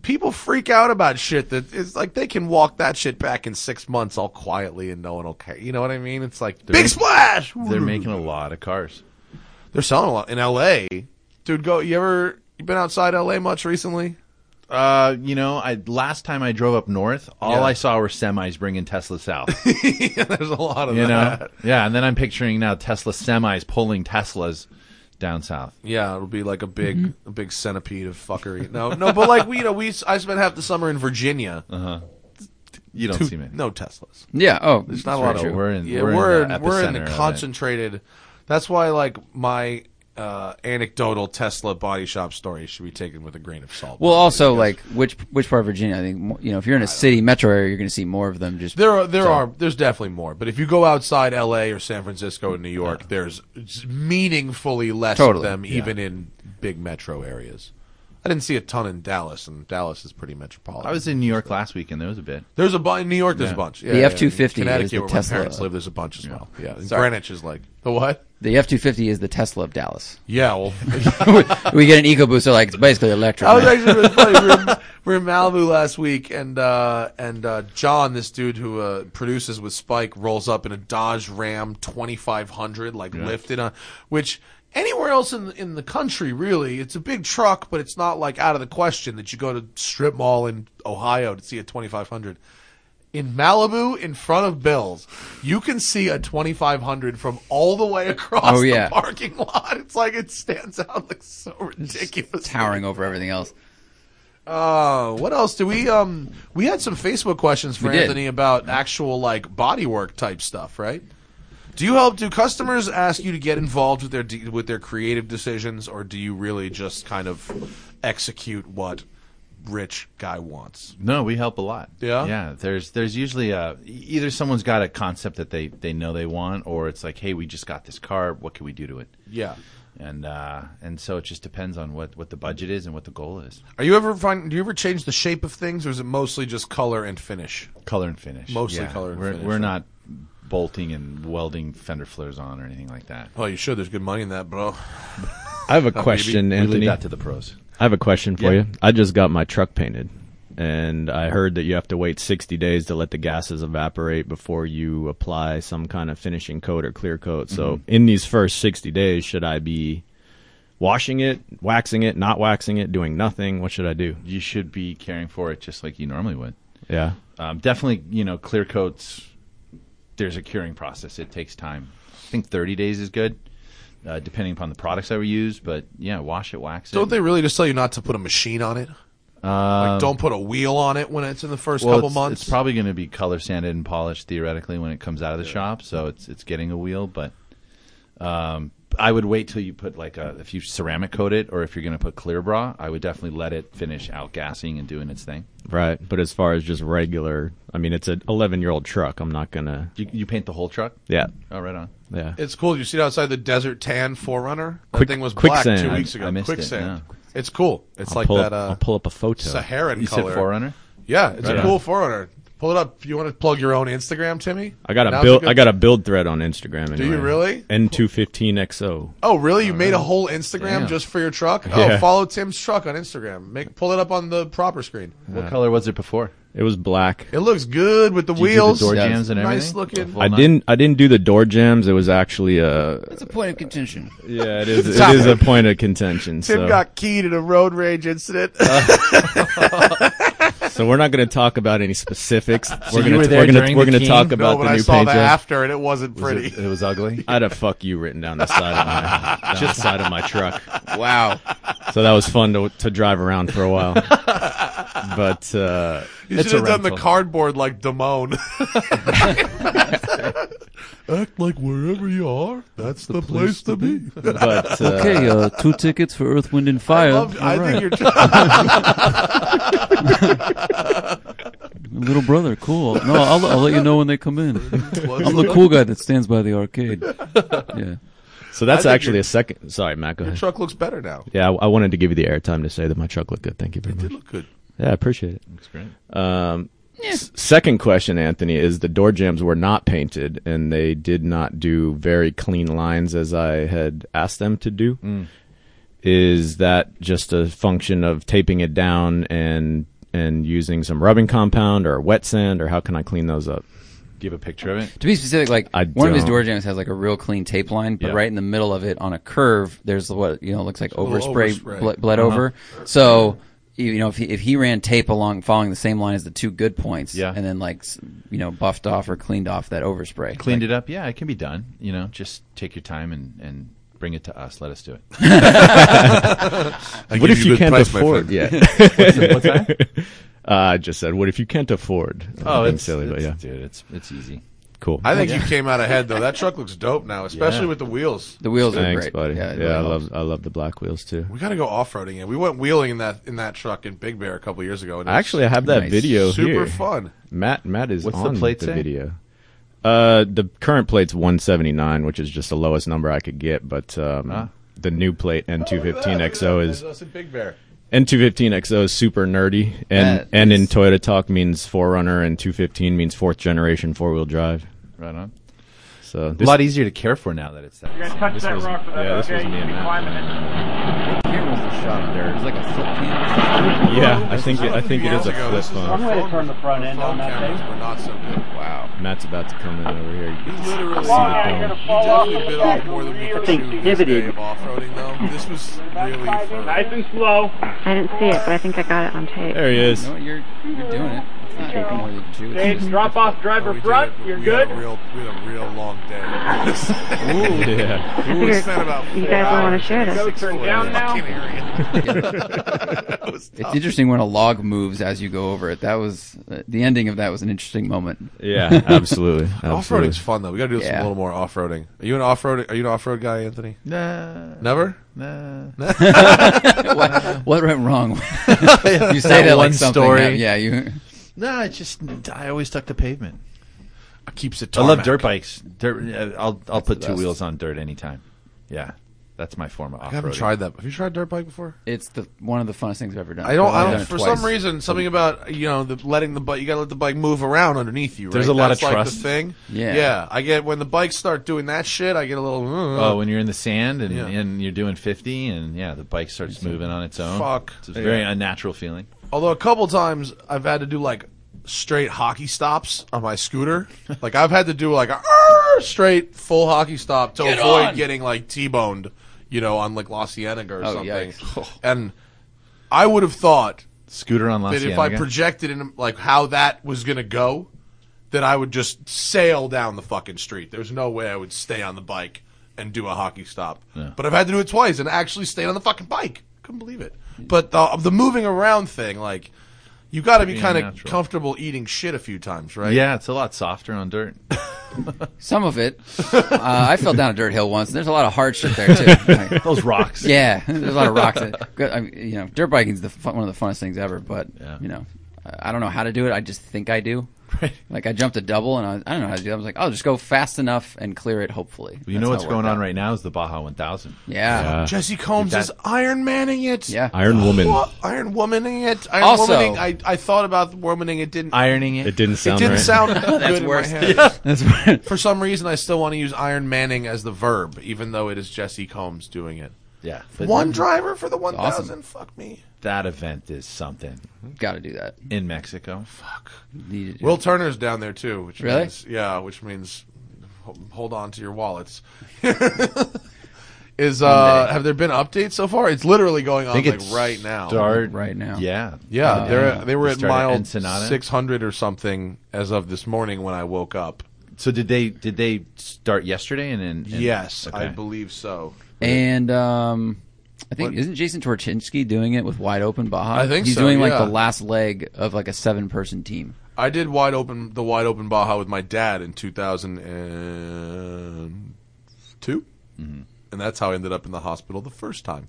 Speaker 1: people freak out about shit that it's like they can walk that shit back in six months, all quietly, and no one will care. You know what I mean? It's like big splash.
Speaker 8: They're making a lot of cars.
Speaker 1: They're selling a lot in L.A. Dude, go. You ever you been outside L.A. much recently?
Speaker 8: Uh, you know, I last time I drove up north, all
Speaker 1: Yeah.
Speaker 8: I saw were semis bringing Tesla south.
Speaker 1: yeah, there's a lot of
Speaker 8: You
Speaker 1: that.
Speaker 8: know, yeah. And then I'm picturing now Tesla semis pulling Teslas down south.
Speaker 1: Yeah, it'll be like a big, a big centipede of fuckery. No, no, but like we, you know, we, I spent half the summer in Virginia.
Speaker 8: You don't
Speaker 1: Two-
Speaker 8: see me.
Speaker 1: no Teslas.
Speaker 3: Yeah. Oh,
Speaker 1: There's not a lot
Speaker 8: very
Speaker 1: of.
Speaker 8: true. We're in-
Speaker 1: yeah,
Speaker 8: we're in
Speaker 1: we're in,
Speaker 8: the
Speaker 1: we're in
Speaker 8: epicenter
Speaker 1: the
Speaker 8: of it.
Speaker 1: concentrated. That's why, like my uh, anecdotal Tesla body shop story should be taken with a grain of salt.
Speaker 3: Well, also like which which part of Virginia? I think mo- you know if you're in a city metro area, you're going to see more of them. Just
Speaker 1: there are there are there's definitely more, but if you go outside L.A. or San Francisco and New York, there's meaningfully less
Speaker 3: Totally,
Speaker 1: of them, even in big metro areas. I didn't see a ton in Dallas, and Dallas is pretty metropolitan.
Speaker 8: I was in New York last week, and there was a bit.
Speaker 1: There's a bunch in New York. There's a
Speaker 8: Yeah.
Speaker 1: bunch. Yeah,
Speaker 3: The
Speaker 1: yeah,
Speaker 3: F-250
Speaker 1: in
Speaker 3: is
Speaker 1: Connecticut,
Speaker 3: the
Speaker 1: where
Speaker 3: Tesla.
Speaker 1: my parents live, there's a bunch as well. Yeah, and
Speaker 3: Sorry.
Speaker 1: Greenwich is like the what?
Speaker 3: the F two fifty is the Tesla of Dallas.
Speaker 1: Yeah, well,
Speaker 3: we get an EcoBoost, they're like it's basically electric.
Speaker 1: I was
Speaker 3: man.
Speaker 1: actually really funny. We were, in- we were in Malibu last week, and uh, and uh, John, this dude who uh, produces with Spike, rolls up in a Dodge Ram 2500, like lifted on, which anywhere else in in the country, really, it's a big truck, but it's not like out of the question that you go to strip mall in Ohio to see a 2500. In Malibu, in front of Bill's, you can see a 2500 from all the way across
Speaker 3: Oh, yeah.
Speaker 1: the parking lot. It's like it stands out like so ridiculous.
Speaker 3: towering over everything else.
Speaker 1: Uh, what else do we um we had some Facebook questions for
Speaker 3: We did.
Speaker 1: Anthony about actual like bodywork type stuff, right? Do you help? Do customers ask you to get involved with their de- with their creative decisions, or do you really just kind of execute what rich guy wants?
Speaker 8: No, we help a lot.
Speaker 1: Yeah?
Speaker 8: yeah. There's there's usually a either someone's got a concept that they they know they want, or it's like, hey, we just got this car. What can we do to it?
Speaker 1: Yeah.
Speaker 8: And uh, and so it just depends on what what the budget is and what the goal is.
Speaker 1: Are you ever find? Do you ever change the shape of things, or is it mostly just color and finish?
Speaker 8: Color and finish,
Speaker 1: Mostly color and
Speaker 8: we're,
Speaker 1: finish,
Speaker 8: We're
Speaker 1: right.
Speaker 8: not bolting and welding fender flares on or anything like that.
Speaker 1: Oh, you should. There's good money in that, bro.
Speaker 2: I have a question,
Speaker 8: we leave
Speaker 2: Anthony.
Speaker 8: that to the pros.
Speaker 2: I have a question for
Speaker 8: Yeah.
Speaker 2: you. I just got my truck painted, and I heard that you have to wait 60 days to let the gases evaporate before you apply some kind of finishing coat or clear coat. So,
Speaker 3: Mm-hmm.
Speaker 2: in these first 60 days, should I be washing it, waxing it, not waxing it, doing nothing? What should I do?
Speaker 8: You should be caring for it just like you normally would.
Speaker 2: Yeah.
Speaker 8: Um, definitely, you know, clear coats. There's a curing process. It takes time. I think 30 days is good, uh, depending upon the products that were used. But yeah, wash it, wax it.
Speaker 1: Don't they really just tell you not to put a machine on it? like, don't put a wheel on it when it's in the first
Speaker 8: Well,
Speaker 1: couple
Speaker 8: it's,
Speaker 1: months.
Speaker 8: It's probably going to be color sanded and polished theoretically when it comes out of the shop. So it's it's getting a wheel, but um, I would wait till you put like a if you ceramic coat it or if you're going to put clear bra. I would definitely let it finish outgassing and doing its thing.
Speaker 2: Right. But as far as just regular, I mean, it's an 11 year old truck. I'm not going to.
Speaker 8: You, you paint the whole truck.
Speaker 2: Yeah.
Speaker 8: Oh, right on.
Speaker 2: Yeah.
Speaker 1: It's cool. You see it outside the desert tan forerunner. That
Speaker 2: Quick-
Speaker 1: thing was black
Speaker 2: quicksand.
Speaker 1: two
Speaker 2: I-
Speaker 1: weeks ago.
Speaker 8: I missed it,
Speaker 1: quicksand. It's cool. It's
Speaker 2: I'll
Speaker 1: like
Speaker 2: pull
Speaker 1: that
Speaker 2: up- I'll
Speaker 1: uh,
Speaker 2: pull up a photo.
Speaker 1: Saharan
Speaker 8: You
Speaker 1: color.
Speaker 8: said Forerunner.
Speaker 1: Yeah, it's
Speaker 8: Right
Speaker 1: a
Speaker 8: on.
Speaker 1: cool forerunner. Pull it up. You want to plug your own Instagram, Timmy?
Speaker 2: I got a
Speaker 1: Now's
Speaker 2: build.
Speaker 1: good-
Speaker 2: I got a build thread on Instagram. Anyway.
Speaker 1: Do you really?
Speaker 2: N215XO.
Speaker 1: Oh, really? You made a whole Instagram
Speaker 8: Damn.
Speaker 1: just for your truck? Oh,
Speaker 2: Yeah.
Speaker 1: follow Tim's truck on Instagram. Make pull it up on the proper screen.
Speaker 8: What color was it before?
Speaker 2: It was black.
Speaker 1: It looks good with the
Speaker 8: Did you do the
Speaker 1: wheels.
Speaker 8: door
Speaker 3: Yeah.
Speaker 8: jams and everything.
Speaker 1: Nice looking.
Speaker 8: The full
Speaker 2: I
Speaker 8: nut?
Speaker 2: didn't. I didn't do the door jams. It was actually a.
Speaker 3: That's a point of contention.
Speaker 2: Yeah, it is. it is a point of contention.
Speaker 1: Tim
Speaker 2: so.
Speaker 1: got keyed in a road rage incident.
Speaker 2: So we're not going to talk about any specifics. we're
Speaker 8: you
Speaker 2: going
Speaker 8: were
Speaker 2: to
Speaker 8: there
Speaker 2: we're going
Speaker 8: during
Speaker 2: to we're
Speaker 8: the
Speaker 2: going to
Speaker 8: keying?
Speaker 2: talk
Speaker 8: No,
Speaker 1: no,
Speaker 2: about
Speaker 1: but
Speaker 2: the
Speaker 1: I
Speaker 2: new
Speaker 1: saw
Speaker 2: paint
Speaker 1: that
Speaker 2: job.
Speaker 1: after, and it wasn't pretty.
Speaker 8: It, it was ugly.
Speaker 2: I had a fuck you written down the side of my down the side of my truck.
Speaker 3: Wow.
Speaker 2: So that was fun to to drive around for a while. But uh,
Speaker 1: you
Speaker 2: it's
Speaker 1: should
Speaker 2: a
Speaker 1: have done the
Speaker 2: rental.
Speaker 1: cardboard like Damone. Act like wherever you are, that's the, place, to be.
Speaker 2: But uh,
Speaker 9: Okay, uh, two tickets for Earth, Wind, and
Speaker 1: I,
Speaker 9: Fire.
Speaker 1: love, I
Speaker 9: All right.
Speaker 1: think you're. T-
Speaker 9: Little brother, cool. No, I'll, I'll let you know when they come in. I'm the cool guy that stands by the arcade. Yeah.
Speaker 2: so that's
Speaker 1: I think
Speaker 2: actually
Speaker 1: your-
Speaker 2: a second. Sorry, Matt. Go ahead.
Speaker 1: truck looks better now.
Speaker 2: Yeah, I, I wanted to give you the airtime to say that my truck looked good. Thank you very
Speaker 1: It did
Speaker 2: much.
Speaker 1: look good.
Speaker 2: Yeah, I appreciate it.
Speaker 8: That's great.
Speaker 2: Um, s- second question, Anthony, is the door jams were not painted and they did not do very clean lines as I had asked them to do.
Speaker 1: Mm.
Speaker 2: Is that just a function of taping it down and and using some rubbing compound or wet sand or how can I clean those up?
Speaker 8: Do you have a picture of it?
Speaker 3: To be specific, like
Speaker 2: I
Speaker 3: one of his
Speaker 2: don't.
Speaker 3: door jams has like a real clean tape line, but
Speaker 2: Yeah.
Speaker 3: right in the middle of it on a curve, there's what you know looks like
Speaker 1: little
Speaker 3: overspray,
Speaker 1: overspray.
Speaker 3: ble- bled
Speaker 2: Uh-huh.
Speaker 3: over. So you know if he, if he ran tape along following the same line as the two good points,
Speaker 8: Yeah.
Speaker 3: and then like s- you know buffed off or cleaned off that overspray,
Speaker 8: Cleaned it up. Yeah, it can be done. You know, just take your time and and bring it to us. Let us do it.
Speaker 2: what
Speaker 1: give
Speaker 2: if
Speaker 1: you
Speaker 2: you
Speaker 1: good
Speaker 2: can't
Speaker 1: price, my
Speaker 2: afford? Yeah.
Speaker 8: What's that?
Speaker 2: Uh, I just said, what if you can't afford? I'm
Speaker 8: Oh,
Speaker 2: being
Speaker 8: it's
Speaker 2: silly, but
Speaker 8: it's-
Speaker 2: yeah,
Speaker 8: dude, it's it's easy.
Speaker 2: cool.
Speaker 1: I think you came out ahead though. That truck looks dope now, especially
Speaker 8: Yeah.
Speaker 1: with the wheels.
Speaker 3: the wheels are
Speaker 2: Thanks,
Speaker 3: great.
Speaker 2: buddy. Yeah,
Speaker 3: it really
Speaker 2: I love
Speaker 3: helps.
Speaker 2: I love the black wheels too.
Speaker 1: We got to go off roading again. We went wheeling in that in that truck in Big Bear a couple years ago. And it was
Speaker 2: Actually, I have that
Speaker 3: Nice.
Speaker 2: video
Speaker 1: super
Speaker 2: here.
Speaker 1: fun.
Speaker 2: Matt Matt is
Speaker 8: What's the
Speaker 2: on the,
Speaker 8: plate say?
Speaker 2: video. Uh, the current plate's 179, which is just the lowest number I could get, but um,
Speaker 8: Ah.
Speaker 2: the new plate N215XO is
Speaker 1: That's a Big Bear.
Speaker 2: N215XO is super nerdy, and
Speaker 8: That
Speaker 2: and in
Speaker 8: is-
Speaker 2: Toyota talk means forerunner, and 215 means fourth generation four wheel drive.
Speaker 8: Right on.
Speaker 2: So
Speaker 8: A
Speaker 2: this,
Speaker 8: lot easier to care for now that it's that.
Speaker 10: You're gonna touch
Speaker 2: this
Speaker 10: that
Speaker 2: was,
Speaker 10: rock with that
Speaker 2: yeah, this was
Speaker 10: okay,
Speaker 2: me
Speaker 10: you'll
Speaker 2: and
Speaker 10: be climbing
Speaker 2: Matt.
Speaker 10: it.
Speaker 3: Here was the shot of there. It was like a flip cam.
Speaker 2: Yeah, I think it, I think it is a flip phone.
Speaker 10: way to turn the front end on that thing.
Speaker 1: We're not so good.
Speaker 3: Wow.
Speaker 2: Matt's about to come in over here. You
Speaker 1: He
Speaker 2: can
Speaker 1: literally,
Speaker 2: see
Speaker 10: Come
Speaker 2: the
Speaker 10: on,
Speaker 2: phone.
Speaker 10: you're gonna
Speaker 1: he
Speaker 10: fall off.
Speaker 1: definitely bit off more than we could chew this day of off-roading though. This was really
Speaker 10: Nice
Speaker 1: fun.
Speaker 10: and slow.
Speaker 11: I didn't see it, but I think I got it on tape.
Speaker 2: There he is.
Speaker 3: You know what? You're you're doing it. It's not taking more than two.
Speaker 10: Hey, drop off driver
Speaker 1: We did
Speaker 10: front.
Speaker 1: it, but
Speaker 10: You're
Speaker 1: we
Speaker 10: good.
Speaker 1: Had a real, we had a real long day.
Speaker 2: Yeah.
Speaker 1: we spent about
Speaker 11: You
Speaker 1: four
Speaker 11: guys will wanna
Speaker 1: hours
Speaker 11: share
Speaker 1: in a
Speaker 11: this.
Speaker 1: six
Speaker 10: Turn
Speaker 1: foot
Speaker 10: down now.
Speaker 1: fucking area. That was
Speaker 3: It's interesting when a log moves as you go over it. That was uh, the ending of that was an interesting moment.
Speaker 2: Yeah, absolutely.
Speaker 1: Off roading's fun though. We gotta do some
Speaker 3: Yeah.
Speaker 1: a little more off roading. Are you an off road? Are you an off road guy, Anthony?
Speaker 8: Nah,
Speaker 1: Never.
Speaker 8: nah.
Speaker 3: what, what went wrong? you say that, like
Speaker 8: one
Speaker 3: something.
Speaker 8: story.
Speaker 3: Yeah, you.
Speaker 8: No, it's just I always stuck to pavement.
Speaker 1: Keeps it.
Speaker 8: I love
Speaker 1: tarmac.
Speaker 8: dirt bikes. Dirt. uh, I'll I'll put two
Speaker 3: best.
Speaker 8: wheels on dirt anytime. Yeah, that's my form of
Speaker 1: I
Speaker 8: off
Speaker 1: haven't
Speaker 8: road.
Speaker 1: tried that. Have you tried dirt bike before?
Speaker 3: It's the one of the funnest things I've ever done.
Speaker 1: I don't.
Speaker 3: I've
Speaker 1: I
Speaker 3: only
Speaker 1: don't.
Speaker 3: done it
Speaker 1: For
Speaker 3: twice.
Speaker 1: some reason, something about you know the letting the bike. You gotta let the bike move around underneath you. Right?
Speaker 8: There's a lot of
Speaker 1: That's, like,
Speaker 8: trust.
Speaker 1: The thing.
Speaker 3: Yeah.
Speaker 1: Yeah. I get when the bikes start doing that shit. I get a little.
Speaker 8: Oh,
Speaker 1: Oh,
Speaker 8: when you're in the sand and,
Speaker 1: Yeah.
Speaker 8: and you're doing 50, and yeah, the bike starts moving on its own.
Speaker 1: Fuck.
Speaker 8: It's a very unnatural feeling.
Speaker 1: Although a couple times I've had to do like straight hockey stops on my scooter. like I've had to do like a "Arr!" straight full hockey stop to avoid getting like T-boned, you know, on like La Cienega or
Speaker 3: Oh,
Speaker 1: something.
Speaker 3: yikes.
Speaker 1: And I would have thought
Speaker 8: Scooter on La
Speaker 1: that if I
Speaker 8: Cienega.
Speaker 1: projected in like how that was going to go, that I would just sail down the fucking street. There's no way I would stay on the bike and do a hockey stop. But I've had to do it twice and actually stayed on the fucking bike. Couldn't believe it. But the the moving around thing, like you got to be
Speaker 8: Pretty
Speaker 1: kind of
Speaker 8: unnatural.
Speaker 1: comfortable eating shit a few times, right?
Speaker 8: yeah, it's a lot softer on dirt.
Speaker 3: some of it. Uh, I fell down a dirt hill once. And there's a lot of hardship there too. Like,
Speaker 8: Those rocks.
Speaker 3: yeah, there's a lot of rocks. That, good, I mean, you know, dirt biking's the fun, one of the funnest things ever. But
Speaker 8: Yeah.
Speaker 3: you know, I don't know how to do it. I just think I do. Right. Like I jumped a double and I, I don't know how to do. it. I was like, I'll just go fast enough and clear it. Hopefully,
Speaker 8: You know what's going on right now is the Baja 1000.
Speaker 3: Yeah. Yeah.
Speaker 1: Jesse Combs
Speaker 8: That-
Speaker 1: is Iron Manning it.
Speaker 3: Yeah.
Speaker 2: Iron Woman.
Speaker 1: What? Iron Womaning it. Iron
Speaker 3: Also-
Speaker 1: Womaning. I, I thought about Womaning. It didn't.
Speaker 8: Ironing it.
Speaker 2: It didn't sound
Speaker 1: It didn't
Speaker 2: right.
Speaker 1: sound
Speaker 3: That's
Speaker 1: good in my
Speaker 3: worse.
Speaker 1: head.
Speaker 3: Yeah. That's worse.
Speaker 1: For some reason, I still want to use Iron Manning as the verb, even though it is Jesse Combs doing it.
Speaker 8: Yeah.
Speaker 1: one driver for the one
Speaker 3: awesome.
Speaker 1: thousand. Fuck me.
Speaker 8: That event is something
Speaker 3: Got to do that.
Speaker 8: in Mexico.
Speaker 3: Need to do
Speaker 1: Will Turner's down there too, which
Speaker 3: Really?
Speaker 1: means yeah, which means ho- hold on to your wallets. is uh
Speaker 3: Monday.
Speaker 1: have there been updates so far? It's literally going on like right now.
Speaker 8: Start,
Speaker 3: Right now.
Speaker 8: Yeah.
Speaker 1: Yeah, they're they were
Speaker 8: They
Speaker 1: at
Speaker 8: started
Speaker 1: mile
Speaker 8: Ensenada?
Speaker 1: six hundred or something as of this morning when I woke up.
Speaker 8: So did they did they start yesterday and then? and-
Speaker 1: yes, I
Speaker 8: okay.
Speaker 1: believe so.
Speaker 3: And um, I think is isn't Jason Torchinski doing it with wide open Baja?
Speaker 1: I think
Speaker 3: he's
Speaker 1: so,
Speaker 3: doing like
Speaker 1: yeah.
Speaker 3: the last leg of like a seven person team.
Speaker 1: I did wide open the wide open Baja with my dad in two thousand and and that's how I ended up in the hospital the first time.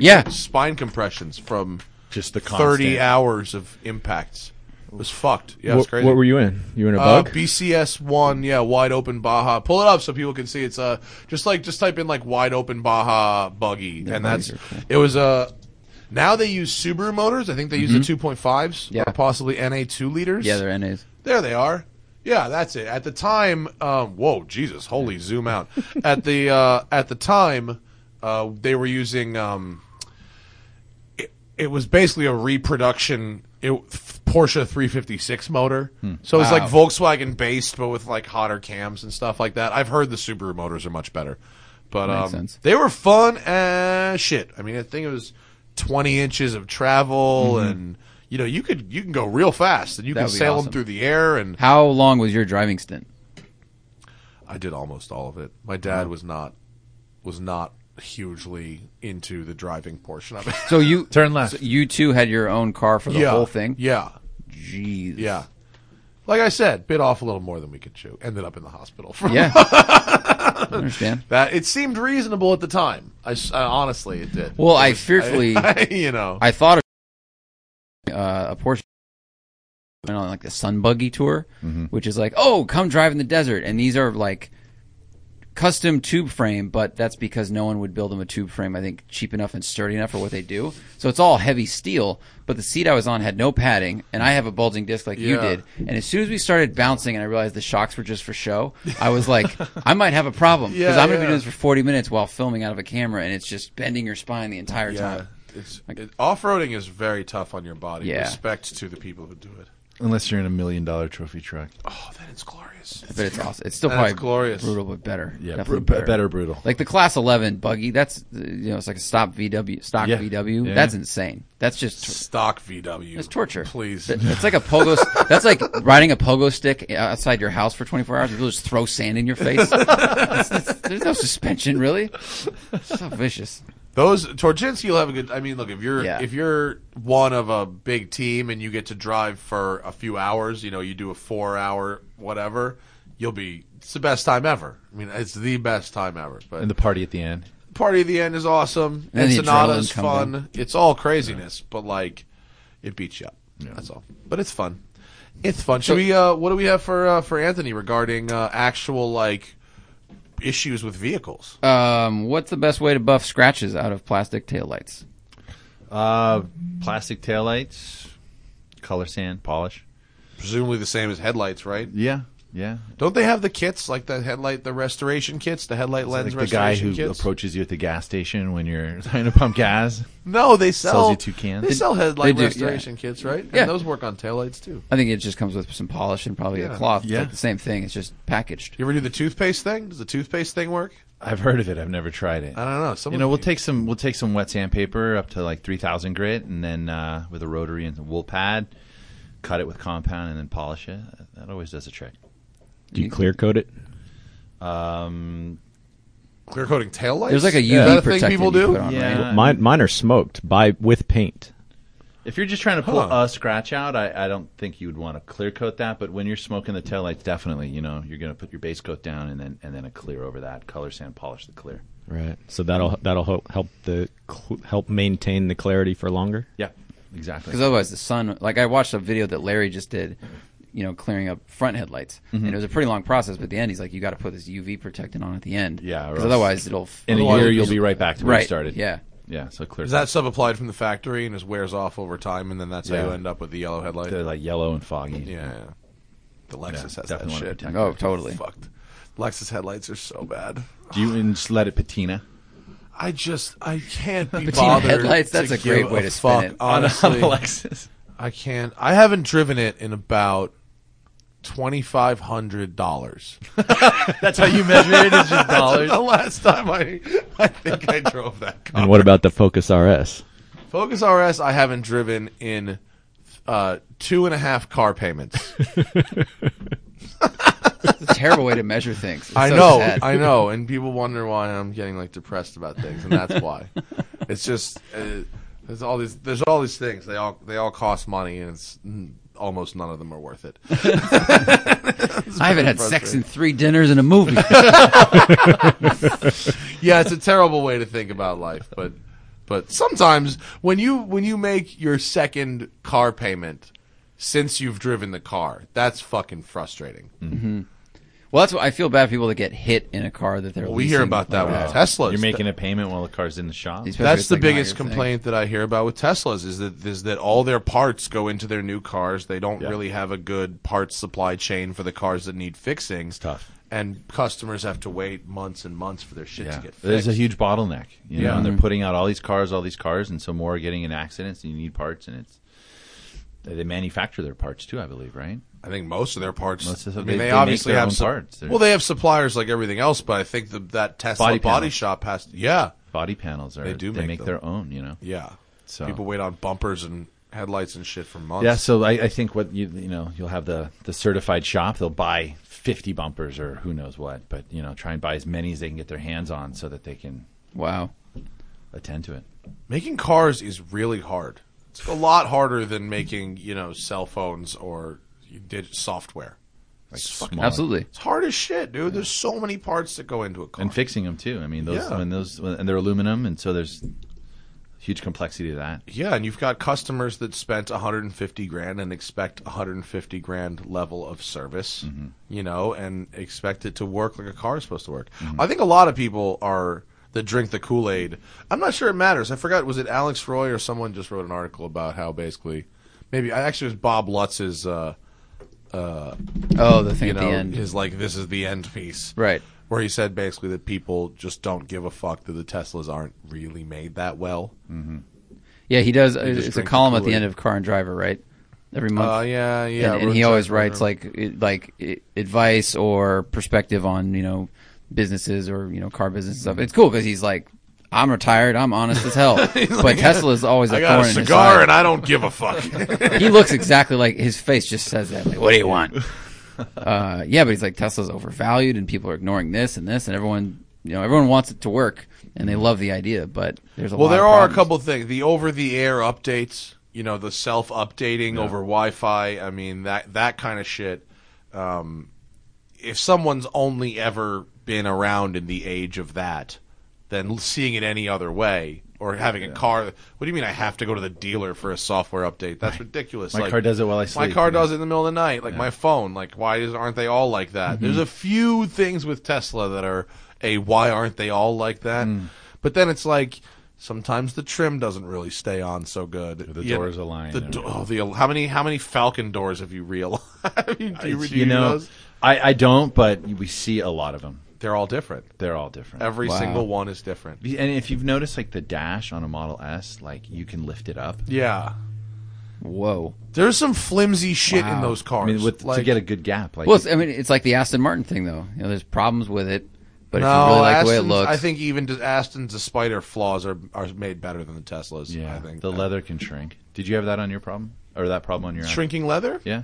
Speaker 3: Yeah.
Speaker 1: spine compressions from
Speaker 8: Just the
Speaker 1: thirty
Speaker 8: constant.
Speaker 1: hours of impacts. It was fucked. Yeah, it was
Speaker 2: what,
Speaker 1: crazy.
Speaker 2: what were you in? You were in a
Speaker 1: Uh,
Speaker 2: bug?
Speaker 1: BCS one, yeah, wide open Baja. Pull it up so people can see. It's uh, just like just type in like wide open Baja buggy, and that's it was Uh, now they use Subaru motors. I think they use
Speaker 2: Mm-hmm.
Speaker 1: the two point fives,
Speaker 3: Yeah.
Speaker 1: or possibly NA two liters.
Speaker 3: Yeah, they're NAs.
Speaker 1: There they are. Yeah, that's it. At the time, um, whoa, Jesus, holy, zoom out. At the uh, at the time, uh, they were using. Um, it, it was basically a reproduction. It, Porsche 356 motor, so it's
Speaker 3: Hmm. Wow.
Speaker 1: like Volkswagen based, but with like hotter cams and stuff like that. I've heard the Subaru motors are much better, but
Speaker 3: Makes
Speaker 1: um,
Speaker 3: sense.
Speaker 1: they were fun as shit. I mean, I think it was 20 inches of travel, and you know, you could you can go real fast, and you
Speaker 3: Mm-hmm. That
Speaker 1: can
Speaker 3: would be
Speaker 1: sail
Speaker 3: awesome.
Speaker 1: them through the air. And
Speaker 3: How long was your driving stint?
Speaker 1: I did almost all of it. My dad was not was not hugely into the driving portion of it.
Speaker 3: So you
Speaker 8: Turn left.
Speaker 3: so you two had your own car for the
Speaker 1: yeah,
Speaker 3: whole thing.
Speaker 1: Yeah,
Speaker 3: Jeez.
Speaker 1: yeah. Like I said, bit off a little more than we could chew. Ended up in the hospital for
Speaker 3: Yeah. I understand.
Speaker 1: that. It seemed reasonable at the time. I, s- I- honestly, it did.
Speaker 3: Well, I fearfully, I,
Speaker 1: you know,
Speaker 3: thought of uh, a Porsche went on like the Sun Buggy tour,
Speaker 1: Mm-hmm.
Speaker 3: which is like, oh, come drive in the desert, and these are like custom tube frame, but that's because no one would build them a tube frame. I think cheap enough and sturdy enough for what they do. So it's all heavy steel, but the seat I was on had no padding, and I have a bulging disc like you
Speaker 1: Yeah.
Speaker 3: did. And as soon as we started bouncing, and I realized the shocks were just for show, I was like, I might have a problem because
Speaker 1: Yeah,
Speaker 3: I'm going
Speaker 1: yeah.
Speaker 3: to be doing this for 40 minutes while filming out of a camera, and it's just bending your spine the entire
Speaker 1: yeah.
Speaker 3: time.
Speaker 1: It's, it, off-roading is very tough on your body.
Speaker 3: Yeah.
Speaker 1: Respect to the people who do it.
Speaker 8: Unless you're in a million dollar trophy truck.
Speaker 1: Oh, then it's glorious.
Speaker 3: But it's awesome. It's still
Speaker 1: That's
Speaker 3: probably
Speaker 1: glorious.
Speaker 3: brutal, but better.
Speaker 8: Yeah,
Speaker 3: Definitely
Speaker 8: br- b- better brutal.
Speaker 3: Like the class eleven buggy. That's uh, you know it's like a stop VW stock
Speaker 8: Yeah.
Speaker 3: VW.
Speaker 8: Yeah.
Speaker 3: That's insane. That's just
Speaker 1: Stock VW.
Speaker 3: It's torture.
Speaker 1: Please.
Speaker 3: Th- It's like a pogo. that's like riding a pogo stick outside your house for 24 hours. People just throw sand in your face. It's- it's- there's no suspension, really. So vicious.
Speaker 1: Those Torchinski will have a good. I mean, look if you're
Speaker 3: Yeah.
Speaker 1: if you're one of a big team and you get to drive for a few hours, you know, you do a four hour whatever, you'll be. It's the best time ever. I mean, it's the best time ever. But
Speaker 8: And the party at the end.
Speaker 1: party at the end is awesome. And
Speaker 3: And then the
Speaker 1: Sonata
Speaker 3: adrenaline
Speaker 1: is
Speaker 3: comes
Speaker 1: fun. It's all craziness, but like it beats you up. That's all. But it's fun. It's fun. Should we? Uh, what do we have for uh, for Anthony regarding uh, actual like issues with vehicles?
Speaker 3: Um, what's the best way to buff scratches out of plastic taillights?
Speaker 8: Uh, plastic taillights, color sand, polish.
Speaker 1: Presumably the same as headlights, right?
Speaker 8: Yeah, yeah.
Speaker 1: Don't they have the kits like the headlight, the restoration kits, the headlight lens
Speaker 8: Like the guy
Speaker 1: restoration
Speaker 8: who
Speaker 1: kits?
Speaker 8: approaches you at the gas station when you're trying to pump gas.
Speaker 1: no, they sell
Speaker 8: sells you two cans.
Speaker 1: They sell headlight
Speaker 3: They do,
Speaker 1: restoration kits, right?
Speaker 3: Yeah.
Speaker 1: and those work on taillights too.
Speaker 3: I think it just comes with some polish and probably
Speaker 1: Yeah.
Speaker 3: a cloth. It's
Speaker 8: Yeah.
Speaker 3: like the same thing. It's just packaged.
Speaker 1: You ever do the toothpaste thing? Does the toothpaste thing work?
Speaker 8: I've heard of it. I've never tried it.
Speaker 1: I don't know. Uh, Some
Speaker 8: you
Speaker 1: of
Speaker 8: know, we'll
Speaker 1: the-
Speaker 8: take some we'll take some wet sandpaper up to like three thousand grit, and then uh, with a rotary and a wool pad, cut it with compound, and then polish it. That always does a trick.
Speaker 2: Do you clear coat it?
Speaker 8: Um,
Speaker 1: clear coating taillights.
Speaker 3: There's like a UV
Speaker 1: Is that a
Speaker 3: protectant
Speaker 1: thing people do.
Speaker 3: you put on,
Speaker 2: Uh,
Speaker 8: Yeah.
Speaker 3: right?
Speaker 8: I
Speaker 2: Mine, mine are smoked by with paint.
Speaker 8: if you're just trying to pull
Speaker 1: Huh.
Speaker 8: a scratch out, I, I don't think you would want to clear coat that. But when you're smoking the taillights, definitely, you know, you're going to put your base coat down and then and then a clear over that, color sand, polish the clear.
Speaker 2: Right. So that'll that'll help help the cl- help maintain the clarity for longer.
Speaker 8: Yeah. exactly.
Speaker 3: Because otherwise, the sun. Like I watched a video that Larry just did, you know, clearing up front headlights,
Speaker 1: Mm-hmm.
Speaker 8: Mhm.
Speaker 3: and it was a pretty long process. But at the end, he's like, you got to put this UV protectant on at the end.
Speaker 8: Yeah, or
Speaker 3: Because
Speaker 8: else-
Speaker 3: otherwise, it'll. f-
Speaker 8: In a
Speaker 3: otherwise
Speaker 8: year,
Speaker 3: it'll-
Speaker 8: you'll be right back to where you
Speaker 3: Right,
Speaker 8: started.
Speaker 3: Yeah.
Speaker 8: Yeah, so clear.
Speaker 1: Is that sub applied from the factory and just wears off over time, and then that's how
Speaker 8: Yeah.
Speaker 1: you end up with the yellow headlight?
Speaker 8: They're like yellow and foggy.
Speaker 1: Yeah, yeah. the Lexus
Speaker 8: Yeah,
Speaker 1: has that
Speaker 8: definitely wanna
Speaker 1: shit.
Speaker 8: protect Oh, it. totally.
Speaker 1: Fucked. Lexus headlights are so bad.
Speaker 8: Do you and just let it patina?
Speaker 1: I just I can't be
Speaker 3: Patina
Speaker 1: bothered.
Speaker 3: headlights,
Speaker 1: to
Speaker 3: that's a
Speaker 1: give
Speaker 3: great way to spin
Speaker 1: fuck,
Speaker 3: it.
Speaker 8: On a-
Speaker 1: Honestly,
Speaker 8: on a Lexus.
Speaker 1: I can't. I haven't driven it in about twenty five hundred dollars.
Speaker 8: That's how you measure it, is just dollars?
Speaker 1: the last time I I think I drove that car.
Speaker 2: And what about the Focus RS?
Speaker 1: Focus RS I haven't driven in uh, two and a half car payments.
Speaker 3: It's a terrible way to measure things. It's
Speaker 1: I
Speaker 3: so
Speaker 1: know,
Speaker 3: sad.
Speaker 1: I know, and people wonder why I'm getting like depressed about things, and that's why. it's just uh, there's all these there's all these things. They all they all cost money, and it's mm, almost none of them are worth it. It's
Speaker 3: I
Speaker 1: pretty
Speaker 3: haven't had sex
Speaker 1: frustrating.
Speaker 3: in three dinners and a movie.
Speaker 1: yeah, it's a terrible way to think about life, but but sometimes when you when you make your second car payment since you've driven the car, that's fucking frustrating.
Speaker 8: Mm-hmm.
Speaker 3: Mhm. Well, that's what I feel bad for people that get hit in a car that they're.
Speaker 1: Well, we hear
Speaker 3: leasing.
Speaker 1: about that with
Speaker 3: Wow.
Speaker 1: Teslas.
Speaker 8: You're making a payment while the car's in the shop.
Speaker 3: These
Speaker 1: That's the
Speaker 3: like not
Speaker 1: biggest
Speaker 3: your thing.
Speaker 1: complaint that I hear about with Teslas is that is that all their parts go into their new cars. They don't really have a good parts supply chain for the cars that need fixing.
Speaker 8: tough.
Speaker 1: And customers have to wait months and months for their shit to get fixed.
Speaker 8: There's a huge bottleneck. You know,
Speaker 1: Yeah.
Speaker 8: and they're putting out all these cars, all these cars, and so more are getting in accidents, and you need parts, and it's they manufacture their parts too, I believe, right?
Speaker 1: I think most of their parts.
Speaker 8: Most of
Speaker 1: I
Speaker 8: them,
Speaker 1: mean,
Speaker 8: they,
Speaker 1: they,
Speaker 8: they
Speaker 1: obviously
Speaker 8: make their
Speaker 1: have
Speaker 8: own
Speaker 1: sup-
Speaker 8: parts. They're-
Speaker 1: Well, they have suppliers like everything else, but I think the, that Tesla
Speaker 8: Body
Speaker 1: body,
Speaker 8: panels.
Speaker 1: shop has to. Yeah,
Speaker 8: body panels are
Speaker 1: They do
Speaker 8: they
Speaker 1: make
Speaker 8: make
Speaker 1: them.
Speaker 8: their own. You know,
Speaker 1: yeah.
Speaker 8: So
Speaker 1: people wait on bumpers and headlights and shit for months.
Speaker 8: Yeah, so I, I think what you you know you'll have the the certified shop. They'll buy fifty bumpers or who knows what, but you know try and buy as many as they can get their hands on so that they can
Speaker 3: wow
Speaker 8: attend to it.
Speaker 1: Making cars is really hard. It's a lot harder than making, you know, cell phones or dig- software. It's fucking-
Speaker 8: smaller. Absolutely.
Speaker 1: It's hard as shit, dude. There's so many parts that go into a car.
Speaker 8: and fixing them too. I mean those
Speaker 1: Yeah.
Speaker 8: when those and they're aluminum, and so there's huge complexity to that.
Speaker 1: Yeah, and you've got customers that spent 150 grand and expect 150 grand level of service,
Speaker 3: Mm-hmm.
Speaker 1: you know, and expect it to work like a car is supposed to work.
Speaker 3: Mm-hmm.
Speaker 1: I think a lot of people are that drink the Kool Aid. I'm not sure it matters. I forgot was it Alex Roy or someone just wrote an article about how basically, maybe I actually it was Bob Lutz's. Uh, uh,
Speaker 3: Oh, the thing
Speaker 1: you
Speaker 3: at the
Speaker 1: know,
Speaker 3: end.
Speaker 1: is like this is the end piece,
Speaker 3: Right.
Speaker 1: Where he said basically that people just don't give a fuck that the Teslas aren't really made that well. Mm-hmm.
Speaker 3: Yeah, he does. uh,
Speaker 1: They just
Speaker 3: It's a
Speaker 1: drink the
Speaker 3: column at the
Speaker 1: Kool-Aid.
Speaker 3: end of Car and Driver, right? Every month.
Speaker 1: Uh, yeah, yeah,
Speaker 3: And, and he
Speaker 1: roadside
Speaker 3: always
Speaker 1: driver.
Speaker 3: writes like it- like i- advice or perspective on you know businesses or you know car business and stuff. It's cool because he's like, I'm retired. I'm honest as hell. but Tesla's always a
Speaker 1: I got
Speaker 3: thorn
Speaker 1: a
Speaker 3: in his
Speaker 1: cigar
Speaker 3: side.
Speaker 1: and I don't give a fuck.
Speaker 3: he looks exactly like his face just says that. Like, what do you want? Uh, yeah, but he's like Tesla's overvalued and people are ignoring this and this and everyone you know everyone wants it to work and they love the idea, but there's a
Speaker 1: well,
Speaker 3: lot
Speaker 1: there
Speaker 3: of
Speaker 1: are a
Speaker 3: problems.
Speaker 1: couple things. The over the air updates, you know, the self updating over Wi Fi. I mean that that kind of shit. Um, if someone's only ever been around in the age of that, then seeing it any other way or having a car. What do you mean? I have to go to the dealer for a software update? That's ridiculous.
Speaker 8: my car does it while I
Speaker 1: My
Speaker 8: sleep,
Speaker 1: car
Speaker 8: yeah.
Speaker 1: does it in the middle of the night. Like my phone. Like why is, aren't they all like that?
Speaker 8: Mm-hmm.
Speaker 1: There's a few things with Tesla that are a why aren't they all like that?
Speaker 8: Mm.
Speaker 1: But then it's like. Sometimes the trim doesn't really stay on so good. The
Speaker 8: doors align
Speaker 1: The
Speaker 8: and
Speaker 1: do- oh, the how many how many Falcon doors have you realized? do you, do you,
Speaker 8: you know,
Speaker 1: those?
Speaker 8: I, I don't, but we see a lot of them.
Speaker 1: They're all different.
Speaker 8: They're all different.
Speaker 1: Every
Speaker 8: Wow.
Speaker 1: single one is different.
Speaker 8: And if you've noticed, like the dash on a Model S, like you can lift it up.
Speaker 1: Yeah.
Speaker 3: Whoa.
Speaker 1: There's some flimsy shit in
Speaker 3: Wow.
Speaker 1: those
Speaker 8: I
Speaker 1: cars.
Speaker 8: mean, with, to
Speaker 1: Like-
Speaker 8: get a good gap, like
Speaker 3: well, it's, I mean, it's like the Aston Martin thing, though. You know, there's problems with it, but if
Speaker 1: no,
Speaker 3: you really like the way it
Speaker 1: Astons-
Speaker 3: looks,
Speaker 1: I think even just Aston's, despite their flaws, are are made better than the Teslas.
Speaker 8: yeah,
Speaker 1: I think
Speaker 8: the leather can shrink. Did you have that on your problem or that problem on your own?
Speaker 1: shrinking leather.
Speaker 8: Yeah.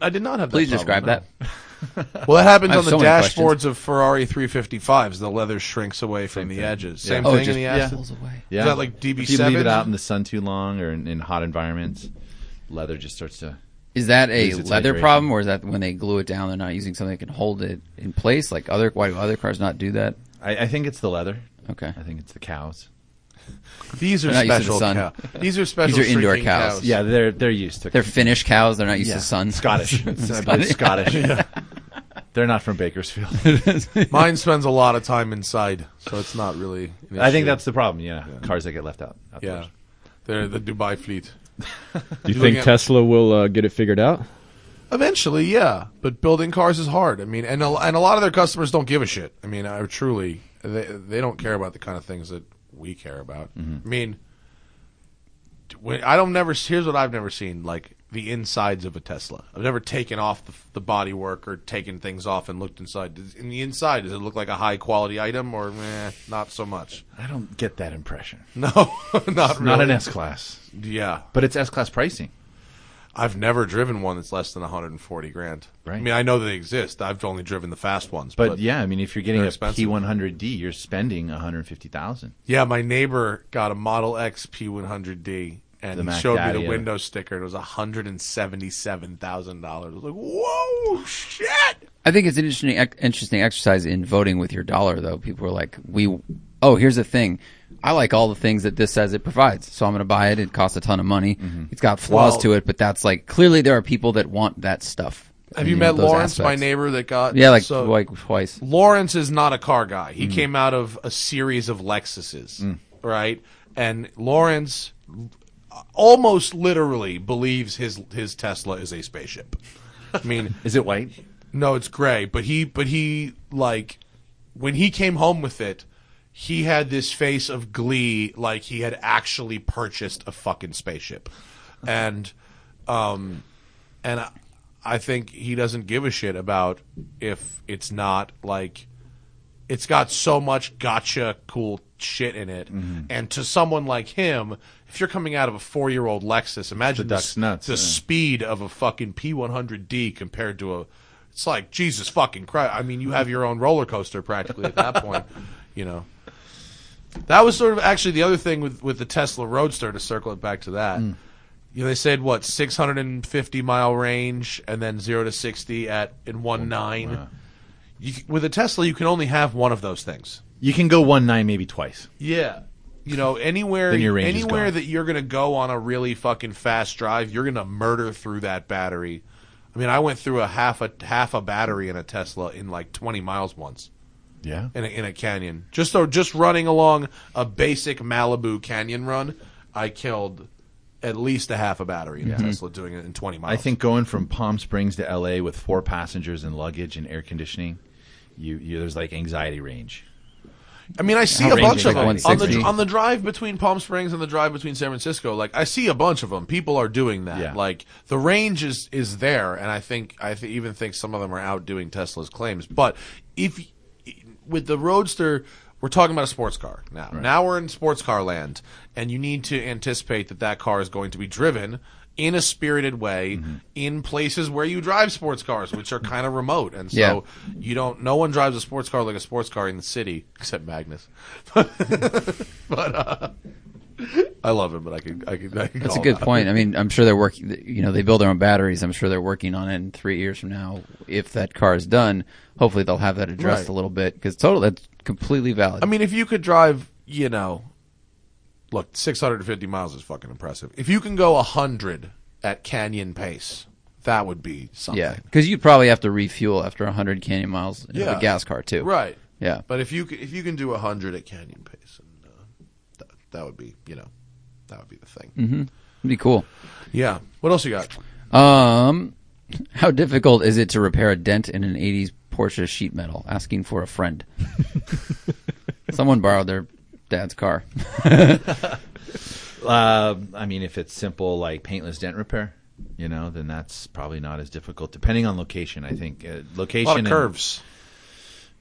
Speaker 1: I did not have.
Speaker 3: please
Speaker 1: that
Speaker 3: describe
Speaker 1: problem,
Speaker 3: that.
Speaker 1: no. Well, that happens on
Speaker 3: I have
Speaker 1: the
Speaker 3: so many questions.
Speaker 1: dashboards of Ferrari 355s. The leather shrinks away from the edges. Same
Speaker 3: Oh, it
Speaker 1: thing in
Speaker 3: just
Speaker 1: the Aston.
Speaker 3: pulls away.
Speaker 8: Yeah.
Speaker 1: Is that like
Speaker 8: If you leave it out in
Speaker 1: DB7?
Speaker 8: the sun too long or in, in hot environments, leather just starts to.
Speaker 3: Is that a
Speaker 8: lose its
Speaker 3: leather
Speaker 8: hydration.
Speaker 3: problem, or is that when they glue it down, they're not using something that can hold it in place? Like other, why do other cars not do that?
Speaker 8: I, I think it's the leather.
Speaker 3: Okay.
Speaker 8: I think it's the cows.
Speaker 1: These are
Speaker 3: They're not used to
Speaker 1: special
Speaker 3: the sun.
Speaker 1: cow- these are special
Speaker 3: These are indoor
Speaker 1: freaking
Speaker 3: cows.
Speaker 1: cows.
Speaker 8: Yeah, they're they're used to.
Speaker 3: They're Finnish cows. They're not used
Speaker 8: Yeah.
Speaker 3: to sun.
Speaker 8: Scottish. I believe Scottish. They're not from Bakersfield.
Speaker 1: Mine spends a lot of time inside, so it's not really. an
Speaker 8: I think
Speaker 1: issue.
Speaker 8: that's the problem. Yeah, cars that get left out.
Speaker 1: Yeah, they're the Dubai fleet.
Speaker 2: Do you
Speaker 1: Looking
Speaker 2: think
Speaker 1: at-
Speaker 2: Tesla will uh, get it figured out?
Speaker 1: Eventually, yeah, but building cars is hard. I mean, and a, and a lot of their customers don't give a shit. I mean, I truly they they don't care about the kind of things that we care about.
Speaker 8: Mm-hmm.
Speaker 1: I mean, t- when, I don't never here's what I've never seen like the insides of a Tesla. I've never taken off the, the body work or taken things off and looked inside. Does, in the inside, does it look like a high quality item or meh, not so much?
Speaker 8: I don't get that impression.
Speaker 1: No, not
Speaker 8: It's not
Speaker 1: really.
Speaker 8: an S class.
Speaker 1: Yeah,
Speaker 8: but it's S class pricing.
Speaker 1: I've never driven one that's less than 140 grand.
Speaker 8: Right.
Speaker 1: I mean, I know they exist. I've only driven the fast ones,
Speaker 8: But,
Speaker 1: but,
Speaker 8: yeah, I mean, if you're getting
Speaker 1: they're
Speaker 8: a
Speaker 1: expensive.
Speaker 8: P100D, you're spending 150,000.
Speaker 1: Yeah, my neighbor got a Model X P100D, and
Speaker 8: The
Speaker 1: he
Speaker 8: Mac
Speaker 1: showed me
Speaker 8: Daddy,
Speaker 1: the
Speaker 8: yeah.
Speaker 1: window sticker. and It was 177 thousand dollars. I was like, "Whoa, shit!"
Speaker 3: I think it's an interesting ec- interesting exercise in voting with your dollar, though. People are like, "We, oh, here's the thing. I like all the things that this says it provides, so I'm going to buy it. It costs a ton of money. It's got flaws
Speaker 1: Well-
Speaker 3: to it, but that's like clearly there are people that want that stuff."
Speaker 1: Have
Speaker 3: And,
Speaker 1: you
Speaker 3: know,
Speaker 1: met
Speaker 3: those
Speaker 1: Lawrence, my
Speaker 3: aspects.
Speaker 1: neighbor that got
Speaker 3: Yeah, like
Speaker 1: so-
Speaker 3: like twice.
Speaker 1: Lawrence is not a car guy. He came out of a series of Lexuses, right? And Lawrence almost literally believes his his Tesla is a spaceship. I mean,
Speaker 8: Is it white?
Speaker 1: No, it's gray. But he, but he, like, when he came home with it, he had this face of glee, like he had actually purchased a fucking spaceship, and, um, and I, I think he doesn't give a shit about if it's not like, it's got so much gotcha cool shit in it,
Speaker 8: Mm-hmm.
Speaker 1: and to someone like him. If you're coming out of a four-year-old Lexus, imagine the,
Speaker 8: duck's
Speaker 1: s-
Speaker 8: nuts,
Speaker 1: the
Speaker 8: yeah.
Speaker 1: speed of a fucking P100D compared to a. It's like Jesus fucking Christ. I mean, you have your own roller coaster practically at that point, you know. That was sort of actually the other thing with with the Tesla Roadster to circle it back to that.
Speaker 8: Mm.
Speaker 1: You know, they said what 650 mile range and then 0 to 60 at in 1 9. You, c- with a Tesla you can only have one of those things.
Speaker 8: You can go 1 9 maybe twice.
Speaker 1: Yeah. You know, anywhere
Speaker 8: Then your range is
Speaker 1: anywhere
Speaker 8: gone.
Speaker 1: that you're going to go on a really fucking fast drive, you're going to murder through that battery. I mean, I went through a half a half a battery in a Tesla in like 20 miles once
Speaker 8: Yeah.
Speaker 1: in a, in a canyon. Just so just running along a basic Malibu canyon run, I killed at least a half a battery in a Tesla doing it in 20 miles.
Speaker 8: I think going from Palm Springs to LA with four passengers and luggage and air conditioning, you, you there's like anxiety range.
Speaker 1: I mean, I see
Speaker 8: How
Speaker 1: a
Speaker 8: range
Speaker 1: bunch
Speaker 8: is
Speaker 1: of
Speaker 8: it?
Speaker 1: them on
Speaker 8: Like
Speaker 1: the,
Speaker 8: 160?
Speaker 1: on the drive between Palm Springs and the drive between San Francisco. Like, I see a bunch of them. People are doing that.
Speaker 8: Yeah.
Speaker 1: Like, the range is is there, and I think I th- even think some of them are outdoing Tesla's claims. But if with the Roadster, we're talking about a sports car now. Now we're in sports car land, and you need to anticipate that that car is going to be driven. In a spirited way,
Speaker 8: Mm-hmm.
Speaker 1: in places where you drive sports cars, which are kind of remote, and so
Speaker 3: Yeah.
Speaker 1: you don't. No one drives a sports car like a sports car in the city except Magnus. but uh, I love him, but I could. I could. I could
Speaker 3: That's a
Speaker 1: call
Speaker 3: good
Speaker 1: him out.
Speaker 3: point. I mean, I'm sure they're working. You know, they build their own batteries. I'm sure they're working on it in three years from now. If that car is done, hopefully they'll have that addressed
Speaker 1: Right.
Speaker 3: a little bit because total that's completely valid.
Speaker 1: I mean, if you could drive, you know, look, 650 miles is fucking impressive. If you can go 100 at canyon pace, that would be something.
Speaker 3: yeah, because you'd probably have to refuel after 100 canyon miles in
Speaker 1: Yeah.
Speaker 3: a gas car too.
Speaker 1: Right.
Speaker 3: Yeah.
Speaker 1: But if you c- if you can do 100 at canyon pace, and, uh, that, that would be, you know, that would be the thing.
Speaker 3: Mm-hmm. It'd be cool.
Speaker 1: Yeah. What else you got?
Speaker 3: Um, how difficult is it to repair a dent in an 80s Porsche sheet metal? Asking for a friend. Someone borrowed their dad's car.
Speaker 8: Uh, I mean, if it's simple like paintless dent repair, you know, then that's probably not as difficult. Depending on location, I think uh,
Speaker 1: A
Speaker 8: location
Speaker 1: lot of
Speaker 8: and-
Speaker 1: curves.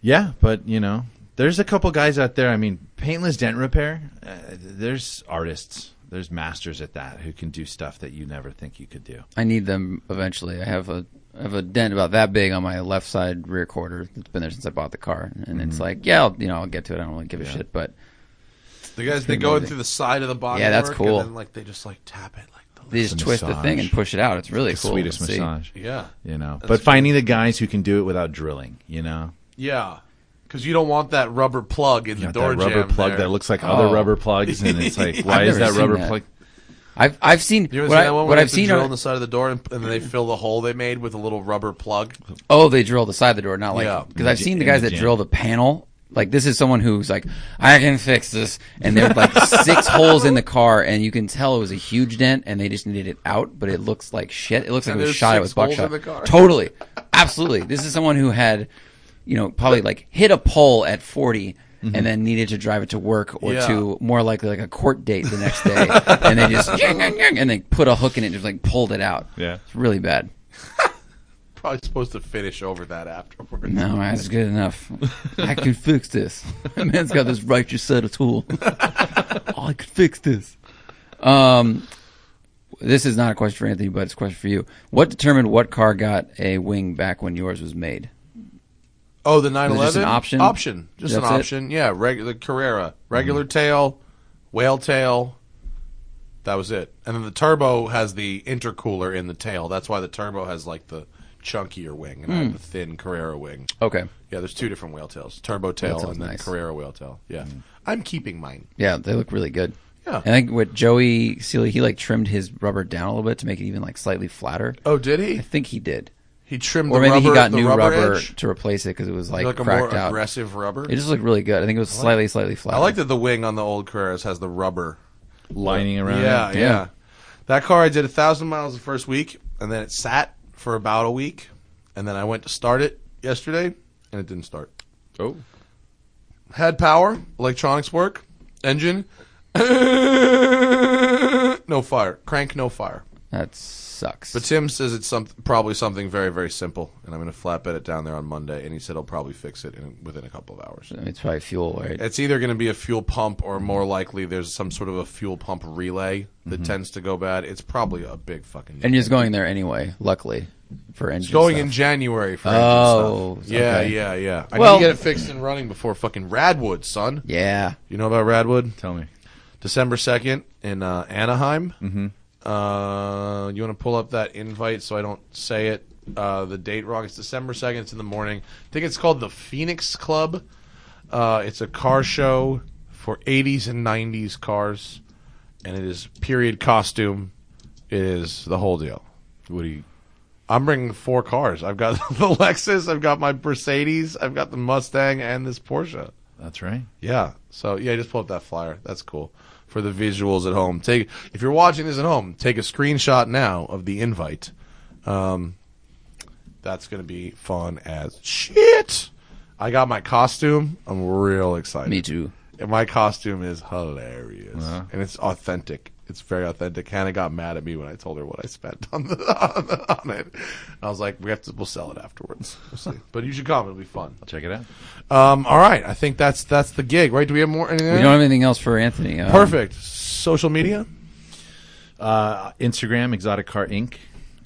Speaker 8: yeah, but you know, there's a couple guys out there. I mean, paintless dent repair. Uh, there's artists, there's masters at that who can do stuff that you never think you could do.
Speaker 3: I need them eventually. I have a I have a dent about that big on my left side rear quarter. It's been there since I bought the car, and
Speaker 8: Mm-hmm.
Speaker 3: it's like, yeah, I'll, you know, I'll get to it. I don't really give a shit, but
Speaker 1: The guys they
Speaker 3: pretty
Speaker 1: go in
Speaker 3: amazing.
Speaker 1: through the side of the body.
Speaker 3: Yeah, that's
Speaker 1: work,
Speaker 3: cool.
Speaker 1: And then, like they just like tap it. Like
Speaker 3: they just
Speaker 8: The
Speaker 3: twist the thing
Speaker 8: massage.
Speaker 3: and push it out. It's really
Speaker 8: the
Speaker 3: cool.
Speaker 8: sweetest
Speaker 3: to see.
Speaker 8: massage.
Speaker 1: Yeah.
Speaker 8: you know,
Speaker 1: That's
Speaker 8: but finding the guys who can do it without drilling. You know,
Speaker 1: yeah. because you don't want that rubber plug in the
Speaker 8: Got
Speaker 1: door
Speaker 8: that rubber
Speaker 1: jam
Speaker 8: plug
Speaker 1: there.
Speaker 8: that looks like other
Speaker 1: Oh.
Speaker 8: rubber plugs, and it's like, why
Speaker 1: I've
Speaker 8: is
Speaker 1: never
Speaker 8: that rubber
Speaker 1: seen
Speaker 8: plug?
Speaker 3: I've I've seen
Speaker 1: You ever
Speaker 3: what,
Speaker 1: seen
Speaker 3: I,
Speaker 1: that one
Speaker 3: what
Speaker 1: where
Speaker 3: I've
Speaker 1: they have to
Speaker 3: seen
Speaker 1: drill
Speaker 3: are-
Speaker 1: on the side of the door and, and then they fill the hole they made with a little rubber plug?
Speaker 3: Oh, they drill the side of the door, not like
Speaker 1: Yeah.
Speaker 3: because I've
Speaker 1: In the
Speaker 3: seen the
Speaker 1: j- in
Speaker 3: guys
Speaker 1: the
Speaker 3: that
Speaker 1: gym.
Speaker 3: drill the panel. Like this is someone who's like, I can fix this, and there were like six holes in the car, and you can tell it was a huge dent, and they just needed it out. But it looks like shit. It looks like
Speaker 1: And
Speaker 3: it was
Speaker 1: there's
Speaker 3: shot at with
Speaker 1: six holes
Speaker 3: buckshot.
Speaker 1: in the car?
Speaker 3: Totally, absolutely. This is someone who had, you know, probably like hit a pole at 40
Speaker 12: Mhm.
Speaker 1: Mm-hmm.
Speaker 3: And then needed to drive it to work or
Speaker 12: Yeah.
Speaker 3: to more likely like a court date the next day, and they just and they put a hook in it and just like pulled it out.
Speaker 1: Yeah.
Speaker 3: it's really bad.
Speaker 1: Probably supposed to finish over that afterwards.
Speaker 3: No, that's good enough. I can fix this. Man's got this righteous set of tool. I could fix this. Um, this is not a question for Anthony, but it's a question for you. What determined what car got a wing back when yours was made?
Speaker 1: Oh, the 911
Speaker 3: Was it just an option?
Speaker 1: Option, just
Speaker 3: That's
Speaker 1: an
Speaker 3: it? Mm-hmm.
Speaker 1: option. Yeah, regular Carrera, regular tail, whale tail. That was it. And then the turbo has the intercooler in the tail. That's why the turbo has like the chunkier wing and I have
Speaker 3: Mm.
Speaker 1: the thin Carrera wing.
Speaker 3: Okay.
Speaker 1: Yeah, there's two different whale tails: turbo tail
Speaker 3: tail's
Speaker 1: and then
Speaker 3: nice. Mm.
Speaker 1: Carrera whale tail. Yeah, I'm keeping mine.
Speaker 3: Yeah, they look really good.
Speaker 1: Yeah.
Speaker 3: And I think what Joey Sealy, he like trimmed his rubber down a little bit to make it even like slightly flatter.
Speaker 1: Oh, did he?
Speaker 3: I think he did.
Speaker 1: He trimmed
Speaker 3: or
Speaker 1: the
Speaker 3: maybe he
Speaker 1: rubber-
Speaker 3: got
Speaker 1: the
Speaker 3: new
Speaker 1: rubber
Speaker 3: rubber
Speaker 1: edge?
Speaker 3: to replace it because it was like,
Speaker 1: Like a more
Speaker 3: cracked out.
Speaker 1: aggressive rubber?
Speaker 3: It just looked really good. I think it was
Speaker 1: I like-
Speaker 3: slightly, slightly flatter.
Speaker 1: I like that the wing on the old Carreras has the rubber
Speaker 8: Lining around
Speaker 1: Yeah,
Speaker 8: it. Damn.
Speaker 1: yeah. That car I did a thousand miles the first week, and then it sat for about a week, and then I went to start it yesterday, and it didn't start.
Speaker 8: Oh,
Speaker 1: had power, electronics work, engine, no fire, crank, no fire.
Speaker 3: That sucks.
Speaker 1: But Tim says it's some, probably something very, very simple, and I'm going to flatbed it down there on Monday, and he said he'll probably fix it in, within a couple of hours.
Speaker 3: It's probably fuel, right?
Speaker 1: It's either going to be a fuel pump or more likely there's some sort of a fuel pump relay that
Speaker 3: Mhm.
Speaker 1: tends to go bad. It's probably a big fucking.
Speaker 3: And you're just going there anyway, luckily, for engine
Speaker 1: It's going
Speaker 3: stuff.
Speaker 1: in January for
Speaker 3: oh,
Speaker 1: engine stuff. Yeah,
Speaker 3: okay.
Speaker 1: yeah, yeah. I
Speaker 3: well,
Speaker 1: need to get it fixed and running before fucking Radwood, son.
Speaker 3: Yeah.
Speaker 1: You know about Radwood?
Speaker 8: Tell me.
Speaker 1: December 2nd in uh, Anaheim.
Speaker 8: Mhm.
Speaker 1: Uh, you want to pull up that invite so I don't say it. Uh, the date wrong. It's December 2nd. It's in the morning. I think it's called the Phoenix Club. Uh, it's a car show for 80s and 90s cars, and it is period costume. It is the whole deal.
Speaker 8: What do you?
Speaker 1: I'm bringing four cars. I've got the Lexus, I've got my Mercedes, I've got the Mustang, and this Porsche.
Speaker 8: That's right.
Speaker 1: Yeah. So yeah, just pull up that flyer. That's cool for the visuals at home. Take if you're watching this at home, take a screenshot now of the invite. Um, that's gonna be fun as shit. I got my costume. I'm real excited. Me
Speaker 3: too.
Speaker 1: And my costume is hilarious,
Speaker 8: Uh-huh.
Speaker 1: and it's authentic. It's very authentic. Hannah got mad at me when I told her what I spent on the on, the, on it. I was like, "We have to. We'll sell it afterwards. We'll see." But you should come. It'll be fun. I'll
Speaker 8: check it out.
Speaker 1: Um, all right, I think that's that's the gig, right? Do we have more? Anything
Speaker 3: We don't have anything else for Anthony. Um,
Speaker 1: Perfect. Social media?
Speaker 8: Uh, Instagram, Exotic Car Inc.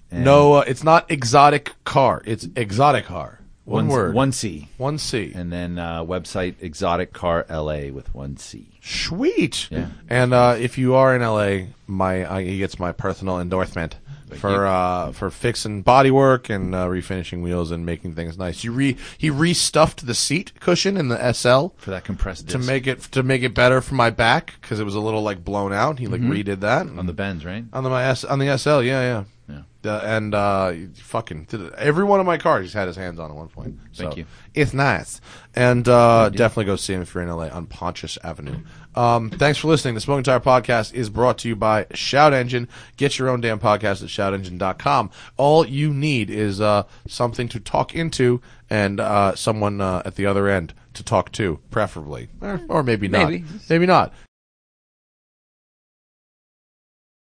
Speaker 8: And
Speaker 1: No, uh, it's not exotic car. It's exotic car. One, word.
Speaker 8: One C.
Speaker 1: One C.
Speaker 8: And then uh, website Exotic Car LA with one C.
Speaker 1: Sweet.
Speaker 8: Yeah.
Speaker 1: And uh, if you are in LA, my I, he gets my personal endorsement for uh, for fixing bodywork and uh, refinishing wheels and making things nice. You re he restuffed the seat cushion in the SL
Speaker 8: for that compressed
Speaker 1: to
Speaker 8: disc.
Speaker 1: make it to make it better for my back because it was a little like blown out. He like
Speaker 8: Mhm.
Speaker 1: redid that
Speaker 8: on the bends, right?
Speaker 1: On the my S, on the SL, yeah, yeah,
Speaker 8: Yeah.
Speaker 1: The- and uh, fucking did it. every one of my cars he's had his hands on at one point. So
Speaker 8: Thank you.
Speaker 1: It's nice, and uh, definitely go see him if you're in LA on Pontius Avenue. Um, thanks for listening. The Smoking Tire Podcast is brought to you by Shout Engine. Get your own damn podcast at shoutengine.com. All you need is uh, something to talk into and uh, someone uh, at the other end to talk to, preferably, or, or maybe not.
Speaker 3: Maybe.
Speaker 1: maybe not.